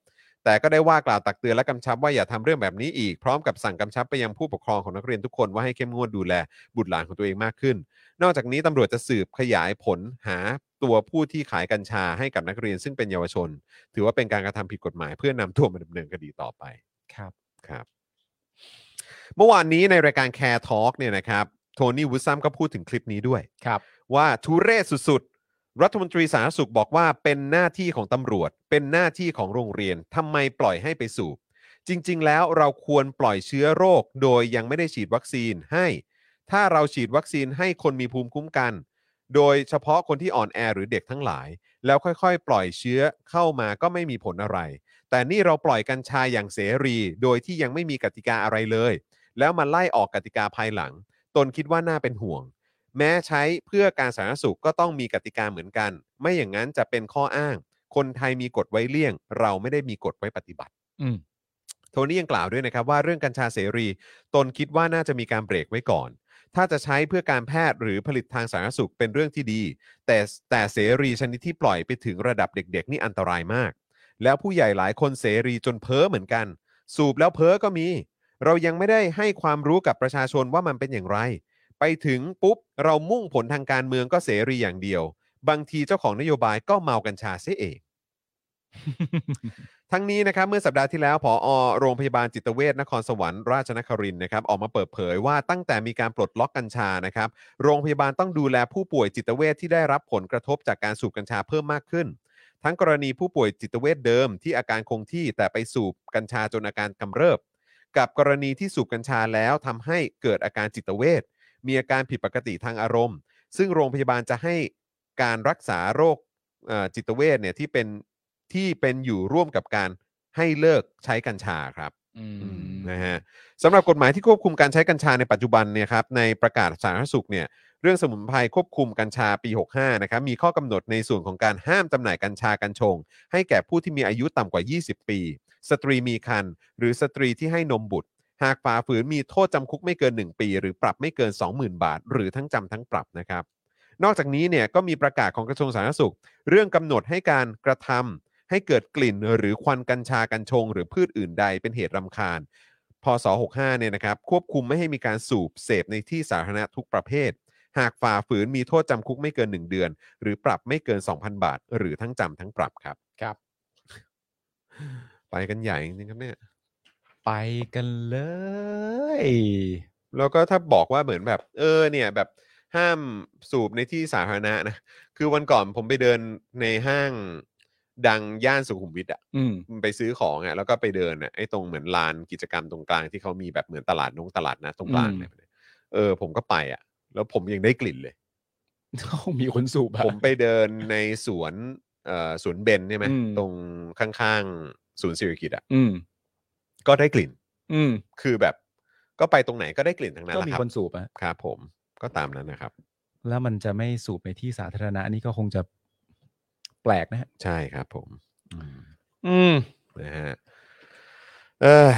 S3: แต่ก็ได้ว่ากล่าวตักเตือนและกำชับว่าอย่าทำเรื่องแบบนี้อีก พร้อมกับสั่งกำชับไปยังผู้ปกครองของนักเรียนทุกคนว่าให้เข้มงวดดูแล บุตรหลานของตัวเองมากขึ้น นอกจากนี้ตำรวจจะสืบขยายผลหาตัวผู้ที่ขายกัญชาให้กับนักเรียนซึ่งเป็นเยาวชน ถือว่าเป็นการกระทำผิดกฎหมายเพื่อนำตัวมาดำเนินคดีต่อไป
S4: ครับ
S3: ครับเมื่อวานนี้ในรายการ Care Talk เนี่ยนะครับโทนี่วูดซัมก็พูดถึงคลิปนี้ด้วย
S4: ครับ
S3: ว่าทุเรศสุดๆ รัฐมนตรีสาธารณสุขบอกว่าเป็นหน้าที่ของตำรวจ เป็นหน้าที่ของโรงเรียนทำไมปล่อยให้ไปสูบ จริงๆ แล้วเราควรปล่อยเชื้อโรค โดยยังไม่ได้ฉีดวัคซีนให้ ถ้าเราฉีดวัคซีนให้คนมีภูมิคุ้มกัน โดยเฉพาะคนที่อ่อนแอหรือเด็กทั้งหลาย แล้วค่อยๆ ปล่อยเชื้อเข้ามาก็ไม่มีผลอะไร แต่นี่เราปล่อยกัญชายอย่างเสรี โดยที่ยังไม่มีกติกาอะไรเลย แล้วมาไล่ออกกติกาภายหลัง ตนคิดว่าน่าเป็นห่วง แม้ใช้เพื่อการสาธารณสุขก็ต้องมีกติกาเหมือนกัน ไม่อย่างนั้นจะเป็นข้ออ้าง คนไทยมีกฎไว้เลี่ยง เราไม่ได้มีกฎไว้ปฏิบัติ
S4: อืม
S3: โทนี่ยังกล่าวด้วยนะครับว่าเรื่องกัญชาเสรี ตนคิดว่าน่าจะมีการเบรกไว้ก่อน ถ้าจะใช้เพื่อการแพทย์หรือผลิตทางสาธารณสุขเป็นเรื่องที่ดี แต่แต่เสรีชนิดที่ปล่อยไปถึงระดับเด็ก ๆ นี่อันตรายมาก แล้วผู้ใหญ่หลายคนเสรีจนเพ้อเหมือนกัน สูบแล้วเพ้อก็มี เรายังไม่ได้ให้ความรู้กับประชาชนว่ามันเป็นอย่างไร ไปถึงปุ๊บ เรามุ่งผลทางการเมืองก็เสรีอย่างเดียว บางทีเจ้าของนโยบายก็เมากัญชาเสียเอง ทั้งนี้นะครับเมื่อสัปดาห์ที่แล้วผอโรงพยาบาลจิตเวชนครสวรรค์ราชนครินทร์นะครับออกมาเปิดเผยว่าตั้งแต่มีการปลดล็อกกัญชานะครับ โรงพยาบาลต้องดูแลผู้ป่วยจิตเวชที่ได้รับผลกระทบจากการสูบกัญชาเพิ่มมากขึ้น ทั้งกรณีผู้ป่วยจิตเวชเดิมที่อาการคงที่แต่ไปสูบกัญชาจนอาการกำเริบ กับกรณีที่สูบกัญชาแล้วทำให้เกิดอาการจิตเวชมีอาการผิดปกติทางอารมณ์ ซึ่งโรงพยาบาลจะให้การรักษาโรคเอ่อจิตเวชเนี่ยที่เป็นที่เป็นอยู่ร่วมกับการให้เลิกใช้กัญชาครับ
S4: อื
S3: นะฮะสำหรับกฎหมายที่ควบคุมการใช้กัญชาในปัจจุบันเนี่ยครับในประกาศสาธารณสุขเนี่ยเรื่องสมุนไพรควบคุมกัญชาปี 65นะครับมีข้อกำหนดในส่วนของการห้ามจำหน่ายกัญชากัญชง ให้แก่ผู้ที่มีอายุต่ำกว่า 20 ปี สตรีมีครรภ์หรือสตรีที่ให้นมบุตร หากฝ่าฝืนมีโทษจำคุกไม่เกิน 1 ปี หรือปรับไม่เกิน 20,000 บาท หรือทั้งจำทั้งปรับนะครับ นอกจากนี้เนี่ยก็มีประกาศของกระทรวงสาธารณสุข เรื่องกำหนดให้การกระทำให้เกิดกลิ่นหรือควันกัญชากัญชง หรือพืชอื่นใดเป็นเหตุรำคาญ พศ 65 เนี่ยนะครับ ควบคุมไม่ให้มีการสูบเสพในที่สาธารณะทุกประเภท หากฝ่าฝืนมีโทษจำคุกไม่เกิน 1 เดือน หรือปรับไม่เกิน 2,000 บาท หรือทั้งจำทั้งปรับครับ
S4: ครับ
S3: ไปกันใหญ่จริงๆครับเนี่ย
S4: ไปกันเลย
S3: แล้วก็ถ้าบอกว่าเหมือนแบบ เออเนี่ยแบบห้ามสูบในที่สาธารณะนะ คือวันก่อนผมไปเดินในห้างดังย่านสุขุมวิทอะ
S4: อืม
S3: ไปซื้อของอ่ะแล้วก็ไปเดินอ่ะไอ้ตรงเหมือนลานกิจกรรมตรงกลางที่เขามีแบบเหมือนตลาดนงตลาดนะตรงกลาง
S4: อืม
S3: เนี่ยเออผมก็ไปอ่ะ แล้วผมยังได้กลิ่นเลย
S4: มีคนสูบอะ
S3: ผมไปเดินในสวนเอ่อสวนเบนใช่ไหม
S4: อืม
S3: ตรงข้างๆศูนย์สิริกิตอ่ะ
S4: อืม
S3: ก็ได้กลิ่น
S4: อืม
S3: คือแบบก็ไปตรงไหนก็ได้กลิ่นทั้งนั้น
S4: ก็
S3: แหละ
S4: มี
S3: ครับ
S4: คนสูบอะ
S3: ครับผมก็ตามนั้นนะครับ
S4: แล้วมันจะไม่สูบในที่สาธารณะนี่ก็คงจะแปลกนะฮะ
S3: ใช่ครับผม
S4: อืม
S3: นะฮะเอย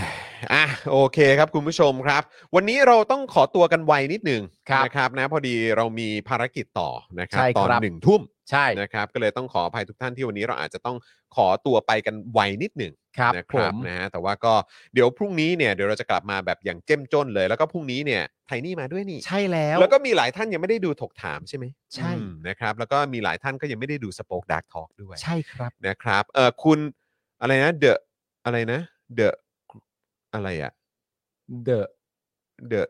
S3: อ่ะโอเคครับคุณผู้ชมครับ วันนี้เราต้องขอตัวกันไวนิดหนึ่ง
S4: ครับ
S3: นะครับนะพอดีเรามีภารกิจต่อนะครั
S4: ใช่
S3: ตอน
S4: ครับ
S3: หนึ่งทุ่ม
S4: ใช่
S3: นะครับก็เลยต้องขออภัยทุกท่านที่วันนี้เราอาจจะต้องขอตัวไปกันไวนิดหนึ่ง
S4: ครับ
S3: นะค
S4: ผ
S3: รับ
S4: ม
S3: นะฮะแต่ว่าก็เดี๋ยวพรุ่งนี้เนี่ยเดี๋ยวเราจะกลับมาแบบอย่างเจ้มจนเลย แล้วก็พรุ่งนี้เนี่ยไทนี่มาด้วยนี่
S4: ใช่แล้ว
S3: แล้วก็มีหลายท่านยังไม่ได้ดูถกถามใช่ไหม
S4: ใช่
S3: อืมนะครับแล้วก็มีหลายท่านก็ยังไม่ได้ดูสป็อคดักทอล์กด้วย
S4: ใช่ครับ
S3: นะครับเออคุณอะไรนะเดอะอะไรนะเดอะอะไรอะ
S4: The
S3: เดอะ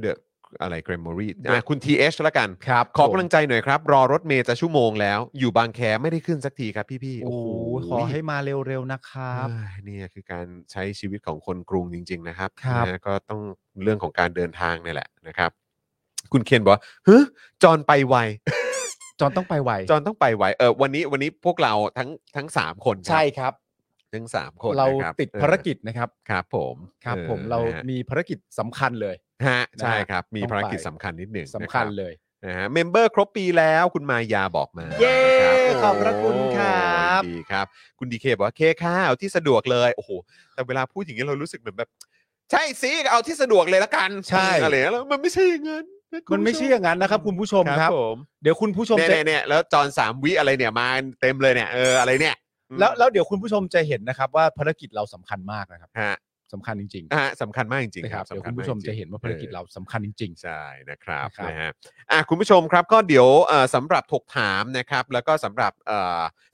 S3: เดอะอะไรเกรมอรี่อ่ะคุณ TH ละกัน
S4: ครับ
S3: ขอกำลังใจหน่อยครับ รอรถเมย์จะชั่วโมงแล้ว อยู่บางแคไม่ได้ขึ้นสักทีครับพี่ๆ
S4: โอ้โหขอให้มาเร็วๆนะครับ
S3: เอ้ยเนี่ยคือการใช้ชีวิตของคนกรุงจริง ๆ นะครับ
S4: ครับ
S3: นะก็ต้องเรื่องของการเดินทางเนี่ยแหละนะครับ คุณเคนบอกว่าเฮ้ยจอนไปไว
S4: จอนต้องไปไว
S3: จอนต้องไปไวเออวันนี้วันนี้พวกเราทั้งทั้งสามคนครับ
S4: ใช่ครับ
S3: ทั้งสามคน
S4: เรา
S3: นะคบ
S4: ติด
S3: เออ
S4: ภารกิจนะครับ
S3: ครับผม
S4: ครับ
S3: ออ
S4: ผมเรา
S3: นะฮะ
S4: มีภารกิจสำคัญเลย
S3: ฮะใช่ครับ มี
S4: ต้องไป
S3: ภารกิจสำคัญนิดหนึ่ง
S4: สำคัญ
S3: นะรับ
S4: เลย
S3: นะฮะเมมเบอร์ครบปีแล้วคุณมายาบอกมา
S4: เย้
S3: นะครับ
S4: ขอบพระคุณครับ
S3: โอ้ยดีครับ คุณดีเคบอกว่าเคกข้าวที่สะดวกเลยโอ้โหแต่เวลาพูดอย่างนี้เรารู้สึกเหมือนแบบ ใช่สิเอาที่สะดวกเลยละกัน
S4: ใช่
S3: อะไรนะแล้วมันไม่ใช่อย่างนั้นะคุณ
S4: มันไม่ใช่อย่างนั้นนะครับ คุณผู้ช
S3: ผู้
S4: ม
S3: ชม
S4: ครับ
S3: ผม
S4: เดี๋ยวคุณผู้ชม
S3: เนี่ย
S4: จะ
S3: เนี่ยเนี่ยแล้วจอนสามวิอะไรเนี่ยมาเต็มเลยเนี่ยเอออะไรเนี่ย
S4: แล้วแล้วเดี๋ยวคุณผู้ชมจะเห็นนะครับว่าภารกิจเราสำคัญมากนะครับ
S3: ฮะ
S4: สำคัญจริง
S3: ฮะสำคัญมากจริง
S4: ๆนะ
S3: ๆ
S4: ค
S3: ค
S4: รั
S3: รั
S4: บบเดี๋ยว
S3: สำ
S4: คุณผู้ชม
S3: าก
S4: จะเห็นว่าภารกิจ
S3: ออ
S4: เราสำคัญจริง
S3: ใช่นะครับ
S4: นะครับ
S3: นะฮะอ่ะคุณผู้ชมครับก็เดี๋ยวเอ่อสำหรับถกถามนะครับ แล้วก็สำหรับ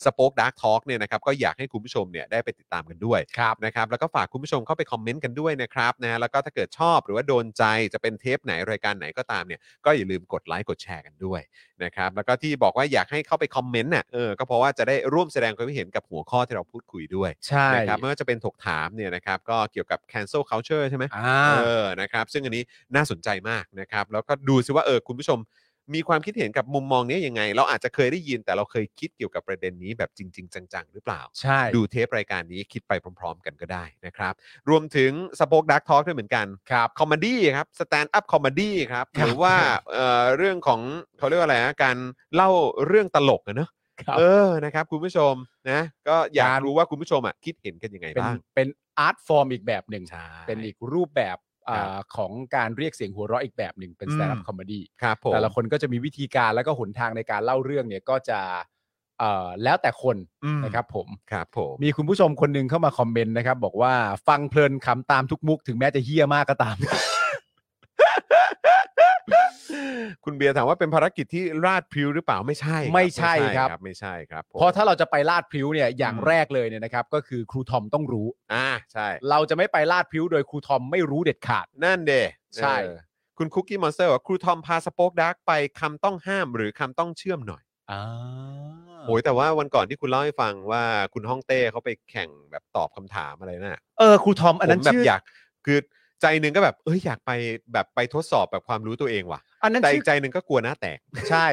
S3: สป็อคดักทอล์กเนี่ยนะครับก็อยากให้คุณผู้ชมเนี่ยได้ไปติดตามกันด้วย
S4: ครับ
S3: นะครับ แล้วก็ฝากคุณผู้ชมเข้าไปคอมเมนต์กันด้วยนะครับนะแล้วก็ถ้าเกิดชอบหรือว่าโดนใจจะเป็นเทปไหนรายการไหนก็ตามเนี่ยก็อย่าลืมกดไลค์กดแชร์กันด้วยนะครับแล้วก็ที่บอกว่าอยากให้เข้าไปคอมเมนต์น่ะเออก็เพราะว่าจะได้ร่วมแสดงความคิดเห็นกับหัวข้อที่เราพูดคุยด้วย
S4: ๆ ใช่
S3: นะครับไม่ว่าจะเป็นถกถามเนี่ยนะครับก็เกี่ยวกับ cancel culture ใช่ไหม
S4: อ่า
S3: เออ นะครับ ซึ่งอันนี้น่าสนใจมากนะครับ แล้วก็ดูซิว่า เออ คุณผู้ชม มีความคิดเห็นกับมุมมองเนี้ยยังไง เราอาจจะเคยได้ยิน แต่เราเคยคิดเกี่ยวกับประเด็นนี้แบบจริง ๆ จัง ๆ หรือเปล่า
S4: ใช่
S3: ดูเทปรายการนี้คิดไปพร้อม ๆ กันก็ได้นะครับ รวมถึงสป o อ e ดักทอ l k ด้วยเหมือนกัน
S4: ครับ
S3: คอมเมดี้ครับ สแตนด์อัพคอมเมดี้ครับ
S4: ค
S3: ห
S4: รับ
S3: รือว่า เอ่อ เรื่องของเขาเรียกว่าอะไรนะการเล่าเรื่องตลกอะเนอะ
S4: ครับ
S3: เออ นะครับ คุณผู้ชม นะ ก็อยากรู้ว่าคุณผู้ชมอ่ะคิดเห็นกันยังไง
S4: เป็น
S3: บ้าง
S4: เป็นอาร์ตฟอร์มอีกแบบหนึ่ง
S3: ใช่
S4: เป็นอีกรูปแบบอ่า
S3: ครับ
S4: ของการเรียกเสียงหัวเราะอีกแบบหนึ่งเป็น
S3: อืม
S4: สแตนด์อัพคอมเมดี้
S3: ครับผม
S4: แต่ละคนก็จะมีวิธีการแล้วก็หนทางในการเล่าเรื่องเนี่ยก็จะเอ่อแล้วแต่คน
S3: อืม
S4: นะครับผม
S3: ครับผม
S4: มีคุณผู้ชมคนหนึ่งเข้ามาคอมเมนต์นะครับ บอกว่าฟังเพลินขำตามทุกมุกถึงแม้จะเฮี้ยมากก็ตาม
S3: คุณเบียร์ถามว่าเป็นภารกิจที่ราดพริ้วหรือเปล่าไม่ใช่ครับ
S4: ไม่ใช่ครับ
S3: ไม่ใช่ครับไม่ใช่คบผม
S4: เพราะถ้าเราจะไปลาดพริ้วเนี่ยอย่าง
S3: อืม
S4: แรกเลยเนี่ยนะครับ ก็คือครูทอมต้องรู้
S3: อ่าใช่
S4: เราจะไม่ไปลาดพริ้วโดยครูทอมไม่รู้เด็ดขาด
S3: นั่นเด
S4: ใช่
S3: เออคุณคุกกี้มอนสเตอร์ว่าครูทอมพาสป็อกดักไปคำต้องห้ามหรือคำต้องเชื่อมหน่อยโอ้ยแต่ว่าวันก่อนที่คุณเล่าให้ฟังว่าคุณฮ่องเต้เขาไปแข่งแบบตอบคำถามอะไรน่ะ
S4: เออครูทอมอันนั้น
S3: ผมแบบ
S4: ชื่ออย
S3: อากคือใจหนึ่งก็แบบเอ้ยอยากไปแบบไปทดสอบแบบความรู้ตัวเองว่ะ
S4: อันนั้น
S3: แต่
S4: ชื่
S3: อี
S4: อก
S3: ใจหนึ่งก็กลัวหน้าแตก
S4: ใช่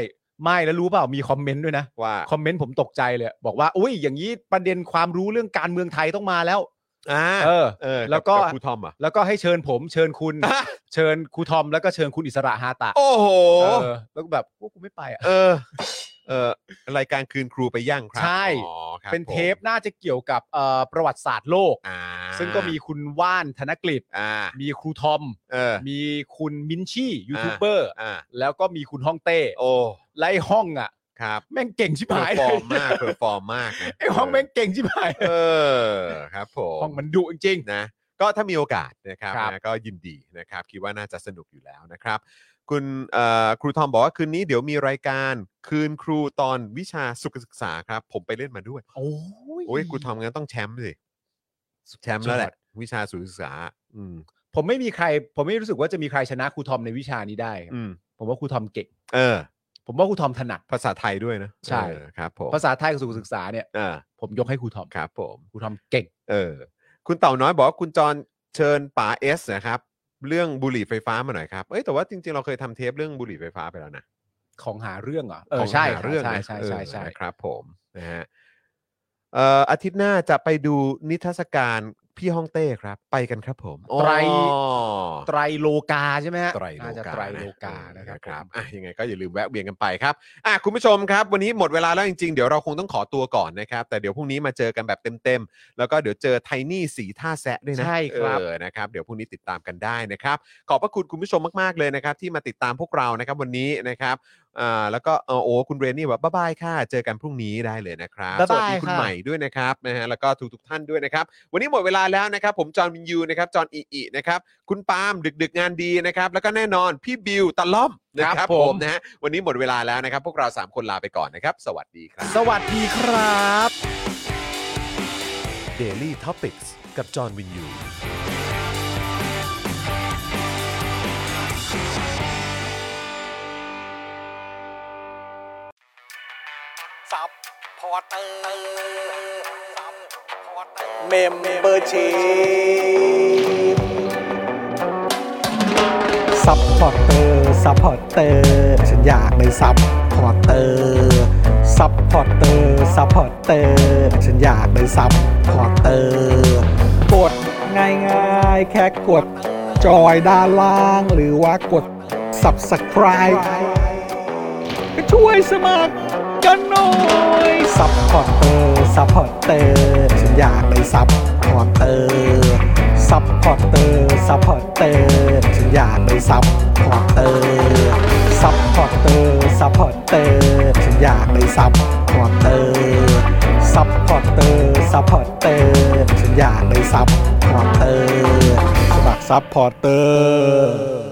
S4: ไม่แล้วรู้เปล่ามีคอมเมนต์ด้วยนะ
S3: ว่า
S4: คอมเมนต์ผมตกใจเลย บอกว่าอุ้ยอย่างนี้ประเด็นความรู้เรื่องการเมืองไทยต้องมาแล้ว
S3: อ่า
S4: เออ
S3: เออ
S4: แล้วก็
S3: บบครูทอมเหรอ่ะ
S4: แล้วก็ให้เชิญผมเชิญคุณ เชิญครูทอมแล้วก็เชิญคุณอิสระฮาตะ
S3: โอ้โห
S4: เออแล้วก็แบบโอ้กูไม่ไปอ่ะ
S3: เออ เออรายการคืนครูไปย่างครับ
S4: ใช่
S3: อ๋อครับ
S4: เป็นเทป
S3: ผม
S4: น่าจะเกี่ยวกับเอ่อประวัติศาสตร์โลก
S3: อ่า
S4: ซึ่งก็มีคุณว่านธนกฤษ
S3: อ่า
S4: มีครูทอม
S3: เออ
S4: มีคุณมินชี่ยูทูบเบอร์
S3: อ่า
S4: แล้วก็มีคุณฮ่องเต้
S3: โอ้
S4: ไล่ห้องอ่ะ
S3: ครับ
S4: แม่งเก่งชิบ
S3: เพอ
S4: หาย
S3: ร์ฟ
S4: เล
S3: อย ร์มมากเพอร์ฟอร์มมากนะ
S4: ไอห้องแม่งเก่งชิบหาย
S3: เออ ครับผม
S4: ห้องมันดุจริง
S3: นะ ก็ถ้ามีโอกาสนะครับ
S4: ครับ
S3: นะก็ยินดีนะครับ คิดว่าน่าจะสนุกอยู่แล้วนะครับ คุณเอ่อครูทอมบอกว่าคืนนี้เดี๋ยวมีรายการคืนครูตอนวิชาสุขศึกษาครับ ผมไปเล่นมาด้วย
S4: ๆโอ้ย
S3: โอ้ยครูทอมงั้นต้องแชมป์สิ แชมป์แล้วแหละ วิชาสุขศึกษา อืม
S4: ผมไม่มีใคร ผมไม่รู้สึกว่าจะมีใครชนะครูทอมในวิชานี้ได้ครับ
S3: อืม
S4: ผมว่าครูทอมเก่ง
S3: เออ
S4: ผมว่าครูทอมถนัด
S3: ภาษาไทยด้วยนะ
S4: ใช่
S3: เออครับผม
S4: ภาษาไทยกับสุขศึกษาเนี่ย
S3: อ่า
S4: ผมยกให้ครูทอม
S3: ครับผม
S4: ครูทอมเก่ง
S3: เออคุณเต่าน้อยบอกว่าคุณจรเชิญป๋าเอสนะครับ เรื่องบุหรี่ไฟฟ้ามาหน่อยครับเอ้ยแต่ว่าจริงๆ เราเคยทำเทปเรื่องบุหรี่ไฟฟ้าไปแล้วนะ
S4: ของหาเรื่องเหรอ่ะเออ
S3: ของ
S4: ใช่
S3: หาเรื่อง
S4: ใช่
S3: นะ
S4: ใช่
S3: เออ
S4: ใช่ใช่
S3: นะครับผมนะฮะเอ่ออาทิตย์หน้าจะไปดูนิทรรศการ พี่ฮ่องเต้ครับ ไปกันครับผม
S4: ไตร
S3: อ๋อ
S4: ไตรโลกาใช่ไหมฮะ
S3: ไตรโล
S4: น่จะ
S3: กา
S4: ไตรโลกานะครับ
S3: ครับอ่ะยังไงก็อย่าลืมแวะเวียนกันไปครับอ่ะคุณผู้ชมครับ วันนี้หมดเวลาแล้วจริงๆ เดี๋ยวเราคงต้องขอตัวก่อนนะครับ แต่เดี๋ยวพรุ่งนี้มาเจอกันแบบเต็มๆ แล้วก็เดี๋ยวเจอไทนี่สีท่าแซะด้วยนะ
S4: ใช่ครับ
S3: เออนะครับ เดี๋ยวพรุ่งนี้ติดตามกันได้นะครับ ขอบพระคุณคุณผู้ชมมากๆเลยนะครับ ที่มาติดตามพวกเรานะครับวันนี้นะครับอ่าแล้วก็เออโอ้คุณเรนนี่แบบบ๊ายบายค่ะ เจอกันพรุ่งนี้ได้เลยนะครับ
S4: บ๊าย
S3: ส
S4: บาย
S3: วัสดีคุณ
S4: ค่ะ
S3: ใหม่ด้วยนะครับนะฮะแล้วก็ทุกๆท่านด้วยนะครับ วันนี้หมดเวลาแล้วนะครับ ผมจอห์นวินยูนะครับจอห์นอิอินะครับ คุณปาล์มดึกดึกๆงานดีนะครับ แล้วก็แน่นอนพี่บิวตะล่อมนะค
S4: ครั
S3: รับบ ผ
S4: ผม
S3: มนะฮะวันนี้หมดเวลาแล้วนะครับ พวกเรา 3 คนลาไปก่อนนะครับ สวัสดีครับ
S4: สวัสดีครับ
S2: Daily Topics กับจอห์นวินยู
S6: ซับพอร์เตอร์ซับพอร์เตอร์
S1: เมมเบอร์ชีซัพพอร์เตอร์ซัพพอร์เตอร์ฉันอยากเป็นซัพพอร์เตอร์ซัพพอร์เตอร์ซัพพอร์เตอร์ฉันอยากเป็นซัพพอร์เตอร์กดง่ายๆ แค่กดจอยด้านล่าง หรือว่ากด subscribe ก็ช่วยสมัครกันหน่อยซัพพอร์เตอร์ซัพพอร์เตอร์ฉันอยากเป็นซัพพอร์เตอร์ซัพพอร์เตอร์ซัพพอร์เตอร์ฉันอยากเป็นซัพพอร์เตอร์ซัพพอร์เตอร์ซัพพอร์เตอร์ฉันอยากเป็นซัพพอร์เตอร์ซัพพอร์เตอร์ซัพพอร์เตอร์ฉันอยากเป็นซัพพอร์เตอร์สมัครซัพพอร์เตอร์